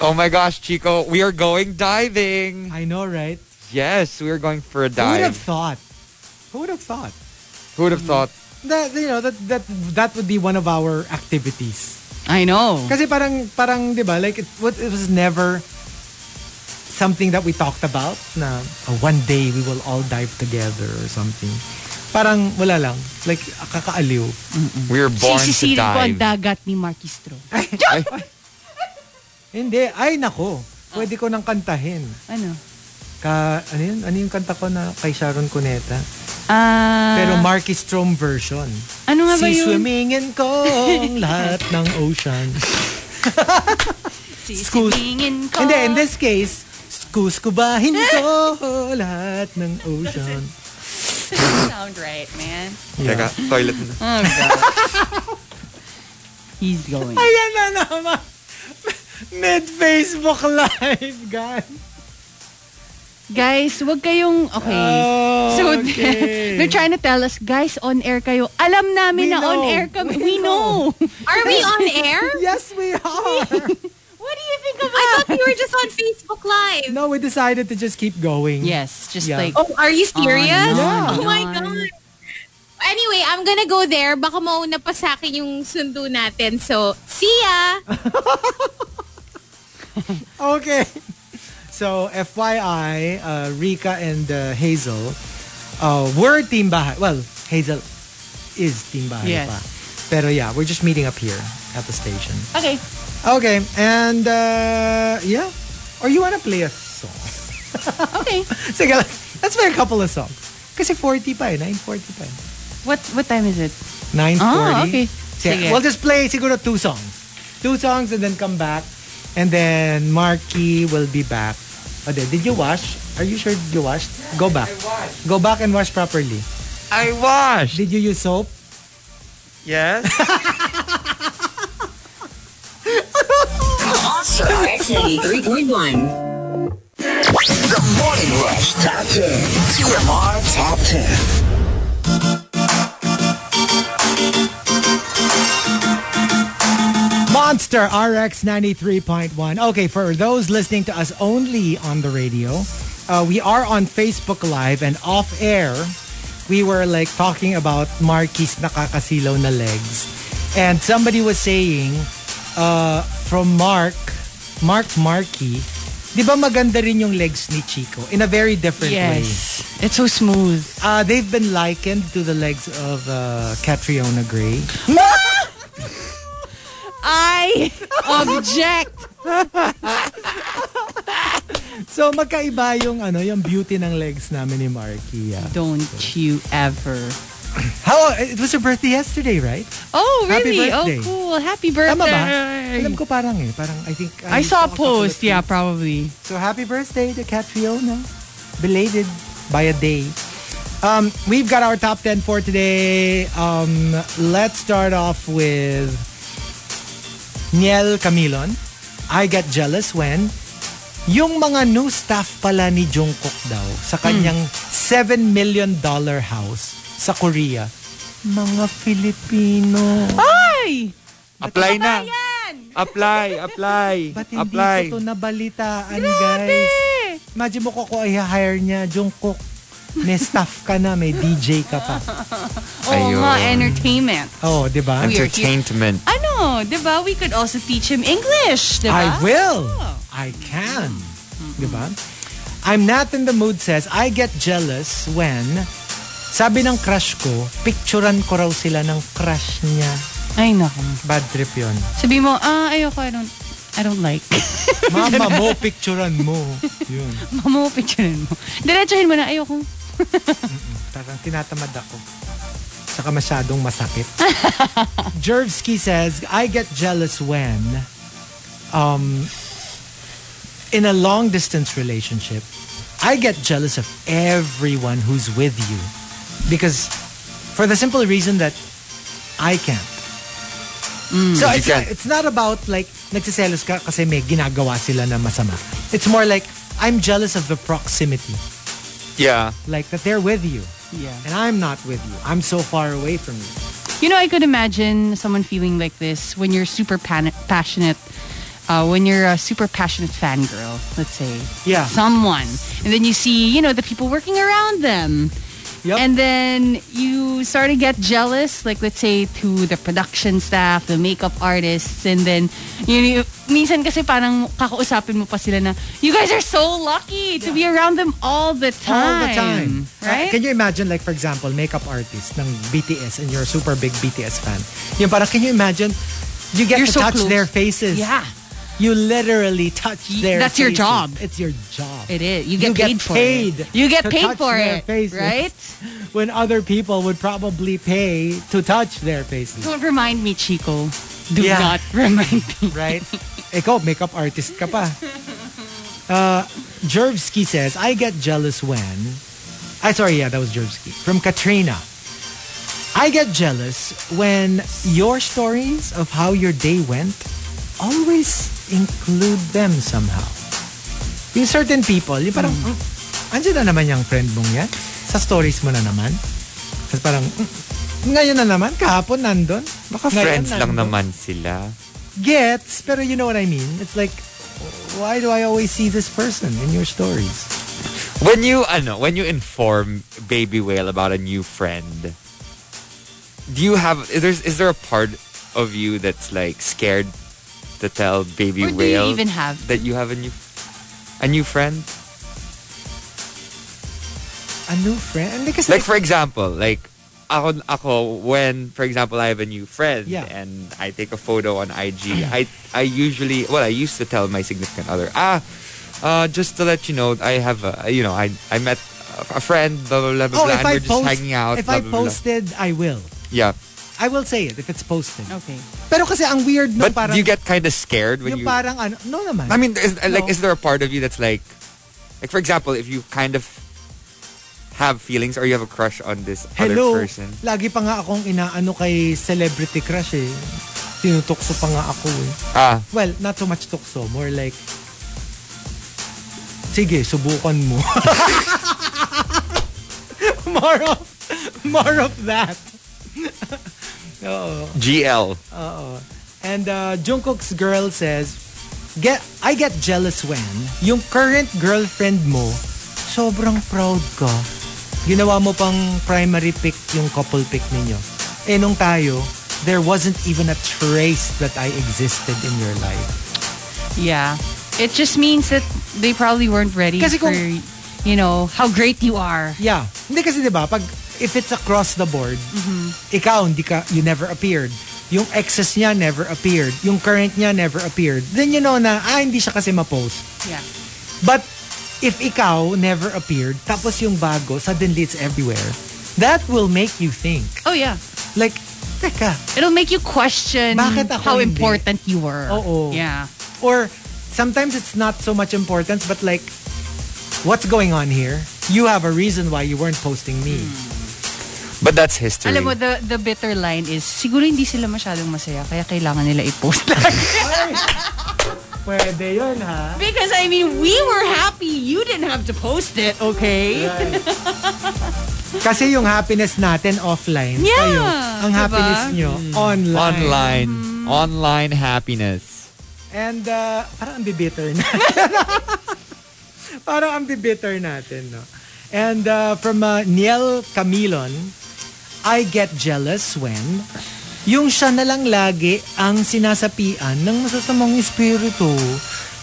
Speaker 3: Oh my gosh, Chico, we are going diving.
Speaker 2: I know, right?
Speaker 3: Yes, we are going for a
Speaker 2: Who would have
Speaker 3: dive.
Speaker 2: thought? Who would have thought?
Speaker 3: Who would have thought?
Speaker 2: That you know that that that would be one of our activities.
Speaker 5: I know.
Speaker 2: Kasi parang parang 'di ba like it, what it was never something that we talked about na oh, one day we will all dive together or something. Parang wala lang. Like kakaaliw. Mm.
Speaker 3: We are born to
Speaker 5: Sisisilip ko ang
Speaker 3: dive.
Speaker 5: dagat ni Marky Stro.
Speaker 2: Hindi, ay nako. Pwede ko nang kantahin.
Speaker 5: Ano?
Speaker 2: Ka, ano yun? Ano yung kanta ko na kay Sharon Cuneta?
Speaker 5: Ah,
Speaker 2: Pero Marky Strom version.
Speaker 5: ano nga ba
Speaker 2: Si
Speaker 5: yun?
Speaker 2: swimmingin kong lahat ng ocean. School.
Speaker 5: Sisibingin ko.
Speaker 2: Hindi, in this case, kuskubahin ko lahat ng ocean.
Speaker 5: Sound right, man.
Speaker 9: Teka, toilet na.
Speaker 5: Oh, God. He's going.
Speaker 2: Ayan na naman. Mid-Facebook live, guys.
Speaker 5: Guys, wag kayong... Okay.
Speaker 2: Oh,
Speaker 5: so,
Speaker 2: okay.
Speaker 5: they're trying to tell us, guys, on air kayo. Alam
Speaker 2: We
Speaker 5: namin na
Speaker 2: know.
Speaker 5: on air kami.
Speaker 2: We
Speaker 5: We, know.
Speaker 12: Are we on air?
Speaker 2: Yes, we are.
Speaker 5: What do you think of
Speaker 12: I thought we were just on Facebook Live.
Speaker 2: no, we decided to just keep going.
Speaker 5: Yes, just
Speaker 2: Yeah.
Speaker 5: like...
Speaker 12: Oh, are you serious?
Speaker 5: On, on,
Speaker 12: Oh my
Speaker 5: on.
Speaker 12: God. Anyway, I'm gonna go there. Baka mauna pa sa akin yung sundo natin. So, see ya!
Speaker 2: Okay. So, FYI, uh, Rika and uh, Hazel uh, were Team Bahay. Well, Hazel is Team Bahay
Speaker 5: Yes.
Speaker 2: pa. Pero yeah, we're just meeting up here at the station.
Speaker 5: Okay.
Speaker 2: Okay, and uh, yeah. Or you want to play a song?
Speaker 5: Okay.
Speaker 2: Sige, let's, let's play a couple of songs. Kasi 40 pa eh, 9.40 pa eh.
Speaker 5: What what time is it?
Speaker 2: 9.40.
Speaker 5: Ah, okay.
Speaker 2: Sige,
Speaker 5: Sige.
Speaker 2: We'll just play siguro two songs. Two songs and then come back. And then Marky will be back. Oh, did did you wash? Are you sure you washed? Go back. Go back and wash properly.
Speaker 3: I wash.
Speaker 2: Did you use soap?
Speaker 3: Yes.
Speaker 10: Monster
Speaker 1: X 83.1.
Speaker 10: The Morning Rush Top 10. TMR Top 10.
Speaker 2: Monster RX 93.1. Okay, for those listening to us only on the radio, uh, we are on Facebook Live and off air. We were like talking about Marky's nakakasilaw na legs. And somebody was saying uh, from Mark, Mark Marky, di ba maganda rin yung legs ni Chico in a very different way?
Speaker 5: Yes. It's so smooth.
Speaker 2: Uh, they've been likened to the legs of uh, Catriona Gray.
Speaker 5: I object.
Speaker 2: So magkaiba yung ano, yung beauty ng legs namin ni Marky. Yeah.
Speaker 5: Don't you ever.
Speaker 2: How it was her birthday yesterday, right?
Speaker 5: Oh,
Speaker 2: Happy
Speaker 5: really?
Speaker 2: birthday.
Speaker 5: Oh, cool. Happy birthday.
Speaker 2: Tama ba? Alam ko parang eh, parang I think
Speaker 5: I saw a
Speaker 2: couple of
Speaker 5: post. Yeah,
Speaker 2: tweets.
Speaker 5: probably.
Speaker 2: So happy birthday to Cat Fiona. Belated by a day. Um, we've got our top 10 for today. Um, let's start off with Niel Camilon. I get jealous when yung mga new staff pala ni Jungkook daw sa kanyang 7 million dollar house sa Korea. Ah! Mga Filipino.
Speaker 5: Hi!
Speaker 3: apply na. Apply, apply,
Speaker 2: Ba't hindi
Speaker 3: apply.
Speaker 2: ko to nabalitaan, guys? Imagine mo ko kung i-hire niya, Jungkook. May staff ka na, may DJ ka pa.
Speaker 5: Oh,
Speaker 3: Ayun.
Speaker 5: nga, entertainment.
Speaker 2: Oh, di ba?
Speaker 5: We are
Speaker 3: Entertainment.
Speaker 5: Ano, di ba? We could also teach him English, di
Speaker 2: I
Speaker 5: ba?
Speaker 2: will. I can. Di ba? I'm not in the mood says, I get jealous when, sabi ng crush ko, picturean ko raw sila ng crush niya.
Speaker 5: Ay, naku.
Speaker 2: Bad trip yun.
Speaker 5: Sabi mo, ah, ayoko, I don't, I don't like.
Speaker 2: Mama mo, picturean mo. Yun.
Speaker 5: Mama mo, picturean mo. Diretsuhin mo na, ayoko.
Speaker 2: Parang tinatamad ako. Saka masyadong masakit. Jervsky says, I get jealous when um, in a long distance relationship, I get jealous of everyone who's with you. Because for the simple reason that I can't. So it's,
Speaker 3: can't.
Speaker 2: it's not about like nagsiselos ka kasi may ginagawa sila na masama. It's more like I'm jealous of the proximity.
Speaker 3: Yeah.
Speaker 2: Like that they're with you.
Speaker 5: Yeah.
Speaker 2: And I'm not with you. I'm so far away from you.
Speaker 5: You know, I could imagine someone feeling like this when you're super pan- passionate, uh, when you're a super passionate fangirl, let's say.
Speaker 2: Yeah.
Speaker 5: Someone. And then you see, you know, the people working around them.
Speaker 2: Yep.
Speaker 5: And then you sort of get jealous, like let's say to the production staff, the makeup artists, and then, you know, minsan kasi parang kakausapin mo pa sila na, you guys are so lucky to be around them all the time.
Speaker 2: All the time.
Speaker 5: Right?
Speaker 2: Uh, Can you imagine like for example, makeup artist ng BTS and you're a super big BTS fan. Yung parang can you imagine you get
Speaker 5: You're
Speaker 2: to
Speaker 5: so
Speaker 2: touch
Speaker 5: close.
Speaker 2: their faces.
Speaker 5: yeah.
Speaker 2: You literally touch
Speaker 5: Y-
Speaker 2: their
Speaker 5: that's your
Speaker 2: faces.
Speaker 5: job.
Speaker 2: It's your job.
Speaker 5: It is. You get
Speaker 2: You get
Speaker 5: paid for
Speaker 2: paid
Speaker 5: it. You get
Speaker 2: to
Speaker 5: paid
Speaker 2: touch
Speaker 5: for
Speaker 2: their
Speaker 5: it.
Speaker 2: faces.
Speaker 5: Right?
Speaker 2: When other people would probably pay to touch their faces.
Speaker 5: Don't remind me, Chico. Do
Speaker 2: Yeah.
Speaker 5: not remind me.
Speaker 2: right? Ikaw, makeup artist ka pa. Uh, Jervsky says, I get jealous when... I sorry, yeah, that was Jervsky. From Katrina. I get jealous when your stories of how your day went always include them somehow. Yung certain people, yung parang, mm. andyan na naman yung friend mong yan? Sa stories mo na naman? Tapos parang, "Mm, ngayon na naman, kahapon nandun. Baka
Speaker 3: Friends lang naman sila.
Speaker 2: gets, pero you know what I mean. It's like, why do I always see this person in your stories?
Speaker 3: When you ano, when you inform Baby Whale about a new friend, do you have is there, is there a part of you that's like scared to tell Baby
Speaker 5: Or do
Speaker 3: Whale
Speaker 5: you even have?
Speaker 3: that you have a new a new friend?
Speaker 2: A new friend? Because
Speaker 3: Like for example, like ako, ako when for example I have a new friend
Speaker 2: Yeah.
Speaker 3: and I take a photo on IG, I I usually well I used to tell my significant other ah uh, just to let you know I have a you know I I met a friend blah blah blah, blah
Speaker 2: oh,
Speaker 3: blah,
Speaker 2: if
Speaker 3: and
Speaker 2: I
Speaker 3: we're just
Speaker 2: post,
Speaker 3: hanging out
Speaker 2: if
Speaker 3: blah,
Speaker 2: I
Speaker 3: blah, blah.
Speaker 2: posted, I will.
Speaker 3: yeah
Speaker 2: I will say it if it's posted.
Speaker 5: Okay.
Speaker 2: Pero kasi ang weird no,
Speaker 3: but
Speaker 2: parang,
Speaker 3: do you get kind of scared when
Speaker 2: yung
Speaker 3: you
Speaker 2: parang ano, no naman.
Speaker 3: I mean, is, like,
Speaker 2: No.
Speaker 3: is there a part of you that's like, like for example, if you kind of have feelings or you have a crush on this
Speaker 2: Hello,
Speaker 3: other person?
Speaker 2: lagi pa nga akong inaano kay celebrity crush eh. Tinutukso pa nga ako eh.
Speaker 3: Ah,
Speaker 2: Well, not so much tukso. More like, sige, subukan mo. more of, more of that. Oo.
Speaker 3: GL.
Speaker 2: And uh, Jungkook's girl says, get, I get jealous when yung current girlfriend mo, sobrang proud ka. Ginawa mo pang primary pic yung couple pic ninyo. Eh nung tayo, there wasn't even a trace that I existed in your life.
Speaker 5: Yeah. It just means that they probably weren't ready
Speaker 2: Kasi
Speaker 5: for,
Speaker 2: kung-
Speaker 5: you know, how great you are.
Speaker 2: Yeah. Hindi kasi 'di ba, pag if it's across the board, ikaw hindi ka you never appeared. Yung exes niya never appeared. Yung current niya never appeared. Then you know na ah hindi siya kasi ma-post.
Speaker 5: Yeah.
Speaker 2: But if ikaw never appeared, tapos yung bago suddenly it's everywhere. That will make you think.
Speaker 5: Oh, yeah.
Speaker 2: Like, teka,
Speaker 5: It'll make you question
Speaker 2: Bakit ako
Speaker 5: how
Speaker 2: hindi?
Speaker 5: important you were.
Speaker 2: Oo.
Speaker 5: Yeah.
Speaker 2: or sometimes it's not so much importance but like what's going on here? You have a reason why you weren't posting me.
Speaker 3: But that's history.
Speaker 5: Alam mo, the, the bitter line is, siguro hindi sila masyadong masaya, kaya kailangan nila i-post lang.
Speaker 2: Pwede yun, ha?
Speaker 5: Because, I mean, we were happy. You didn't have to post it, okay?
Speaker 2: Kasi yung happiness natin offline.
Speaker 5: Yeah,
Speaker 2: Kayo, ang
Speaker 5: diba?
Speaker 2: happiness nyo online.
Speaker 3: Online.
Speaker 5: Mm-hmm.
Speaker 3: Online happiness.
Speaker 2: And uh, parang ang bibitter na. parang ang bibitter natin, no? And uh, from uh, Niel Camilon, I get jealous when yung siya na lang lagi ang sinasapian ng masasamang espiritu.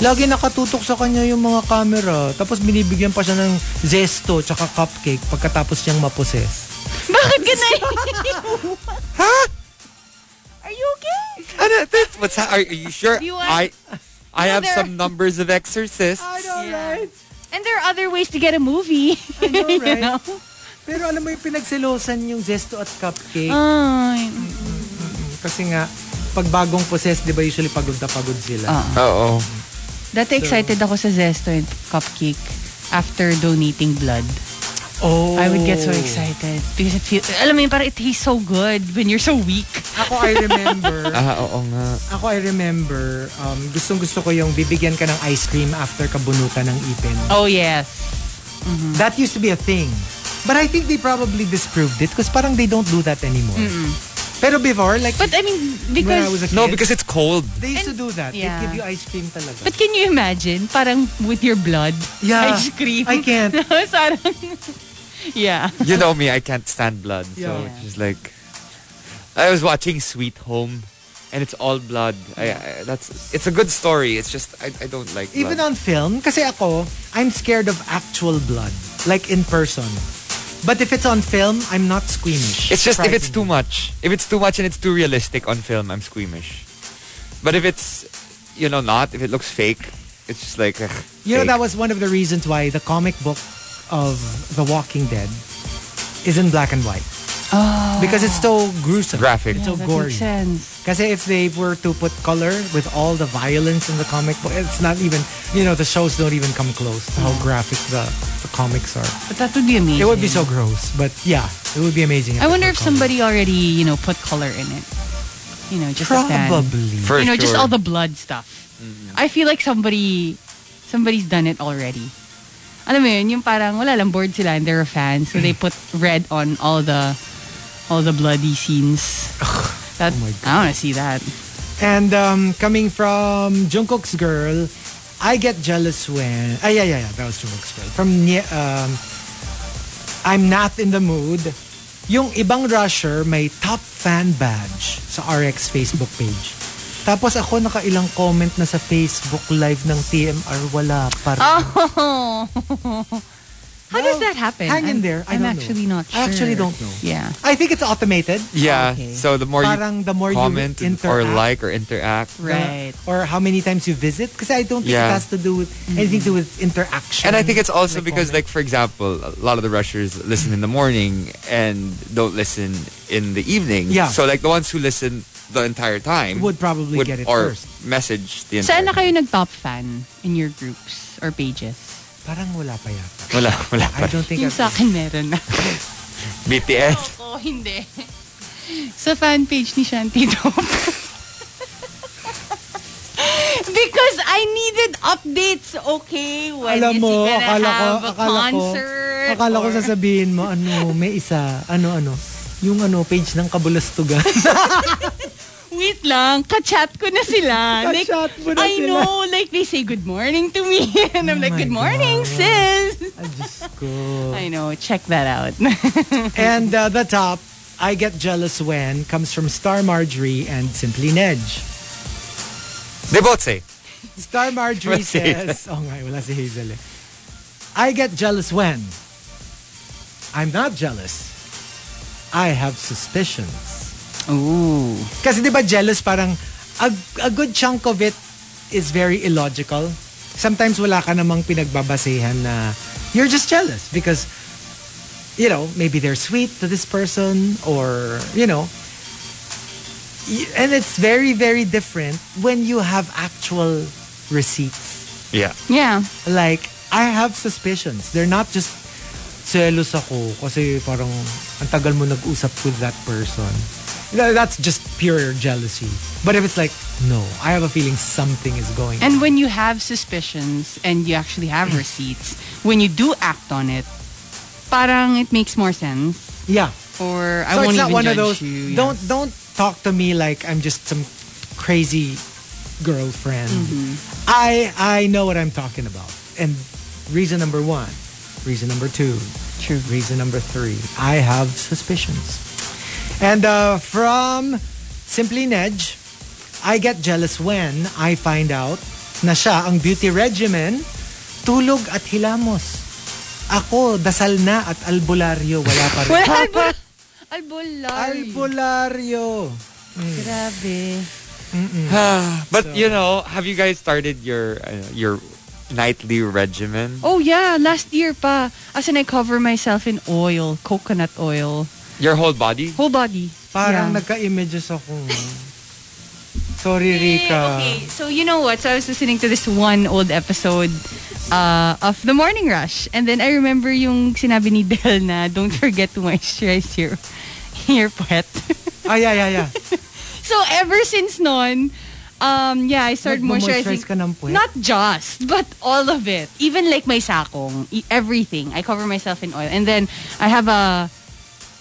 Speaker 2: Lagi nakatutok sa kanya yung mga camera. Tapos binibigyan pa siya ng zesto tsaka cupcake pagkatapos niyang maposes.
Speaker 5: Bakit ganun? Are you okay?
Speaker 3: Ano, that's- what's ha- are, are you sure?
Speaker 5: Do you want-
Speaker 3: I I
Speaker 5: No,
Speaker 3: have
Speaker 5: there-
Speaker 3: some numbers of exorcists.
Speaker 2: I know,
Speaker 5: Yeah.
Speaker 2: right?
Speaker 5: And there are other ways to get a movie.
Speaker 2: I know,
Speaker 5: you
Speaker 2: right?
Speaker 5: know?
Speaker 2: Pero alam mo yung pinagselosan yung zesto at cupcake.
Speaker 5: Ay. Ah.
Speaker 2: Kasi nga, pag bagong possess, di ba usually pagod na pagod sila?
Speaker 5: Ah.
Speaker 3: Oo.
Speaker 5: Dati excited ako sa Zesto and Cupcake after donating blood.
Speaker 2: Oh.
Speaker 5: I would get so excited because it feels, alam mo yun, parang it tastes so good when you're so weak.
Speaker 2: Ako, I remember,
Speaker 3: Ah, oo nga.
Speaker 2: ako, I remember,
Speaker 5: Ah.
Speaker 2: um, gustong gusto ko yung bibigyan ka ng ice cream after kabunutan ng ipin.
Speaker 5: Oh, yes.
Speaker 2: That used to be a thing. But I think they probably disproved it because parang they don't do that anymore. Pero before, like
Speaker 5: But I mean,
Speaker 2: when I
Speaker 5: because...
Speaker 2: was a kid,
Speaker 3: No, because it's cold.
Speaker 2: they used to do that.
Speaker 5: yeah.
Speaker 2: They give you ice cream talaga.
Speaker 5: But can you imagine? Parang with your blood,
Speaker 2: yeah,
Speaker 5: ice cream.
Speaker 2: I can't.
Speaker 5: Parang, yeah.
Speaker 3: You know me, I can't stand blood. So
Speaker 2: Yeah.
Speaker 3: it's just like I was watching Sweet Home and it's all blood. I, I, that's it's a good story. It's just I, I don't like
Speaker 2: Even on
Speaker 3: blood.
Speaker 2: film, kasi ako, I'm scared of actual blood. Like in person. But if it's on film, I'm not squeamish.
Speaker 3: It's just if it's too
Speaker 2: Frightened.
Speaker 3: much. If it's too much and it's too realistic on film, I'm squeamish. But if it's you know not, if it looks fake, it's just like ugh,
Speaker 2: You know,
Speaker 3: fake.
Speaker 2: that was one of the reasons why the comic book of The Walking Dead is in black and white.
Speaker 5: Ah.
Speaker 2: Because it's so gruesome.
Speaker 3: graphic.
Speaker 2: It's so gory.
Speaker 5: sense.
Speaker 2: Kasi if they were to put color with all the violence in the comic book, it's not even, you know, the shows don't even come close to how graphic the, the comics are.
Speaker 5: But that would be amazing.
Speaker 2: It would be so gross, but yeah, it would be amazing.
Speaker 5: I
Speaker 2: it
Speaker 5: wonder
Speaker 2: were
Speaker 5: if
Speaker 2: colored.
Speaker 5: somebody already, you know, put color in it. You know, just a tad.
Speaker 2: Probably.
Speaker 3: For
Speaker 5: you know, just
Speaker 3: sure.
Speaker 5: all the blood stuff.
Speaker 2: Mm-hmm.
Speaker 5: I feel like somebody, somebody's done it already. Alam mo yun, yung parang wala lang bored sila and they're a fan, so
Speaker 2: Mm.
Speaker 5: they put red on all the, all the bloody scenes. That,
Speaker 2: Oh my
Speaker 5: I want to see that.
Speaker 2: And um, coming from Jungkook's girl, I get jealous when. Ah, yeah, yeah, yeah. That was Jungkook's girl. From Nye- um, I'm not in the mood. Yung ibang rusher may top fan badge sa RX Facebook page. Tapos ako nakailang comment na sa Facebook live ng TMR wala pa rin.
Speaker 3: Ah!
Speaker 5: Oh! How does that happen?
Speaker 2: hang in
Speaker 5: I'm-
Speaker 2: there. I
Speaker 5: I'm
Speaker 2: don't know.
Speaker 5: actually not sure.
Speaker 2: I actually don't know.
Speaker 5: Yeah.
Speaker 2: I think it's automated.
Speaker 3: Yeah.
Speaker 5: Okay.
Speaker 3: So the more
Speaker 2: Ah, Parang
Speaker 3: you
Speaker 2: the more you
Speaker 3: comment or
Speaker 2: interact.
Speaker 3: like or interact.
Speaker 5: Right.
Speaker 2: Uh, Or how many times you visit. Kasi I don't think
Speaker 3: Yeah. Mm-hmm.
Speaker 2: it has to do with anything to do with interaction.
Speaker 3: And I think it's also
Speaker 2: Like
Speaker 3: because, like, for example, a lot of the rushers listen in the morning and don't listen in the evening.
Speaker 2: Yeah.
Speaker 3: So, like, the ones who listen the entire time
Speaker 2: Would probably get it
Speaker 3: or
Speaker 2: first.
Speaker 3: message the entire
Speaker 5: Saan na kayo nag-top fan in your groups or pages?
Speaker 2: Parang wala pa yata.
Speaker 3: Wala, wala
Speaker 2: I
Speaker 3: pa.
Speaker 2: don't think
Speaker 5: Yung
Speaker 2: I've-
Speaker 5: sa akin meron na.
Speaker 3: BTS.
Speaker 5: Oo, hindi. Sa fan page ni Shanti Dom. Because I needed updates, okay? When
Speaker 2: Alam
Speaker 5: is
Speaker 2: mo,
Speaker 5: he gonna
Speaker 2: akala ko,
Speaker 5: have a
Speaker 2: akala ko,
Speaker 5: concert?
Speaker 2: akala ko
Speaker 5: or-
Speaker 2: sasabihin mo, ano, may isa, ano, ano, yung ano, page ng kabulastugan.
Speaker 5: Wait lang, kachat ko na sila. like,
Speaker 2: Kachat mo na
Speaker 5: I
Speaker 2: sila.
Speaker 5: know, like they say good morning to me. And I'm
Speaker 2: Oh
Speaker 5: like,
Speaker 2: my
Speaker 5: good morning,
Speaker 2: God.
Speaker 5: sis.
Speaker 2: Ay, Diyos ko.
Speaker 5: I know, check that out.
Speaker 2: And uh, the top, I Get Jealous When, comes from Star Marjorie and Simply Nedge.
Speaker 3: They both say.
Speaker 2: Star Marjorie
Speaker 3: Wala si
Speaker 2: says, oh nga, wala si Hazel eh. I get jealous when I'm not jealous. I have suspicions.
Speaker 5: Ooh.
Speaker 2: Kasi di ba jealous parang a, a good chunk of it is very illogical. Sometimes wala ka namang pinagbabasehan na you're just jealous because you know, maybe they're sweet to this person or you know. Y- And it's very very different when you have actual receipts
Speaker 3: Yeah.
Speaker 5: Yeah.
Speaker 2: like I have suspicions. They're not just selos ako kasi parang ang tagal mo nag-usap with that person. Th- That's just pure jealousy. But if it's like, no, I have a feeling something is going on.
Speaker 5: And when you have suspicions and you actually have receipts, when you do act on it, parang it makes more sense.
Speaker 2: Yeah.
Speaker 5: Or I
Speaker 2: so
Speaker 5: won't
Speaker 2: it's not
Speaker 5: even
Speaker 2: one
Speaker 5: judge
Speaker 2: of those
Speaker 5: you. yeah.
Speaker 2: don't don't talk to me like I'm just some crazy girlfriend.
Speaker 5: Mm-hmm.
Speaker 2: I I know what I'm talking about. And reason number 1, reason number 2,
Speaker 5: True.
Speaker 2: Reason number three, I have suspicions. And uh, from Simply Nedge, I get jealous when I find out na siya ang beauty regimen, tulog at hilamos. Ako, dasal na at albularyo. Wala pa rin.
Speaker 5: Wala, albol- albolay.
Speaker 2: albularyo.
Speaker 5: Grabe.
Speaker 3: But, you know, have you guys started your uh, your nightly regimen?
Speaker 5: Oh yeah, last year pa. As in I cover myself in oil, coconut oil.
Speaker 3: Your whole body?
Speaker 5: Whole body.
Speaker 2: Parang
Speaker 5: Yeah.
Speaker 2: nagka-images ako. Sorry, Rika.
Speaker 5: Okay, so you know what? So I was listening to this one old episode uh, of The Morning Rush. And then I remember yung sinabi ni Del na, don't forget to moisturize your, your pet.
Speaker 2: Ah, yeah, yeah, yeah.
Speaker 5: so ever since noon, um, yeah, I started moisturizing.
Speaker 2: Nagmo-moisturize ka ng puwet?
Speaker 5: Not just, but all of it. Even like my sakong, e- everything. I cover myself in oil. And then I have a,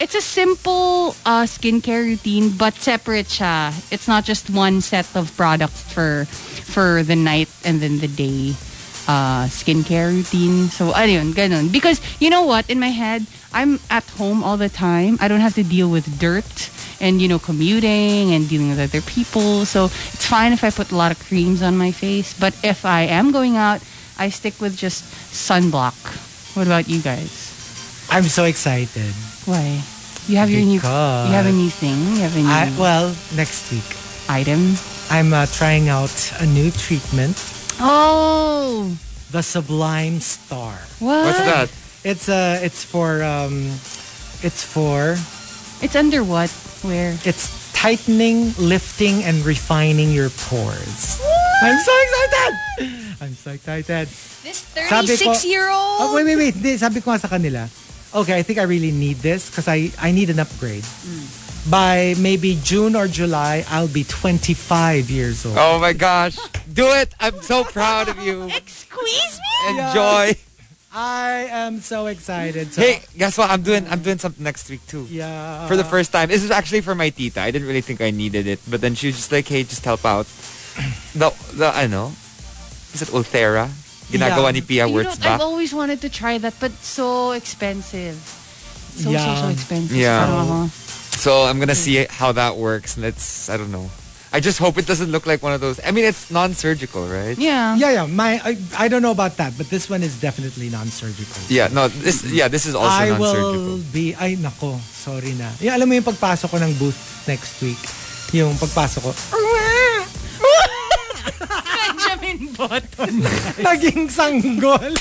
Speaker 5: it's a simple uh, skincare routine, but separate siya. It's not just one set of products for, for the night and then the day uh, skincare routine. So, ayun, ganun. Because, you know what, in my head, I'm at home all the time. I don't have to deal with dirt and, you know, commuting and dealing with other people. So, it's fine if I put a lot of creams on my face. But if I am going out, I stick with just sunblock. What about you guys?
Speaker 2: I'm so excited.
Speaker 5: Why? You have your new, you
Speaker 2: Because-
Speaker 5: have a new thing, you have a new
Speaker 2: I, well, next week.
Speaker 5: item.
Speaker 2: I'm uh, trying out a new treatment,
Speaker 5: Oh,
Speaker 2: the Sublime Star.
Speaker 5: what?
Speaker 3: What's that?
Speaker 2: It's uh, it's for um, it's for
Speaker 5: It's under what? Where?
Speaker 2: it's tightening, lifting, and refining your pores. I'm so excited! I'm so excited.
Speaker 12: This
Speaker 2: Sabi ko-
Speaker 12: 36-year-old?
Speaker 2: Oh, wait, wait, wait. Hindi, sabi ko nga sa kanila, okay, I think I really need this because I, I need an upgrade. By maybe June or July, I'll be 25 years old.
Speaker 3: Oh my gosh. Do it. I'm so proud of you.
Speaker 5: Squeeze me?
Speaker 3: Enjoy.
Speaker 2: I am so excited. So,
Speaker 3: Hey, guess what? I'm doing I'm doing something next week too.
Speaker 2: yeah.
Speaker 3: For the first time. This is actually for my tita. I didn't really think I needed it. But then she was just like, hey, just help out. The, the ano? Is it Ulthera? Ginagawa ni Pia
Speaker 5: You know, I've
Speaker 3: Wurzbach.
Speaker 5: always wanted to try that, but so expensive. So,
Speaker 2: Yeah.
Speaker 5: so, so expensive.
Speaker 3: Yeah.
Speaker 5: Uh-huh.
Speaker 3: So I'm gonna see how that works. And it's I don't know. I just hope it doesn't look like one of those. I mean, it's non-surgical, right?
Speaker 5: Yeah.
Speaker 2: Yeah, yeah. My, I, I don't know about that, but this one is definitely non-surgical.
Speaker 3: Yeah, No. This. Yeah. This is also
Speaker 2: I
Speaker 3: non-surgical.
Speaker 2: will be, ay nako, sorry na. Yeah, alam mo yung pagpasok ko ng booth next week, yung pagpasok ko,
Speaker 5: Benjamin Button.
Speaker 2: naging sanggol.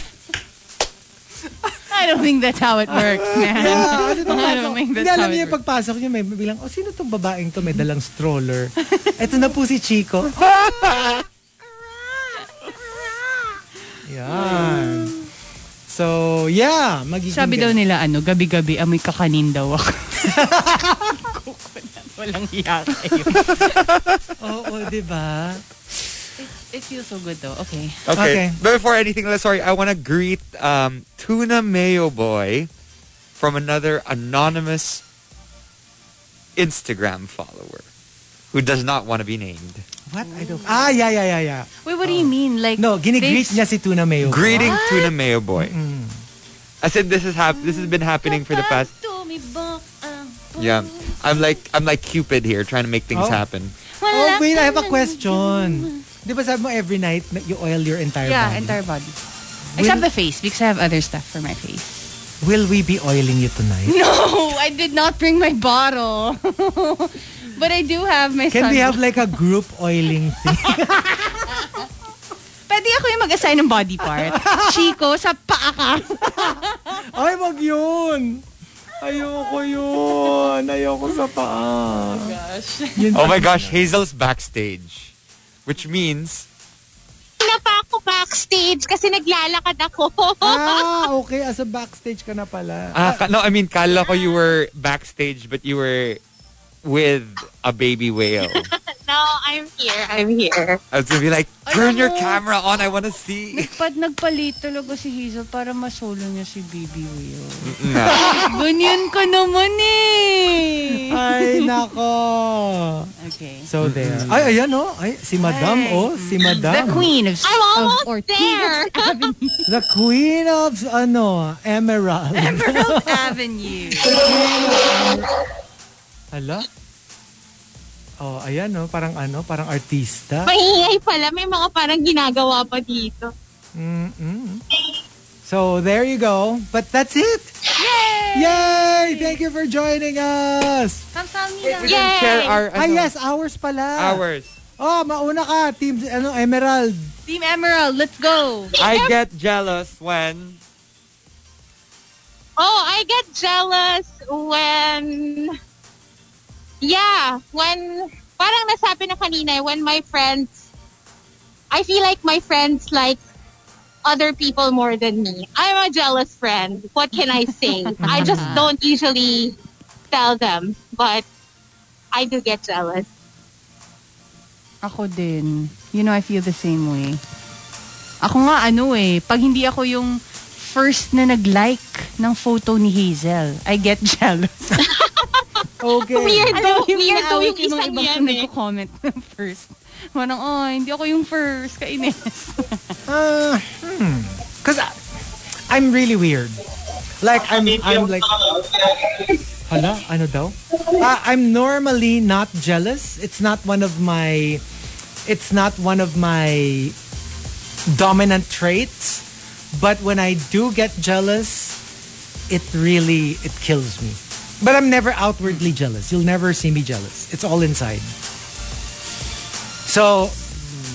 Speaker 5: I don't think that's how it works, man.
Speaker 2: Ah, ano
Speaker 5: I don't think
Speaker 2: Hindi,
Speaker 5: that's how
Speaker 2: alam niyo
Speaker 5: it
Speaker 2: yung
Speaker 5: works.
Speaker 2: pagpasok niyo, may bilang, oh, sino tong babaeng to? May dalang stroller. Ito na po si Chico. Yan. So, yeah. Magiging
Speaker 5: Sabi daw
Speaker 2: ganun.
Speaker 5: nila, ano, gabi-gabi, amoy kakanin daw ako. Coconut, walang hiya kayo.
Speaker 2: Oo, di ba?
Speaker 5: It feels so good though. Okay.
Speaker 3: Okay.
Speaker 2: Okay.
Speaker 3: But before anything, let's- sorry, I want to greet um, Tuna Mayo Boy from another anonymous Instagram follower who does not want to be named.
Speaker 2: What? I don't... Ah, yeah, yeah, yeah, yeah.
Speaker 5: Wait, what do you mean? Like,
Speaker 2: Oh. No, ginigreet
Speaker 5: they've-
Speaker 2: niya si Tuna Mayo. Mm.
Speaker 3: Greeting Tuna Mayo Boy. I said this is hap- this has been happening for the past yeah. I'm like I'm like Cupid here trying to make things
Speaker 2: Oh.
Speaker 3: happen.
Speaker 2: Oh, wait, I have a question. Di ba sabi mo every night na- you oil your entire
Speaker 5: Yeah,
Speaker 2: body?
Speaker 5: entire body. Except the face, because I have other stuff for my face.
Speaker 2: Will we be oiling you tonight?
Speaker 5: No, I did not bring my bottle. but I do have my
Speaker 2: Can we
Speaker 5: sunblock.
Speaker 2: have like a group oiling thing?
Speaker 5: Pwede ako yung mag-assign ng body part. Chico, sa paa ka.
Speaker 2: Ay, wag yun! Ayoko yun! Ayoko sa paa.
Speaker 3: Oh my gosh, Hazel's backstage. Which means
Speaker 6: Na pa ako backstage kasi naglalakad ako.
Speaker 2: Ah, okay. As a backstage ka na pala.
Speaker 3: Ah, ka- no, I mean, kala ko you were backstage, but you were with a baby whale.
Speaker 6: no, I'm here. I'm here.
Speaker 3: I was gonna be like, turn your camera on, I wanna see.
Speaker 5: Nagpad, nagpalit talaga si Hazel para masolo niya si Baby Will.
Speaker 3: No.
Speaker 5: Ganyan ka naman eh.
Speaker 2: Ay, nako.
Speaker 5: Okay.
Speaker 2: So there. Ay, ayan oh. Ay, si Madam oh. Si
Speaker 5: The
Speaker 2: Madam.
Speaker 5: queen of...
Speaker 6: I'm almost
Speaker 5: of Ortigas
Speaker 6: there.
Speaker 2: The queen of, ano, Emerald.
Speaker 5: Emerald Avenue.
Speaker 2: Hala? Oh, ayan oh. Parang ano, parang artista.
Speaker 6: Maingay pala. May mga parang ginagawa pa dito.
Speaker 2: Mm-mm. So there you go. But that's it. Yay! Yay! Thank you for joining us.
Speaker 3: We didn't share our
Speaker 2: Ah,
Speaker 3: ano,
Speaker 2: yes, hours pala.
Speaker 3: hours.
Speaker 2: Oh, mauna ka, Team ano, Emerald.
Speaker 5: Team Emerald, let's go.
Speaker 3: I get jealous when
Speaker 6: Oh, I get jealous when... Yeah, when... Parang nasabi na kanina, when my friends... I feel like my friends like other people more than me. I'm a jealous friend. What can I say? I just don't usually tell them, but I do get jealous.
Speaker 5: Ako din. You know, I feel the same way. Ako nga, ano eh, pag hindi ako yung first na nag-like ng photo ni Hazel, I get jealous.
Speaker 2: Okay.
Speaker 5: Alam mo,
Speaker 6: Weirdo, weirdo
Speaker 5: inaaway
Speaker 6: yung
Speaker 5: ko mga
Speaker 6: isang
Speaker 5: ibang
Speaker 6: yan eh.
Speaker 5: nagko-comment first. Manang, oh, hindi ako yung first. Kainis.
Speaker 2: Uh, hmm. Cause I, I'm really weird. Like I'm I'm like Hala, ano daw? Ah, I'm normally not jealous. It's not one of my it's not one of my dominant traits, but when I do get jealous, it really it kills me. But I'm never outwardly jealous. You'll never see me jealous. It's all inside. So,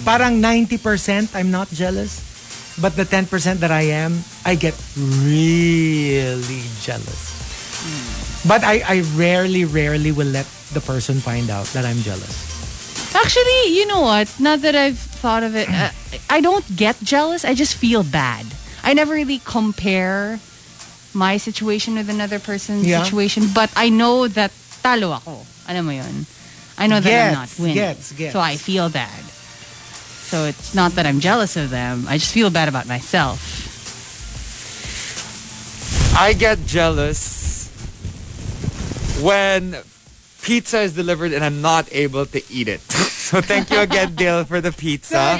Speaker 2: parang 90% I'm not jealous. But the 10% that I am, I get really jealous. But I, I rarely, rarely will let the person find out that I'm jealous.
Speaker 5: Actually, you know what? Now that I've thought of it, uh, I don't get jealous. I just feel bad. I never really compare my situation with another person's
Speaker 2: Yeah.
Speaker 5: situation, but I know that talo ako. Alam mo yun? I know that I'm not
Speaker 2: Gets,
Speaker 5: winning.
Speaker 2: gets, gets.
Speaker 5: So I feel bad. So it's not that I'm jealous of them. I just feel bad about myself.
Speaker 3: I get jealous when pizza is delivered and I'm not able to eat it. so thank you again, Dale, for the pizza.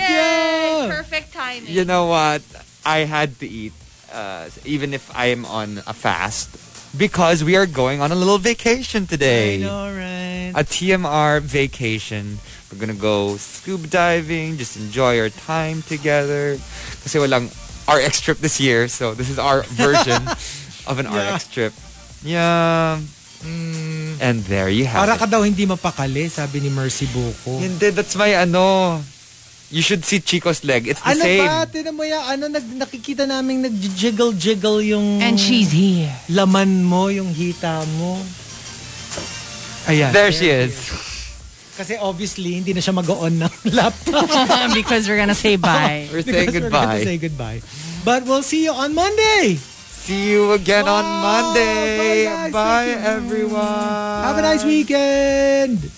Speaker 12: Perfect timing.
Speaker 3: You know what? I had to eat, uh, even if I am on a fast, because we are going on a little vacation today.
Speaker 2: All right.
Speaker 3: A TMR vacation. We're gonna go scuba diving, just enjoy our time together. Kasi walang RX trip this year, so this is our version of an
Speaker 2: Yeah.
Speaker 3: RX trip. Yeah. And there you have
Speaker 2: Mm. Para
Speaker 3: it.
Speaker 2: ka daw hindi mapakali, sabi ni Mercy Buko.
Speaker 3: Hindi, that's my ano. You should see Chico's leg. It's the
Speaker 2: Ano
Speaker 3: same.
Speaker 2: ba? Tinan mo yan. Ano, nag, nakikita namin nag-jiggle-jiggle yung
Speaker 5: And she's here.
Speaker 2: laman mo, yung hita mo. Ayan.
Speaker 3: There she is.
Speaker 2: Kasi obviously, hindi na siya mag-on ng laptop.
Speaker 5: because we're gonna say bye.
Speaker 3: We're saying
Speaker 2: Because We're going to
Speaker 3: goodbye.
Speaker 2: say goodbye. But we'll see you on Monday.
Speaker 3: See you again on
Speaker 2: Wow,
Speaker 3: Monday.
Speaker 2: bye, guys.
Speaker 3: Bye,
Speaker 2: Thank you.
Speaker 3: everyone.
Speaker 2: Have a nice weekend.